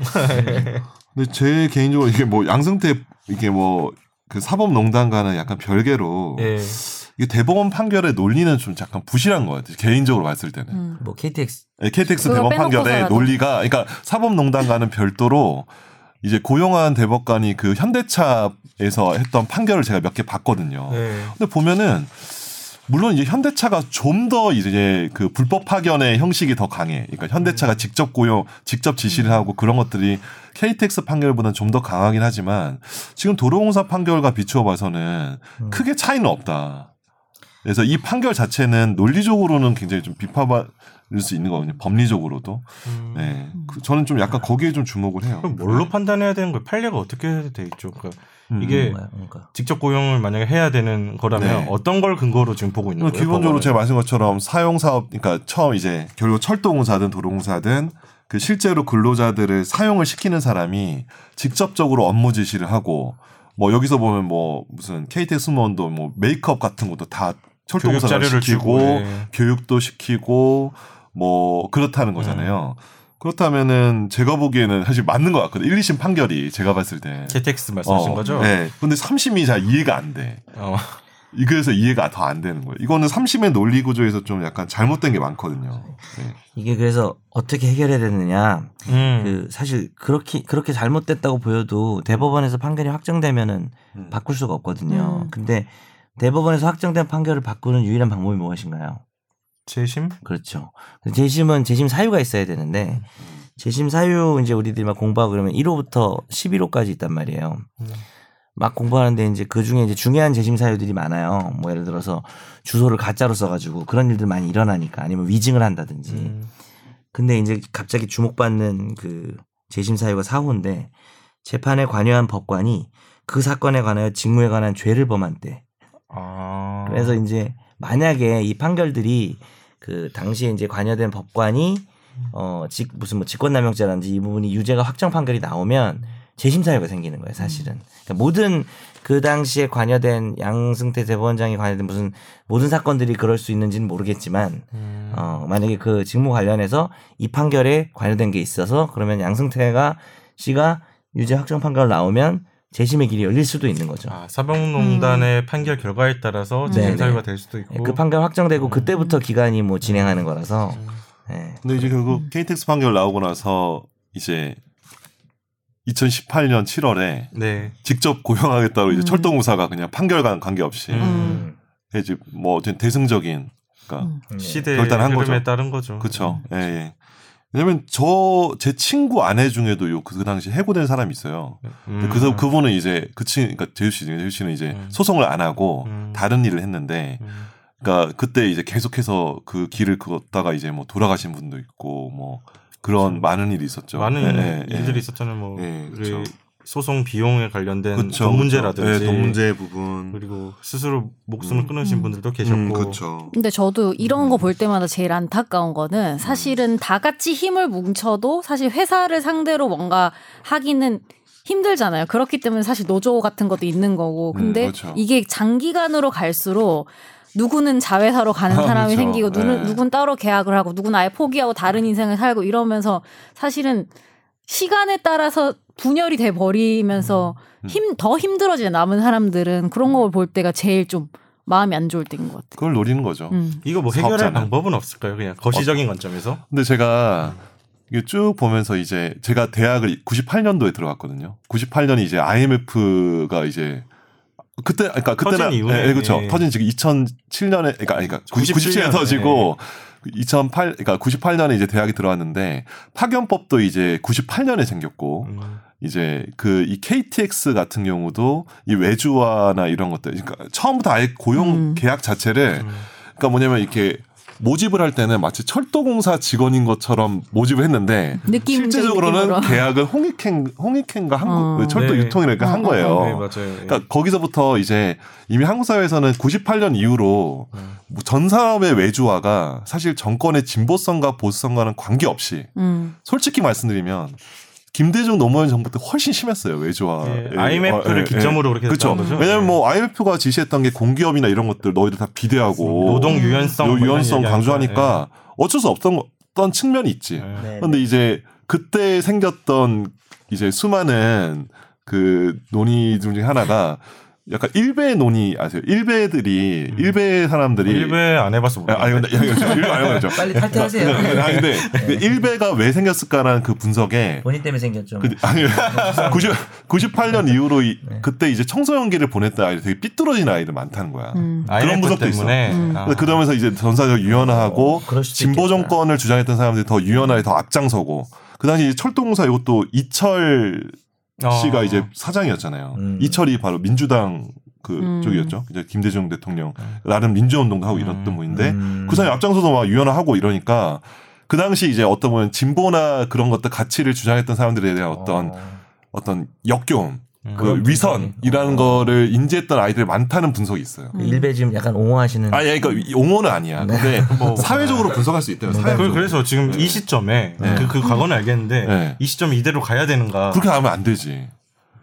[SPEAKER 4] 근데 제 개인적으로 이게 뭐 양승태 이게 뭐 그 사법농단과는 약간 별개로
[SPEAKER 1] 예.
[SPEAKER 4] 이게 대법원 판결의 논리는 좀 약간 부실한 것 같아요. 개인적으로 봤을 때는.
[SPEAKER 3] 음.
[SPEAKER 2] 뭐
[SPEAKER 4] (laughs)
[SPEAKER 2] KTX
[SPEAKER 4] 네, KTX
[SPEAKER 3] 그거
[SPEAKER 4] 대법원
[SPEAKER 3] 빼놓고서라도.
[SPEAKER 4] 판결의 논리가 그러니까 사법농단과는 별도로 이제 고용한 대법관이 그 현대차에서 했던 판결을 제가 몇 개 봤거든요.
[SPEAKER 1] 예.
[SPEAKER 4] 근데 보면은 물론 이제 현대차가 좀 더 이제 그 불법 파견의 형식이 더 강해. 그러니까
[SPEAKER 1] 네.
[SPEAKER 4] 현대차가 직접 고용, 직접
[SPEAKER 1] 음.
[SPEAKER 4] 지시를 하고 그런 것들이 KTX 판결보다는 좀 더 강하긴
[SPEAKER 1] 음.
[SPEAKER 4] 하지만 지금 도로공사 판결과 비추어 봐서는 크게 차이는 없다. 그래서 이 판결 자체는 논리적으로는 굉장히 좀 비판받을 수 있는 거거든요. 법리적으로도. 네. 그 저는 좀 약간 거기에 좀 주목을 해요.
[SPEAKER 1] 음. 그럼 뭘로 판단해야 되는 거예요? 판례가 어떻게 돼 있죠? 그러니까
[SPEAKER 4] 음.
[SPEAKER 1] 이게
[SPEAKER 2] 뭐야, 그러니까.
[SPEAKER 1] 직접 고용을 만약에 해야 되는 거라면
[SPEAKER 4] 네.
[SPEAKER 1] 어떤 걸 근거로 지금 보고 있는 거예요?
[SPEAKER 4] 그럼 네, 뭐 기본적으로
[SPEAKER 1] 법원은?
[SPEAKER 4] 제가 말씀한 것처럼 사용 사업 그러니까 처음 이제 결국 철도공사든 도로공사든 그 실제로 근로자들을 사용을 시키는 사람이 직접적으로 업무 지시를 하고 뭐 여기서 보면 뭐 무슨 KTX 스무원도 뭐 메이크업 같은 것도 다
[SPEAKER 1] 교육
[SPEAKER 4] 철도공사를
[SPEAKER 1] 자료를
[SPEAKER 4] 시키고
[SPEAKER 1] 주고 예.
[SPEAKER 4] 교육도 시키고 뭐 그렇다는
[SPEAKER 1] 음.
[SPEAKER 4] 거잖아요. 그렇다면은 제가 보기에는 사실 맞는 것 같거든요. 1, 2심 판결이 제가 봤을 때.
[SPEAKER 1] KTX 말씀하신
[SPEAKER 4] 어,
[SPEAKER 1] 거죠?
[SPEAKER 4] 네. 근데 3심이 잘 이해가 안 돼.
[SPEAKER 1] 어.
[SPEAKER 4] 이- 그래서 이해가 더 안 되는 거예요. 이거는 삼심의 논리 구조에서 좀 약간 잘못된 게 많거든요. 네.
[SPEAKER 2] 이게 그래서 어떻게 해결해야 되느냐.
[SPEAKER 1] 음.
[SPEAKER 2] 그 사실 그렇게 그렇게 잘못됐다고 보여도 대법원에서 판결이 확정되면은
[SPEAKER 4] 음.
[SPEAKER 2] 바꿀 수가 없거든요.
[SPEAKER 3] 음.
[SPEAKER 2] 근데 대법원에서 확정된 판결을 바꾸는 유일한 방법이 무엇인가요?
[SPEAKER 1] 재심?
[SPEAKER 4] 음.
[SPEAKER 2] 그렇죠. 근데 재심은 재심 사유가 있어야 되는데
[SPEAKER 1] 음.
[SPEAKER 2] 재심 사유 이제 우리들이 막 공부하고 그러면 1호부터 11호까지 있단 말이에요.
[SPEAKER 1] 음.
[SPEAKER 2] 막 공부하는데 이제 그 중에 이제 중요한 재심 사유들이 많아요. 뭐 예를 들어서 주소를 가짜로 써가지고 그런 일들 많이 일어나니까 아니면 위증을 한다든지.
[SPEAKER 1] 음.
[SPEAKER 2] 근데 이제 갑자기 주목받는 그 재심 사유가 사호인데 재판에 관여한 법관이 그 사건에 관하여 직무에 관한 죄를 범한 때
[SPEAKER 1] 아.
[SPEAKER 2] 그래서 이제 만약에 이 판결들이 그 당시에 이제 관여된 법관이 어, 직, 무슨 뭐 직권남용죄라든지 이 부분이 유죄가 확정 판결이 나오면 재심 사유가 생기는 거예요, 사실은. 그러니까 모든 그 당시에 관여된 양승태 대법원장이 관여된 무슨 모든 사건들이 그럴 수 있는지는 모르겠지만
[SPEAKER 1] 음.
[SPEAKER 2] 어, 만약에 그 직무 관련해서 이 판결에 관여된 게 있어서 그러면 양승태가 씨가 유죄 확정 판결 나오면 재심의 길이 열릴 수도 있는 거죠.
[SPEAKER 1] 아, 사법농단의 판결 결과에 따라서
[SPEAKER 3] 음.
[SPEAKER 1] 재심
[SPEAKER 2] 네네.
[SPEAKER 1] 사유가 될 수도 있고.
[SPEAKER 2] 예, 그 판결 확정되고
[SPEAKER 1] 음.
[SPEAKER 2] 그때부터 기간이 뭐 진행하는 거라서 예.
[SPEAKER 4] 근데 이제
[SPEAKER 1] 음.
[SPEAKER 4] 결국 KTX 판결 나오고 나서 이제 2018년 7월에
[SPEAKER 1] 네.
[SPEAKER 4] 직접 고용하겠다고 이제
[SPEAKER 3] 음.
[SPEAKER 4] 철도공사가 그냥 판결과는 관계없이
[SPEAKER 1] 음.
[SPEAKER 3] 음.
[SPEAKER 4] 이제 뭐 어쨌든 대승적인 그러니까
[SPEAKER 3] 음.
[SPEAKER 1] 시대의
[SPEAKER 4] 결단한
[SPEAKER 1] 흐름에
[SPEAKER 4] 거죠.
[SPEAKER 1] 따른 거죠.
[SPEAKER 4] 그쵸. 예, 예. 왜냐면 저 제 친구 아내 중에도 요 그 당시 해고된 사람이 있어요.
[SPEAKER 1] 음.
[SPEAKER 4] 근데 그 그분은 이제 그 친, 그러니까 재유 씨, 재유 씨는 이제
[SPEAKER 1] 음.
[SPEAKER 4] 소송을 안 하고
[SPEAKER 1] 음.
[SPEAKER 4] 다른 일을 했는데
[SPEAKER 1] 음.
[SPEAKER 4] 그러니까 그때 이제 계속해서 그 길을 걷다가 이제 뭐 돌아가신 분도 있고 뭐 그런 많은 일이 있었죠.
[SPEAKER 1] 많은
[SPEAKER 4] 예, 예,
[SPEAKER 1] 일들이
[SPEAKER 4] 예.
[SPEAKER 1] 있었잖아요. 뭐
[SPEAKER 4] 예,
[SPEAKER 1] 우리
[SPEAKER 4] 그쵸.
[SPEAKER 1] 소송 비용에 관련된
[SPEAKER 4] 그쵸,
[SPEAKER 1] 돈
[SPEAKER 4] 그쵸.
[SPEAKER 1] 문제라든지
[SPEAKER 4] 예, 돈 문제 부분.
[SPEAKER 1] 그리고 스스로 목숨을
[SPEAKER 4] 음.
[SPEAKER 1] 끊으신
[SPEAKER 3] 음.
[SPEAKER 1] 분들도 계셨고
[SPEAKER 4] 음, 그렇죠.
[SPEAKER 3] 근데 저도 이런 거 볼 때마다 제일 안타까운
[SPEAKER 4] 음.
[SPEAKER 3] 거는 사실은 다 같이 힘을 뭉쳐도 사실 회사를 상대로 뭔가 하기는 힘들잖아요. 그렇기 때문에 사실 노조 같은 것도 있는 거고. 근데
[SPEAKER 4] 음, 그렇죠.
[SPEAKER 3] 이게 장기간으로 갈수록 누구는 자회사로 가는
[SPEAKER 4] 아,
[SPEAKER 3] 사람이
[SPEAKER 4] 그렇죠.
[SPEAKER 3] 생기고 누는
[SPEAKER 4] 네. 음.
[SPEAKER 3] 누군 따로 계약을 하고 누군 아예 포기하고 다른 인생을 살고 이러면서 사실은 시간에 따라서 분열이 돼 버리면서
[SPEAKER 4] 음.
[SPEAKER 3] 힘 더 힘들어지는 남은 사람들은 그런 걸 볼 때가 제일 좀 마음이 안 좋을 때인 것 같아요.
[SPEAKER 4] 그걸 노리는 거죠.
[SPEAKER 3] 음.
[SPEAKER 1] 이거 뭐 해결할
[SPEAKER 4] 사업자는. 어.
[SPEAKER 1] 방법은 없을까요? 그냥 거시적인 관점에서 음.
[SPEAKER 4] 근데 제가 이게 쭉 보면서 이제 제가 대학을 98년도에 들어갔거든요. 98년이 이제 IMF가 이제 그때 그러니까 그때는
[SPEAKER 1] 터진 이후에.
[SPEAKER 4] 예, 예, 그렇죠.
[SPEAKER 1] 예.
[SPEAKER 4] 터진 지금 2007년에 그러니까 그러니까 97년에
[SPEAKER 1] 97년.
[SPEAKER 4] 터지고
[SPEAKER 1] 예.
[SPEAKER 4] 2008 그러니까 98년에 이제 대학에 들어왔는데 파견법도 이제 98년에 생겼고
[SPEAKER 1] 음.
[SPEAKER 4] 이제 그 이 KTX 같은 경우도 이 외주화나 이런 것들 그러니까 처음부터 아예 고용
[SPEAKER 3] 음.
[SPEAKER 4] 계약 자체를
[SPEAKER 1] 음.
[SPEAKER 4] 그러니까 뭐냐면 이렇게 모집을 할 때는 마치 철도공사 직원인 것처럼 모집을 했는데
[SPEAKER 3] 느낌
[SPEAKER 4] 실제적으로는
[SPEAKER 3] 느낌으로.
[SPEAKER 4] (laughs) 계약을 홍익행 홍익행과 한국 그
[SPEAKER 3] 어.
[SPEAKER 4] 철도
[SPEAKER 1] 네.
[SPEAKER 4] 유통이라니까 한
[SPEAKER 3] 어,
[SPEAKER 4] 거예요.
[SPEAKER 3] 어,
[SPEAKER 1] 네 맞아요. 예.
[SPEAKER 4] 그러니까 거기서부터 이제 이미 한국 사회에서는 98년 이후로
[SPEAKER 1] 음.
[SPEAKER 4] 뭐전 사람의 외주화가 사실 정권의 진보성과 보수성과는 관계없이
[SPEAKER 3] 음.
[SPEAKER 4] 솔직히 말씀드리면 김대중 노무현 정부 때 훨씬 심했어요 외주화.
[SPEAKER 1] 예,
[SPEAKER 4] 예,
[SPEAKER 1] IMF를
[SPEAKER 4] 어, 예,
[SPEAKER 1] 기점으로 그렇게
[SPEAKER 4] 그쵸
[SPEAKER 1] 됐다는 거죠.
[SPEAKER 4] 왜냐면
[SPEAKER 1] 예.
[SPEAKER 4] 뭐 IMF가 지시했던 게 공기업이나 이런 것들 너희들 다 비대하고
[SPEAKER 1] 노동 유연성
[SPEAKER 4] 요
[SPEAKER 1] 뭐 이런
[SPEAKER 4] 유연성
[SPEAKER 1] 얘기하니까.
[SPEAKER 4] 강조하니까 어쩔 수 없던 거- 어떤 측면이 있지.
[SPEAKER 1] 예.
[SPEAKER 2] 네.
[SPEAKER 1] 예.
[SPEAKER 4] 근데 이제 그때 생겼던 이제 수많은 그 논의 중에 하나가 약간 일베 논의 아세요? 일베들이
[SPEAKER 1] 음.
[SPEAKER 4] 일베 사람들이
[SPEAKER 1] 일베 안 해봐서
[SPEAKER 4] 아, 아니
[SPEAKER 1] 모르겠어요.
[SPEAKER 4] 근데 야, 이거 일베 아니고 그렇죠. 그죠?
[SPEAKER 2] 빨리 탈퇴하세요.
[SPEAKER 4] 아니 근데,
[SPEAKER 2] 네.
[SPEAKER 4] 근데 일베가 왜 생겼을까라는 그 분석에
[SPEAKER 2] 본인 때문에 생겼죠.
[SPEAKER 4] 그, 아니 90, 98년 이후로 이,
[SPEAKER 2] 네.
[SPEAKER 4] 그때 이제 청소년기를 보냈던 아이들 되게 삐뚤어진 아이들 많다는 거야.
[SPEAKER 3] 음.
[SPEAKER 1] IMF
[SPEAKER 4] 분석도 있어.
[SPEAKER 1] 때문에
[SPEAKER 3] 음.
[SPEAKER 1] 아.
[SPEAKER 4] 그러면서 이제 전사적 유연화하고
[SPEAKER 2] 어, 그럴 수도
[SPEAKER 4] 진보
[SPEAKER 2] 있겠다.
[SPEAKER 4] 정권을 주장했던 사람들이 더 유연하게 더 앞장서고 그 당시 이제 철도공사 이것도 이철
[SPEAKER 1] 어.
[SPEAKER 4] 씨가 이제 사장이었잖아요.
[SPEAKER 2] 아. 음.
[SPEAKER 4] 이철이 바로 민주당 그
[SPEAKER 3] 음.
[SPEAKER 4] 쪽이었죠. 이제 김대중 대통령 나름 민주화운동도 하고
[SPEAKER 2] 음.
[SPEAKER 4] 이랬던 분인데 그
[SPEAKER 1] 음.
[SPEAKER 4] 사람이 앞장서서 막 유연화하고 이러니까 그 당시 이제 어떤 보면 진보나 그런 것들 가치를 주장했던 사람들에 대한 어떤
[SPEAKER 2] 그
[SPEAKER 4] 어떤 역겨움,
[SPEAKER 1] 음.
[SPEAKER 4] 그
[SPEAKER 1] 어.
[SPEAKER 4] 위선이라는 거를 인지했던 아이들이 많다는 분석이 있어요.
[SPEAKER 3] 음.
[SPEAKER 2] 일베 지금 약간 옹호하시는
[SPEAKER 4] 아니, 그러니까 이- 용어는 아니야. 근데
[SPEAKER 1] (laughs)
[SPEAKER 4] 사회적으로 분석할 수 있대요. 사회
[SPEAKER 1] 네. 뭐. 그, 그래서 지금
[SPEAKER 4] 네.
[SPEAKER 1] 이 시점에
[SPEAKER 4] 네.
[SPEAKER 1] 그, 그 과거는 알겠는데
[SPEAKER 4] 네.
[SPEAKER 1] 이 시점에 이대로 가야 되는가?
[SPEAKER 4] 그렇게 하면 안 되지.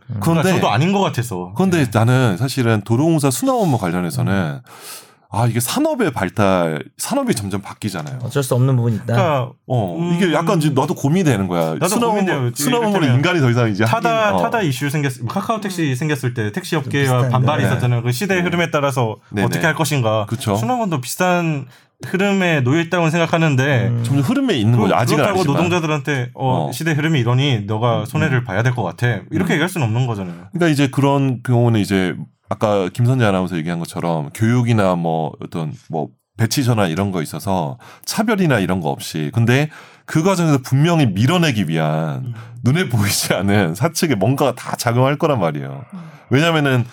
[SPEAKER 1] 그러니까
[SPEAKER 4] 그런데
[SPEAKER 1] 저도 네. 아닌 것 같아서.
[SPEAKER 4] 그런데 나는 사실은 도로공사 수납업무 관련해서는
[SPEAKER 1] 음.
[SPEAKER 4] 아 이게 산업의 발달, 산업이 점점 바뀌잖아요.
[SPEAKER 2] 어쩔 수 없는 부분이 있다.
[SPEAKER 1] 그러니까
[SPEAKER 4] 어
[SPEAKER 1] 음.
[SPEAKER 4] 이게 약간 지금 나도 고민이 되는 거야.
[SPEAKER 1] 나도 고민돼요. 지금
[SPEAKER 4] 수납업무 수납업무는
[SPEAKER 1] 이를테면
[SPEAKER 4] 인간이 더 이상 이제
[SPEAKER 1] 타다
[SPEAKER 4] 하긴, 어.
[SPEAKER 1] 타다 이슈 생겼 카카오 택시 생겼을 때 택시 업계와
[SPEAKER 2] 비슷한데.
[SPEAKER 1] 반발이
[SPEAKER 4] 네.
[SPEAKER 1] 있었잖아요. 그 시대의 흐름에 따라서
[SPEAKER 4] 네네.
[SPEAKER 1] 어떻게 할 것인가.
[SPEAKER 4] 그쵸.
[SPEAKER 1] 수능원도 비슷한 흐름에 놓여 있다고 생각하는데
[SPEAKER 2] 음.
[SPEAKER 4] 점점 흐름에 있는 거죠.
[SPEAKER 1] 그-
[SPEAKER 4] 아직은
[SPEAKER 1] 그렇다고
[SPEAKER 4] 아니지만.
[SPEAKER 1] 노동자들한테 어,
[SPEAKER 4] 어. 음.
[SPEAKER 1] 시대 흐름이 이러니 너가 손해를 봐야 될 것 같아. 이렇게 얘기할 수는 없는 거잖아요.
[SPEAKER 4] 그러니까 이제 그런 경우는 이제 아까 김선재 아나운서 얘기한 것처럼 교육이나 뭐 어떤 뭐 배치 전환 이런 거 있어서 차별이나 이런 거 없이 근데 그 과정에서 분명히 밀어내기 위한 눈에 보이지 않은 사측에 뭔가가 다 작용할 거란 말이에요. 왜냐면은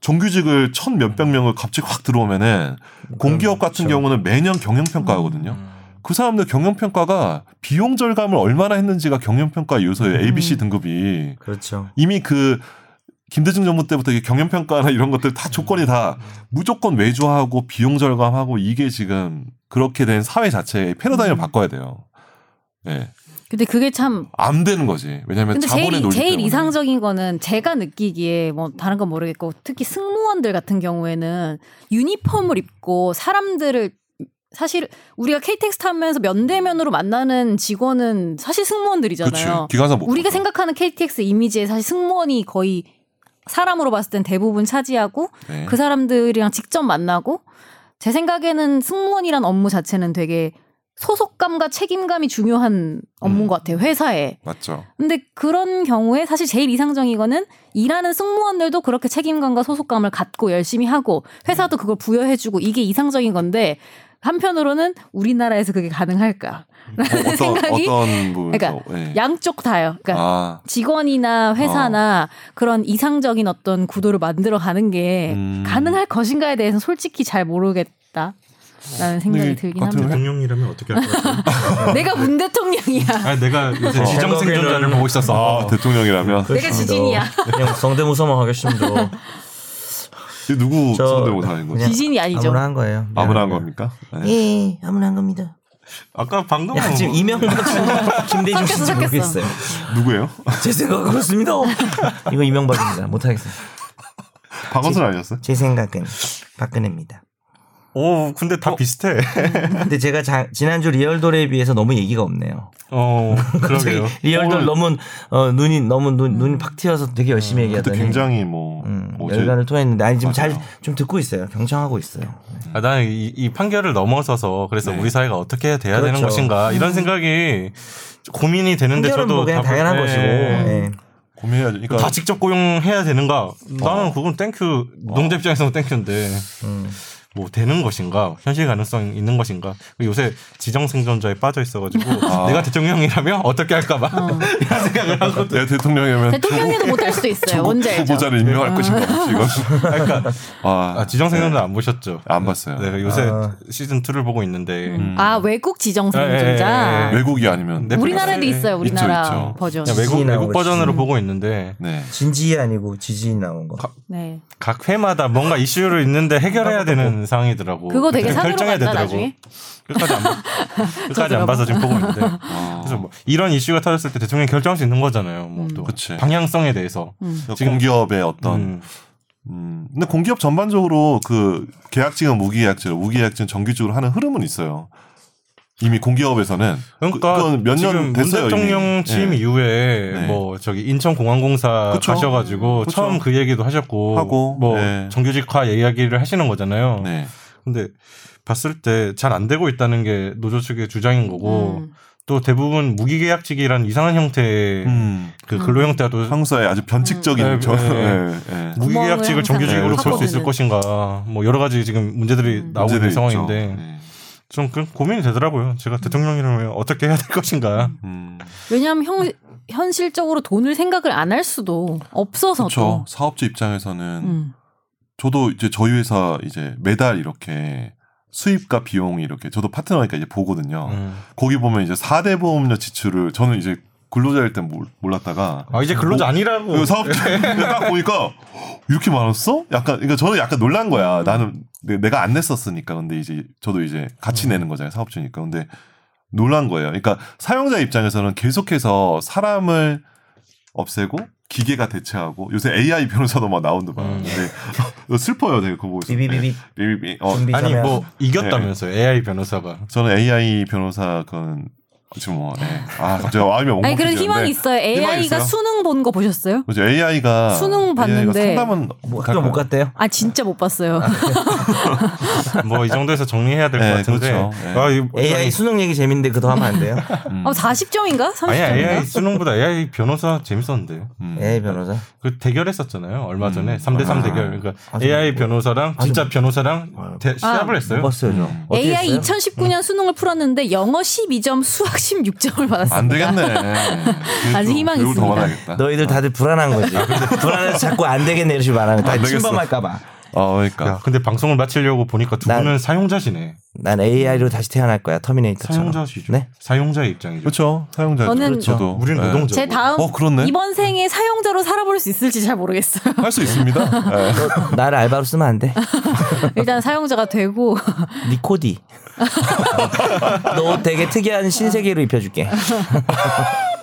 [SPEAKER 4] 정규직을 천 몇백 명을 갑자기 확 들어오면은 공기업 같은
[SPEAKER 2] 그렇죠.
[SPEAKER 4] 경우는 매년 경영평가하거든요. 그 사람들 경영평가가 비용 절감을 얼마나 했는지가 경영평가 요소예요. ABC
[SPEAKER 3] 음.
[SPEAKER 4] 등급이.
[SPEAKER 2] 그렇죠.
[SPEAKER 4] 이미 그 김대중 정부 때부터 이게 경영평가나 이런 것들
[SPEAKER 1] 음.
[SPEAKER 4] 다 조건이 다 무조건 외주화하고 비용 절감하고 이게 지금 그렇게 된 사회 자체의 패러다임을
[SPEAKER 3] 음.
[SPEAKER 4] 바꿔야 돼요. 예.
[SPEAKER 3] 근데 그게 참
[SPEAKER 4] 안 되는 거지. 왜냐면
[SPEAKER 3] 근데
[SPEAKER 4] 자본의
[SPEAKER 3] 제일,
[SPEAKER 4] 논리
[SPEAKER 3] 제일
[SPEAKER 4] 때문에.
[SPEAKER 3] 이상적인 거는 제가 느끼기에 뭐 다른 건 모르겠고 특히 승무원들 같은 경우에는 유니폼을 입고 사람들을 사실 우리가 KTX 타면서 면대면으로 만나는 직원은 사실
[SPEAKER 4] 그치.
[SPEAKER 3] 승무원들이잖아요.
[SPEAKER 4] 기관사 못
[SPEAKER 3] 우리가
[SPEAKER 4] 보죠.
[SPEAKER 3] 생각하는 KTX 이미지에 사실 승무원이 거의 사람으로 봤을 땐 대부분 차지하고
[SPEAKER 4] 네.
[SPEAKER 3] 그 사람들이랑 직접 만나고 제 생각에는 승무원이란 업무 자체는 되게 소속감과 책임감이 중요한 업무인
[SPEAKER 4] 음.
[SPEAKER 3] 것 같아요. 회사에. (laughs)
[SPEAKER 4] 맞죠.
[SPEAKER 3] 근데 그런 경우에 사실 제일 이상적인 거는 일하는 승무원들도 그렇게 책임감과 소속감을 갖고 열심히 하고
[SPEAKER 4] 음.
[SPEAKER 3] 회사도 그걸 부여해주고 이게 이상적인 건데 한편으로는 우리나라에서 그게 가능할까?
[SPEAKER 4] 어, 어떤
[SPEAKER 3] 그 생각이-
[SPEAKER 4] 어떤 부분에서
[SPEAKER 3] 그러니까
[SPEAKER 4] 예.
[SPEAKER 3] 양쪽 다요. 그러니까
[SPEAKER 4] 아,
[SPEAKER 3] 직원이나 회사나
[SPEAKER 1] 어.
[SPEAKER 3] 그런 이상적인 어떤 구도를 만들어 가는 게
[SPEAKER 4] 음.
[SPEAKER 3] 가능할 것인가에 대해서는 솔직히 잘 모르겠다.
[SPEAKER 1] 네,
[SPEAKER 3] 라는 생각이
[SPEAKER 1] 그
[SPEAKER 4] 근데
[SPEAKER 3] 들긴
[SPEAKER 4] 같은
[SPEAKER 3] 합니다.
[SPEAKER 1] 대통령이라면 어떻게 할 것 같아?
[SPEAKER 3] 내가 문 대통령이야.
[SPEAKER 1] (laughs) 아, 내가 요새
[SPEAKER 4] 어.
[SPEAKER 1] 지정생존자를 보고 있었어. 그
[SPEAKER 4] 아, 대통령이라면
[SPEAKER 3] 내가 지진이야.
[SPEAKER 2] 그냥 성대모사만 하겠습니다.
[SPEAKER 4] 이거 누구
[SPEAKER 2] 저-
[SPEAKER 4] 손들고 다니는 거지?
[SPEAKER 2] 그냥
[SPEAKER 3] 지진이 아니죠.
[SPEAKER 2] 아무나 한 거예요.
[SPEAKER 4] 아무나 한 겁니까? 네. 어.
[SPEAKER 2] 예, 아무나 한 겁니다.
[SPEAKER 1] 아까 방금
[SPEAKER 2] 야, 지금 이명박 씨인지 김대중 씨인지
[SPEAKER 3] 섞였어, 섞였어.
[SPEAKER 2] 모르겠어요.
[SPEAKER 4] 누구예요? (laughs)
[SPEAKER 2] 제 생각은 그렇습니다. 이거 이명박입니다. 못하겠어요.
[SPEAKER 4] 박원순 아니었어요?
[SPEAKER 2] 제 생각은 박근혜입니다.
[SPEAKER 1] 오, 어, 근데
[SPEAKER 4] 어.
[SPEAKER 1] 다 비슷해.
[SPEAKER 2] 근데 제가 자- 지난주 리얼돌에 비해서 너무 얘기가 없네요. (laughs)
[SPEAKER 1] 어, 그러게요.
[SPEAKER 2] 리얼돌 너무 어, 눈이 너무 눈, 눈이 팍 튀어서 되게 열심히
[SPEAKER 1] 네.
[SPEAKER 4] 음. 그때
[SPEAKER 2] 얘기하더니
[SPEAKER 4] 굉장히 뭐
[SPEAKER 2] 음,
[SPEAKER 4] 뭐지?
[SPEAKER 2] 열간을 토했는데 아니 지금
[SPEAKER 4] 맞아요.
[SPEAKER 2] 잘 좀 듣고 있어요. 경청하고 있어요.
[SPEAKER 1] 아, 나는 이, 이 판결을 넘어서서 그래서
[SPEAKER 4] 네.
[SPEAKER 1] 우리 사회가 어떻게 돼야 되는
[SPEAKER 2] 그렇죠.
[SPEAKER 1] 것인가 이런 생각이 고민이 되는데
[SPEAKER 2] 판결은
[SPEAKER 1] 저도
[SPEAKER 2] 뭐 그냥
[SPEAKER 1] 답을-
[SPEAKER 2] 당연한
[SPEAKER 1] 네.
[SPEAKER 2] 것이고 예.
[SPEAKER 4] 고민해야죠. 그러니까
[SPEAKER 1] 다 직접 고용해야 되는가?
[SPEAKER 2] 어.
[SPEAKER 1] 나는 그건 땡큐 농자 입장에서는 땡큐인데
[SPEAKER 2] 음.
[SPEAKER 1] 뭐 되는 것인가? 현실 가능성 있는 것인가? 요새 지정생존자에 빠져 있어가지고
[SPEAKER 2] (laughs)
[SPEAKER 4] 아.
[SPEAKER 1] 내가 대통령이라면 (laughs) 어떻게 할까봐 이런 생각을 하고
[SPEAKER 4] 내가 대통령이면
[SPEAKER 3] 대통령에도 못할 수도 있어요. 뭔지 알죠?
[SPEAKER 4] 후보자를 임명할 것인가 혹시 이건
[SPEAKER 1] 그러니까 아,
[SPEAKER 4] 아,
[SPEAKER 1] 지정생존자 안 보셨죠?
[SPEAKER 4] 안 봤어요.
[SPEAKER 1] 네, 요새
[SPEAKER 2] 네. 아.
[SPEAKER 1] 시즌 2를 보고 있는데
[SPEAKER 4] 음.
[SPEAKER 3] 아 외국
[SPEAKER 1] 예,
[SPEAKER 3] 지정생존자.
[SPEAKER 1] 예, 예.
[SPEAKER 4] 외국이 아니면
[SPEAKER 1] 네.
[SPEAKER 3] 우리나라에도
[SPEAKER 1] 예,
[SPEAKER 3] 있어요.
[SPEAKER 1] 있죠,
[SPEAKER 3] 우리나라
[SPEAKER 4] 있죠.
[SPEAKER 3] 버전.
[SPEAKER 1] 그냥 외국
[SPEAKER 2] 지진이 나오고 음.
[SPEAKER 1] 외국 버전으로
[SPEAKER 2] 있지.
[SPEAKER 1] 보고 있는데
[SPEAKER 4] 네.
[SPEAKER 2] 진지 아니고 지진이 나온 거.
[SPEAKER 3] 네.
[SPEAKER 1] 각 회마다 뭔가 이슈를 있는데 해결해야 되는 상황이더라고.
[SPEAKER 3] 그거 되게
[SPEAKER 1] 그래서
[SPEAKER 3] 산으로
[SPEAKER 1] 뭐 결정해야
[SPEAKER 3] 간다
[SPEAKER 1] 되더라고.
[SPEAKER 3] 나중에.
[SPEAKER 1] 끝까지 안
[SPEAKER 3] (laughs)
[SPEAKER 1] 봐- 끝까지 안 봐서 지금 보고 있는데.
[SPEAKER 4] 아,
[SPEAKER 1] 그래서 뭐 이런 이슈가 터졌을 때 대통령이 결정할 수 있는 거잖아요. 뭐 또
[SPEAKER 4] 그치.
[SPEAKER 1] 방향성에 대해서.
[SPEAKER 3] 음.
[SPEAKER 4] 지금 공기업의 어떤 음.
[SPEAKER 1] 음.
[SPEAKER 4] 근데 공기업 전반적으로 그 계약직은 무계약직, 무계약직은 정규직으로 하는 흐름은 있어요. 이미 공기업에서는
[SPEAKER 1] 그러니까
[SPEAKER 4] 그건 몇년
[SPEAKER 1] 지금
[SPEAKER 4] 됐어요,
[SPEAKER 1] 문 대통령
[SPEAKER 4] 이미.
[SPEAKER 1] 취임
[SPEAKER 4] 예.
[SPEAKER 1] 이후에
[SPEAKER 4] 네.
[SPEAKER 1] 뭐 저기 인천공항공사
[SPEAKER 4] 그쵸.
[SPEAKER 1] 가셔가지고
[SPEAKER 4] 그쵸.
[SPEAKER 1] 처음 그 얘기도 하셨고
[SPEAKER 4] 하고,
[SPEAKER 1] 뭐
[SPEAKER 4] 네.
[SPEAKER 1] 정규직화 이야기를 하시는 거잖아요.
[SPEAKER 4] 네.
[SPEAKER 1] 근데 봤을 때 잘 안 되고 있다는 게 노조 측의 주장인 거고
[SPEAKER 3] 음.
[SPEAKER 1] 또 대부분 무기계약직이라는 이상한 형태의
[SPEAKER 4] 음.
[SPEAKER 1] 그 근로 형태가 또
[SPEAKER 4] 한국 사회 아주 변칙적인
[SPEAKER 1] 음.
[SPEAKER 4] 저-
[SPEAKER 1] 네, 네.
[SPEAKER 4] 네, 네.
[SPEAKER 1] 무기계약직을
[SPEAKER 3] 구멍을
[SPEAKER 1] 정규직으로
[SPEAKER 4] 항상
[SPEAKER 1] 볼 수 있을
[SPEAKER 3] 파고드는.
[SPEAKER 1] 것인가 뭐 여러 가지 지금 문제들이
[SPEAKER 3] 음.
[SPEAKER 1] 나오고 있는
[SPEAKER 4] 문제들이 있죠.
[SPEAKER 1] 상황인데
[SPEAKER 4] 네.
[SPEAKER 1] 좀 그 고민이 되더라고요. 제가 대통령이라면 어떻게 해야 될 것인가.
[SPEAKER 4] 음.
[SPEAKER 3] 왜냐하면 형, 현실적으로 돈을 생각을 안 할 수도 없어서
[SPEAKER 4] 그렇죠.
[SPEAKER 3] 또.
[SPEAKER 4] 사업주 입장에서는
[SPEAKER 3] 음.
[SPEAKER 4] 저도 이제 저희 회사 이제 매달 이렇게 수입과 비용이 이렇게 저도 파트너니까 이제 보거든요.
[SPEAKER 1] 음.
[SPEAKER 4] 거기 보면 이제 4대 보험료 지출을 저는 이제 근로자일 땐 몰- 몰랐다가
[SPEAKER 1] 아 이제 근로자 아니라고.
[SPEAKER 2] 어.
[SPEAKER 4] 그 사업자
[SPEAKER 2] (laughs)
[SPEAKER 4] 딱 보니까 이렇게 많았어? 약간 그러니까 저는 약간 놀란
[SPEAKER 2] 음.
[SPEAKER 4] 거야. 나는 내- 내가 안 냈었으니까 근데 이제 저도 이제
[SPEAKER 2] 음.
[SPEAKER 4] 같이 내는 거잖아요 사업주니까 근데 놀란 거예요. 그러니까 사용자 입장에서는 계속해서 사람을 없애고 기계가 대체하고 요새 AI 변호사도 막 나온다 봐.
[SPEAKER 1] 음.
[SPEAKER 4] 근데 (laughs) 어, 슬퍼요 되게 그거 보고 있을 때.
[SPEAKER 2] 비비비비
[SPEAKER 4] 비비비. 어,
[SPEAKER 2] 준비
[SPEAKER 1] 아니
[SPEAKER 2] 참여.
[SPEAKER 1] 뭐 이겼다면서
[SPEAKER 4] 네.
[SPEAKER 1] 요 AI 변호사가.
[SPEAKER 4] 저는 AI 변호사 그건 지금 뭐 네.
[SPEAKER 2] (laughs)
[SPEAKER 4] 아 갑자기 마음이 엉망.
[SPEAKER 3] 아니 그런 희망이 있어요. AI가
[SPEAKER 4] 있어요? 음. 그렇죠.
[SPEAKER 3] 수능 본 거 보셨어요?
[SPEAKER 4] 그죠 AI가
[SPEAKER 3] 수능 봤는데
[SPEAKER 4] 상담은
[SPEAKER 2] 뭐 학교 못 갔대요?
[SPEAKER 3] 아 진짜 못 봤어요.
[SPEAKER 1] 뭐 이 정도에서 정리해야 될 것
[SPEAKER 4] 네,
[SPEAKER 1] 같은데.
[SPEAKER 4] 그렇죠. 네.
[SPEAKER 1] 아, 이-
[SPEAKER 2] AI 수능 얘기 재밌는데 그거 하면 안
[SPEAKER 4] (laughs)
[SPEAKER 2] 돼요?
[SPEAKER 4] 음.
[SPEAKER 3] 아 40점인가? 30점인가?
[SPEAKER 1] 아니 AI 수능보다 AI 변호사 재밌었는데요.
[SPEAKER 4] 음.
[SPEAKER 2] AI 변호사.
[SPEAKER 1] 그 대결했었잖아요. 얼마 전에
[SPEAKER 4] 음.
[SPEAKER 1] 3대3
[SPEAKER 2] 아.
[SPEAKER 1] 대결. 그러니까
[SPEAKER 2] 아직
[SPEAKER 1] AI
[SPEAKER 2] 뭐-
[SPEAKER 1] 변호사랑 진짜 변호사랑
[SPEAKER 4] 뭐
[SPEAKER 2] 아.
[SPEAKER 1] 대, 시합을
[SPEAKER 2] 못
[SPEAKER 1] 했어요.
[SPEAKER 2] 봤어요, 저.
[SPEAKER 4] 음.
[SPEAKER 2] 어떻게
[SPEAKER 3] AI
[SPEAKER 2] 했어요?
[SPEAKER 3] 2019년 수능을 풀었는데 영어 12점, 수학 16점을 받았습니다.
[SPEAKER 4] 안 되겠네.
[SPEAKER 3] (laughs) 아직 희망이
[SPEAKER 4] 배우를 더
[SPEAKER 3] 있습니다.
[SPEAKER 4] 받아야겠다.
[SPEAKER 2] 너희들 다들 불안한
[SPEAKER 4] (laughs)
[SPEAKER 2] 거지. 불안해서 자꾸 안 되겠네 이러지 말하면 다
[SPEAKER 4] 안 되겠어.
[SPEAKER 2] 침범할까봐.
[SPEAKER 4] 어, 그러니까.
[SPEAKER 1] 야, 근데 방송을 마치려고 보니까 두
[SPEAKER 2] 난-
[SPEAKER 1] 분은 사용자시네.
[SPEAKER 2] 난 AI로 다시 태어날 거야 터미네이터처럼.
[SPEAKER 1] 사용자시죠.
[SPEAKER 2] 네.
[SPEAKER 1] 사용자의 입장이죠.
[SPEAKER 4] 그렇죠. 사용자.
[SPEAKER 3] 저는-
[SPEAKER 4] 저도.
[SPEAKER 1] 우리는
[SPEAKER 4] 네.
[SPEAKER 1] 노동자.
[SPEAKER 3] 제 다음
[SPEAKER 4] 어, 그렇네.
[SPEAKER 3] 이번 생에 사용자로 살아볼 수 있을지 잘
[SPEAKER 4] (laughs)
[SPEAKER 3] 모르겠어요.
[SPEAKER 4] 할 수 있습니다. 네.
[SPEAKER 2] 너 나를 알바로 쓰면 안 돼.
[SPEAKER 3] 일단 사용자가 되고 (laughs)
[SPEAKER 2] 니코디. 너 되게 특이한 신세계로 입혀줄게.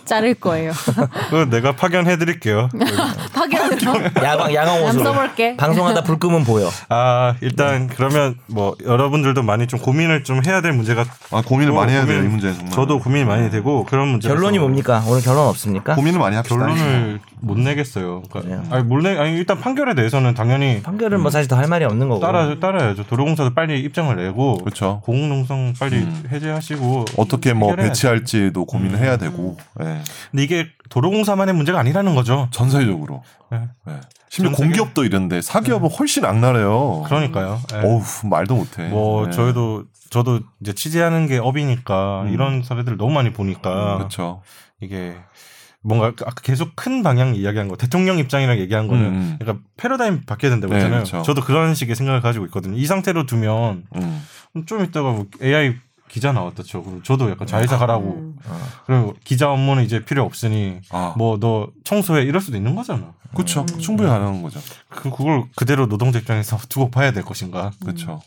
[SPEAKER 3] 자를 거예요. (laughs)
[SPEAKER 1] 그거 내가 파견해드릴게요.
[SPEAKER 3] 파견으로
[SPEAKER 2] 야광 야광
[SPEAKER 3] 안
[SPEAKER 2] 옷으로.
[SPEAKER 3] 써볼게.
[SPEAKER 2] 방송하다 불 끄면 보여.
[SPEAKER 1] 아 일단 그러면 뭐 여러분들도 많이 좀 고민을 좀 해야 될 문제가
[SPEAKER 4] 아, 고민을
[SPEAKER 1] 또
[SPEAKER 4] 많이 해야 돼요,
[SPEAKER 1] 고민-
[SPEAKER 4] 이 문제는 정말.
[SPEAKER 1] 저도 고민이 많이 되고 그런 문제
[SPEAKER 2] 결론이 뭡니까? 네. 오늘 결론 없습니까?
[SPEAKER 4] 고민을 많이 합시다. 네.
[SPEAKER 1] 결론을 못 내겠어요.
[SPEAKER 2] 그래요.
[SPEAKER 1] 그러니까 아니 몰래 아니 일단 판결에 대해서는 당연히
[SPEAKER 2] 판결은 뭐 사실 더 할 말이 없는 거고.
[SPEAKER 1] 따라 따라야죠. 도로공사도 빨리 입장을 내고
[SPEAKER 4] 그렇죠.
[SPEAKER 1] 공농성 빨리
[SPEAKER 4] 음.
[SPEAKER 1] 해제하시고
[SPEAKER 4] 어떻게 뭐
[SPEAKER 1] 해결해야죠.
[SPEAKER 4] 배치할지도 고민을 해야 되고. 네.
[SPEAKER 1] 근데 이게 도로공사만의 문제가 아니라는 거죠.
[SPEAKER 4] 전 사회적으로.
[SPEAKER 1] 네.
[SPEAKER 4] 네. 음. 심지어
[SPEAKER 1] 전 세계-
[SPEAKER 4] 공기업도 이런데 사기업은 훨씬 악랄해요.
[SPEAKER 1] 그러니까요. 예.
[SPEAKER 4] 어우, 말도 못해.
[SPEAKER 1] 뭐
[SPEAKER 4] 네.
[SPEAKER 1] 저희도 저도 이제 취재하는 게 업이니까
[SPEAKER 4] 음.
[SPEAKER 1] 이런 사례들 을 너무 많이 보니까
[SPEAKER 4] 그렇죠.
[SPEAKER 1] 이게 뭔가 아까 계속 큰 방향 이야기한 거 대통령 입장이랑 얘기한 거는
[SPEAKER 4] 음, 음.
[SPEAKER 1] 그러니까 패러다임 바뀌어야 된다고
[SPEAKER 4] 네,
[SPEAKER 1] 했잖아요.
[SPEAKER 4] 그렇죠.
[SPEAKER 1] 저도 그런 식의 생각을 가지고 있거든요. 이 상태로 두면
[SPEAKER 4] 음.
[SPEAKER 1] 좀 이따가 뭐 AI 기자 나왔다 쳐. 그럼 저도 약간 자회사 가라고.
[SPEAKER 3] 음.
[SPEAKER 1] 그리고 기자 업무는 이제 필요 없으니
[SPEAKER 4] 아.
[SPEAKER 1] 뭐 음. 너 청소해 이럴 수도 있는 거잖아.
[SPEAKER 4] 그렇죠. 충분히 가능한 거죠.
[SPEAKER 1] 그 그걸 그대로 노동자 입장에서 (laughs) 두고 봐야 될 것인가.
[SPEAKER 3] 음.
[SPEAKER 4] 그렇죠.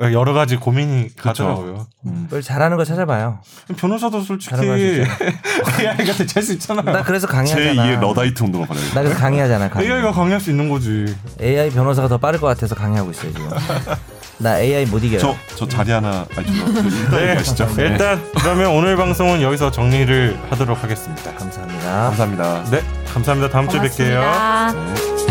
[SPEAKER 1] 여러 가지 고민이
[SPEAKER 4] 그렇죠.
[SPEAKER 1] 가더라고요.
[SPEAKER 4] 음.
[SPEAKER 2] 뭘 잘하는 거 찾아봐요.
[SPEAKER 1] 변호사도 솔직히
[SPEAKER 2] 잘하는 거
[SPEAKER 1] (laughs)
[SPEAKER 2] 진짜.
[SPEAKER 1] AI가 대체할 수 있잖아.
[SPEAKER 2] 나 그래서
[SPEAKER 4] 제
[SPEAKER 2] 강의하잖아.
[SPEAKER 1] 음.
[SPEAKER 4] 2의 러다이트 운동을 벌여요.
[SPEAKER 2] 나 그래서 강의하잖아. 강의.
[SPEAKER 1] AI가 강의할 수 있는 거지.
[SPEAKER 2] AI 변호사가 더 빠를 것 같아서 강의하고 있어요 지금. 나 AI 못 이겨요.
[SPEAKER 4] 저, 저 자리 하나 (laughs) 알죠? 일단 가시죠. 네.
[SPEAKER 1] 일단 그러면 오늘 방송은 여기서 정리를 하도록 하겠습니다.
[SPEAKER 2] 감사합니다.
[SPEAKER 4] 감사합니다.
[SPEAKER 1] 네, 감사합니다. 다음 주에 뵐게요.
[SPEAKER 3] 고맙습니다.
[SPEAKER 4] 네.